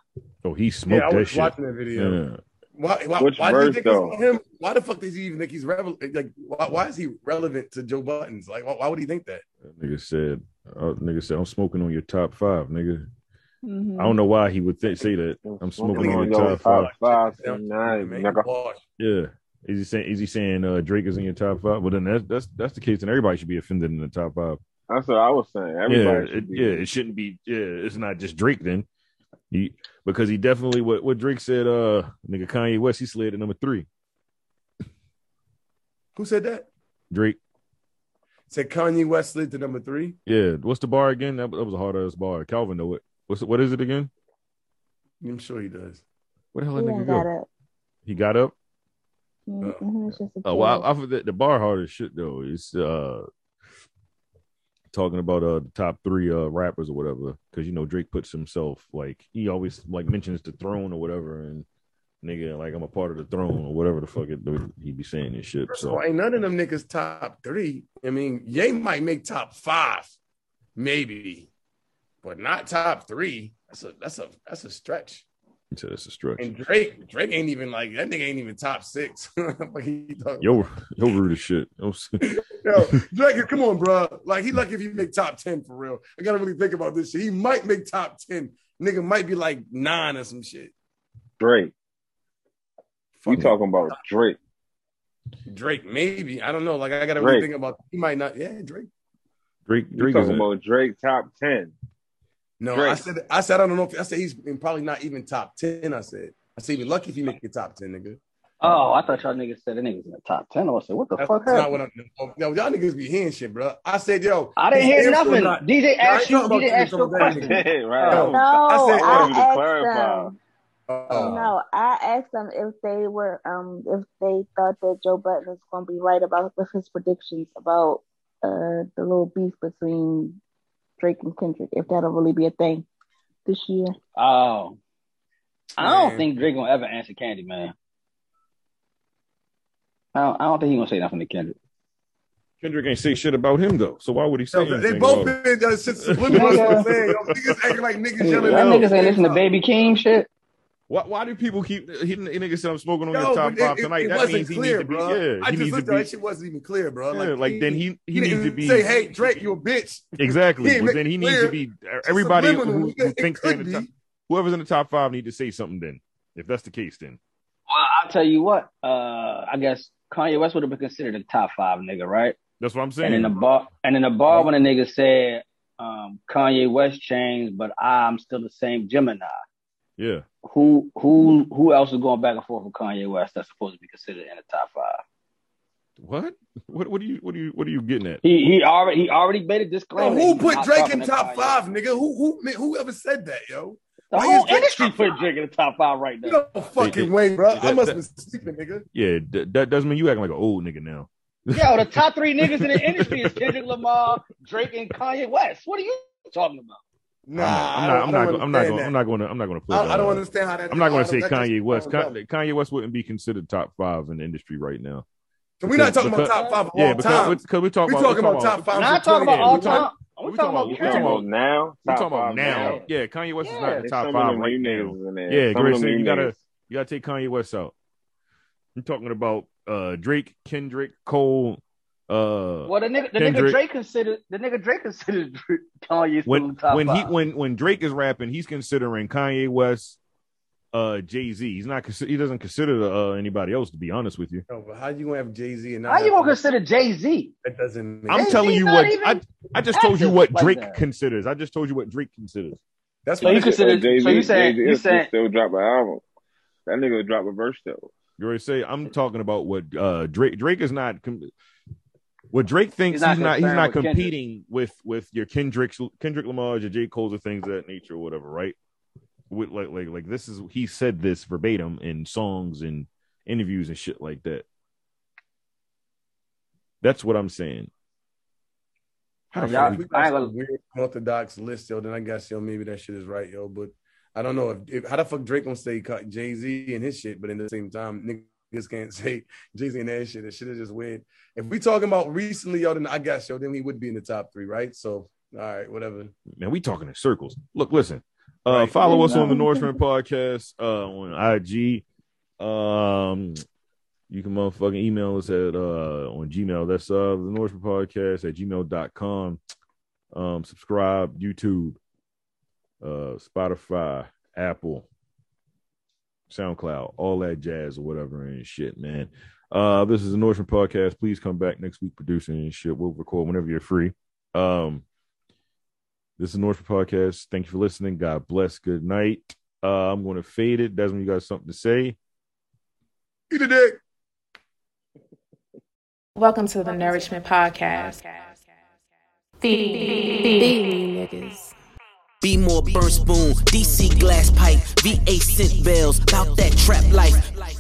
Speaker 6: Oh, he
Speaker 4: Yeah,
Speaker 6: smoked
Speaker 4: I
Speaker 6: that
Speaker 4: was
Speaker 6: shit.
Speaker 4: watching that video.
Speaker 6: Yeah.
Speaker 4: Why, why,
Speaker 3: Which
Speaker 4: why do you
Speaker 3: verse,
Speaker 4: think
Speaker 3: though?
Speaker 4: it's on him? Why the fuck does he even think he's relevant? Like, why, why is he relevant to Joe Buttons? Like, why, why would he think that?
Speaker 6: That nigga said, uh, "Nigga said I'm smoking on your top five, nigga." I don't know why he would th- say that. I'm smoking on your top five.
Speaker 3: five
Speaker 4: Yeah.
Speaker 3: tonight,
Speaker 4: Man,
Speaker 3: nigga.
Speaker 4: boy.
Speaker 6: Yeah. Is he saying? Is he saying uh, Drake is in your top five? Well, then that's that's that's the case, and everybody should be offended in the top five.
Speaker 3: That's what I was saying. Everybody
Speaker 6: yeah,
Speaker 3: should
Speaker 6: it,
Speaker 3: be.
Speaker 6: yeah, it shouldn't be. Yeah, it's not just Drake then, he, because he definitely what what Drake said. Uh, nigga Kanye West, he slid at number three.
Speaker 4: Who said that?
Speaker 6: Drake.
Speaker 4: Said Kanye West slid to number three.
Speaker 6: Yeah, what's the bar again? That, that was a hard ass bar. Calvin know it. What's what is it again?
Speaker 4: I'm sure he does.
Speaker 6: What the hell
Speaker 7: He
Speaker 6: did
Speaker 7: done
Speaker 6: nigga go?
Speaker 7: got up.
Speaker 6: He got up.
Speaker 7: Mhm, it's just a
Speaker 6: Oh, well,
Speaker 7: kid.
Speaker 6: I, I forget the bar hard as shit though. It's uh talking about uh the top three uh rappers or whatever, because you know Drake puts himself like he always like mentions the throne or whatever, and nigga like I'm a part of the throne or whatever the fuck it, he be saying this shit.
Speaker 4: First of
Speaker 6: So
Speaker 4: all, ain't none of them niggas top three. I mean, Ye might make top five, maybe, but not top three. That's a that's a that's a stretch.
Speaker 6: he said it's a stretch.
Speaker 4: And Drake, Drake ain't even like that nigga ain't even top six. Like, he talking-
Speaker 6: Yo, yo, rude as shit. Yo, s-
Speaker 4: Yo, Drake, come on, bro. Like he lucky if you make top ten for real. I gotta really think about this shit. He might make top ten. Nigga might be like nine or some shit.
Speaker 3: Drake. We
Speaker 4: Fuck
Speaker 3: talking about Drake.
Speaker 4: Drake, maybe. I don't know. Like I gotta really
Speaker 3: Drake.
Speaker 4: think about he might not. Yeah, Drake.
Speaker 6: Drake,
Speaker 3: We
Speaker 6: Drake is
Speaker 3: talking
Speaker 6: a,
Speaker 3: about Drake top ten.
Speaker 4: No, I
Speaker 3: Drake.
Speaker 4: said I said I don't know if I said he's in probably not even top ten. I said. I said you're lucky if you make your top ten, nigga.
Speaker 5: Oh, I thought y'all niggas said that niggas in the top ten. I was like, what the
Speaker 4: That's
Speaker 5: fuck
Speaker 4: not
Speaker 5: happened?
Speaker 4: what I'm no, y'all niggas be hearing shit, bro. I said, yo,
Speaker 5: I didn't
Speaker 4: he's
Speaker 5: hear
Speaker 4: in for
Speaker 5: nothing.
Speaker 4: not-
Speaker 5: DJ
Speaker 4: I ain't
Speaker 5: asked you.
Speaker 4: talking about
Speaker 5: DJ asked you a
Speaker 4: niggas on that
Speaker 5: question.
Speaker 3: right.
Speaker 4: Oh.
Speaker 7: No,
Speaker 3: I
Speaker 4: I
Speaker 7: I,
Speaker 4: said-
Speaker 3: wanted to clarify.
Speaker 7: asked them.
Speaker 6: Oh.
Speaker 4: Uh,
Speaker 7: Oh, No, I asked them if they were um if they thought that Joe Button was going to be right about with his predictions about uh the little beef between Drake and Kendrick, if that'll really be a thing this year.
Speaker 5: Oh, I don't
Speaker 4: Man.
Speaker 5: think Drake gonna ever answer Candy Man. I don't, I don't think he gonna say nothing to Kendrick.
Speaker 6: Kendrick ain't say shit about him though. So why would he say
Speaker 4: Yo, they
Speaker 6: anything
Speaker 4: both
Speaker 6: about him?
Speaker 4: been uh, shit subliminal. that's what
Speaker 5: Nigga.
Speaker 4: I'm saying. Yo, niggas acting like
Speaker 5: That
Speaker 4: niggas yelling. at
Speaker 5: niggas
Speaker 4: them.
Speaker 5: ain't listen to Baby Keem shit.
Speaker 6: Why, why do people keep he, he nigga said I'm smoking on
Speaker 4: Yo,
Speaker 6: your top
Speaker 4: but it-
Speaker 6: five
Speaker 4: it-
Speaker 6: tonight?
Speaker 4: it
Speaker 6: that
Speaker 4: wasn't
Speaker 6: means he
Speaker 4: clear,
Speaker 6: needs to be
Speaker 4: bro.
Speaker 6: yeah.
Speaker 4: I
Speaker 6: He
Speaker 4: just
Speaker 6: needs to
Speaker 4: looked
Speaker 6: be
Speaker 4: at that shit wasn't even clear, bro.
Speaker 6: Yeah, like, then he he, needs
Speaker 4: didn't
Speaker 6: to be
Speaker 4: say, "Hey, Drake, you a bitch."
Speaker 6: exactly.
Speaker 4: he
Speaker 6: But
Speaker 4: make
Speaker 6: then he
Speaker 4: it
Speaker 6: needs to
Speaker 4: clear.
Speaker 6: be er, everybody who,
Speaker 4: Subliminal,
Speaker 6: who
Speaker 4: nigga. It
Speaker 6: thinks they're in
Speaker 4: could
Speaker 6: the top,
Speaker 4: be.
Speaker 6: whoever's in the top five need to say something. Then, if that's the case, then
Speaker 5: Well, I'll tell you what. Uh, I guess Kanye West would have been considered a top five nigga, right?
Speaker 6: that's what I'm
Speaker 5: And
Speaker 6: saying.
Speaker 5: in the bar, and in the bar when a nigga said um, Kanye West changed, but I'm still the same Gemini.
Speaker 6: yeah,
Speaker 5: Who who who else is going back and forth with Kanye West that's supposed to be considered in the top five?
Speaker 6: what? What? What are you? What are you? What are you getting at?
Speaker 5: He he already he already made a disclaimer.
Speaker 4: Yo,
Speaker 5: that
Speaker 4: who
Speaker 5: he's
Speaker 4: put
Speaker 5: not
Speaker 4: Drake
Speaker 5: talking
Speaker 4: in
Speaker 5: to
Speaker 4: top
Speaker 5: Kanye.
Speaker 4: five, nigga? Who who who ever said that, yo?
Speaker 5: The
Speaker 4: Why
Speaker 5: whole
Speaker 4: is Drake-
Speaker 5: industry put Drake in the top five right now.
Speaker 4: No
Speaker 6: They- they-
Speaker 4: fucking way, bro. I
Speaker 6: that-
Speaker 4: must
Speaker 6: that-
Speaker 4: have been sleeping, nigga.
Speaker 6: Yeah, that, that does mean you acting like an old nigga now.
Speaker 5: Yo, the top three niggas in the industry is Kendrick Lamar, Drake, and Kanye West. What are you talking about?
Speaker 6: I'm
Speaker 4: Nah,
Speaker 6: not. I'm not.
Speaker 4: I don't-
Speaker 6: I'm
Speaker 4: I
Speaker 6: not.
Speaker 4: don't
Speaker 6: Going, I'm
Speaker 4: understand
Speaker 6: not going to. I'm not going to play.
Speaker 4: that. I, I don't
Speaker 6: that.
Speaker 4: understand how that.
Speaker 6: I'm not going
Speaker 4: I
Speaker 6: to say
Speaker 4: don't- that
Speaker 6: Kanye
Speaker 4: just-
Speaker 6: West.
Speaker 4: I don't know.
Speaker 6: Kanye, Kanye West wouldn't be considered top five in the industry right now.
Speaker 4: So we're not talking
Speaker 6: because-
Speaker 4: about top five of
Speaker 6: Yeah,
Speaker 4: all
Speaker 6: because
Speaker 4: time.
Speaker 6: we're, because we're
Speaker 4: We're
Speaker 6: talking about
Speaker 4: talking about top five.
Speaker 5: Not
Speaker 4: for
Speaker 5: talking about
Speaker 4: 20.
Speaker 5: all
Speaker 4: We're talking-
Speaker 5: time.
Speaker 6: we
Speaker 5: We're
Speaker 6: talking
Speaker 5: talking
Speaker 6: about-
Speaker 5: about
Speaker 3: We
Speaker 6: We're
Speaker 3: talking
Speaker 5: current.
Speaker 3: about now.
Speaker 6: We're
Speaker 3: Top
Speaker 6: talking about
Speaker 3: five
Speaker 6: now. Yeah, Kanye West is not in
Speaker 5: Yeah.
Speaker 6: the
Speaker 3: There's
Speaker 6: top
Speaker 3: some of
Speaker 6: five
Speaker 3: them
Speaker 6: right
Speaker 3: new
Speaker 6: now.
Speaker 3: niggas in there.
Speaker 6: Yeah,
Speaker 3: some
Speaker 6: Gary
Speaker 3: of
Speaker 6: said
Speaker 3: them
Speaker 6: you
Speaker 3: new
Speaker 6: gotta
Speaker 3: niggas.
Speaker 6: you gotta take Kanye West out. I'm talking about uh Drake, Kendrick, Cole, uh
Speaker 5: Well, the nigga, the
Speaker 6: Kendrick.
Speaker 5: nigga Drake considered the nigga Drake considered Kanye still in
Speaker 6: when
Speaker 5: the top
Speaker 6: when
Speaker 5: five.
Speaker 6: he when when Drake is rapping, he's considering Kanye West, uh Jay Z. He's not consi- he doesn't consider uh, anybody else to be honest with you.
Speaker 4: Yo, but how you gonna have Jay Z and not
Speaker 5: How you
Speaker 4: have-
Speaker 5: gonna consider Jay Z?
Speaker 4: That doesn't. Make
Speaker 6: I'm
Speaker 5: Jay-Z's
Speaker 6: telling you
Speaker 5: not
Speaker 6: what
Speaker 5: even
Speaker 6: I I just told you
Speaker 5: active
Speaker 6: what
Speaker 5: like
Speaker 6: Drake
Speaker 5: that.
Speaker 6: considers. I just told you what Drake considers.
Speaker 4: That's
Speaker 5: So
Speaker 4: what
Speaker 5: you
Speaker 4: I said.
Speaker 5: consider-
Speaker 3: Jay Z.
Speaker 5: so you saying- you saying-
Speaker 3: uh, still drop an album. That nigga would drop a verse though.
Speaker 6: You already say I'm talking about what uh Drake Drake is not com- what Drake thinks
Speaker 5: He's not
Speaker 6: he's not he's
Speaker 5: concerned
Speaker 6: not
Speaker 5: with Kendrick.
Speaker 6: competing with with your Kendrick's Kendrick Lamar, your J. Cole's or things of that nature or whatever, right? With like like like this is he said this verbatim in songs and interviews and shit like that. That's what I'm saying. How the
Speaker 5: Y'all-
Speaker 6: fuck we-
Speaker 4: we
Speaker 5: I
Speaker 4: got
Speaker 5: ain't gonna-
Speaker 4: some weird orthodox list, yo. Then I guess yo, maybe that shit is right, yo. But I don't know if, if how the fuck Drake gonna say Jay Z and his shit, but in the same time, niggas can't say Jay Z and that shit. That shit is just weird. If we talking about recently, yo, then I guess yo, then he would be in the top three, right? So all right, whatever.
Speaker 6: man, we talking in circles. Look, listen. Uh,
Speaker 4: Right.
Speaker 6: follow us
Speaker 5: No.
Speaker 6: on the Northman Podcast uh, on IG. Um, you can motherfucking email us at uh on Gmail. That's uh the Norseman Podcast at gmail.com. Um, subscribe, YouTube, uh, Spotify, Apple, SoundCloud, all that jazz or whatever and shit, man. Uh, this is the Norseman Podcast. Please come back next week producing and shit. We'll record whenever you're free. Um, this is the Norseman Podcast. Thank you for listening. God bless. Good night. Uh, I'm going to fade it. Desmond, you got something to say?
Speaker 4: Eat a dick.
Speaker 1: Welcome to the Nourishment Podcast. Thief, thief, niggas.
Speaker 2: Be more burn spoon, DC glass pipe, VA scent bells, bout that trap life.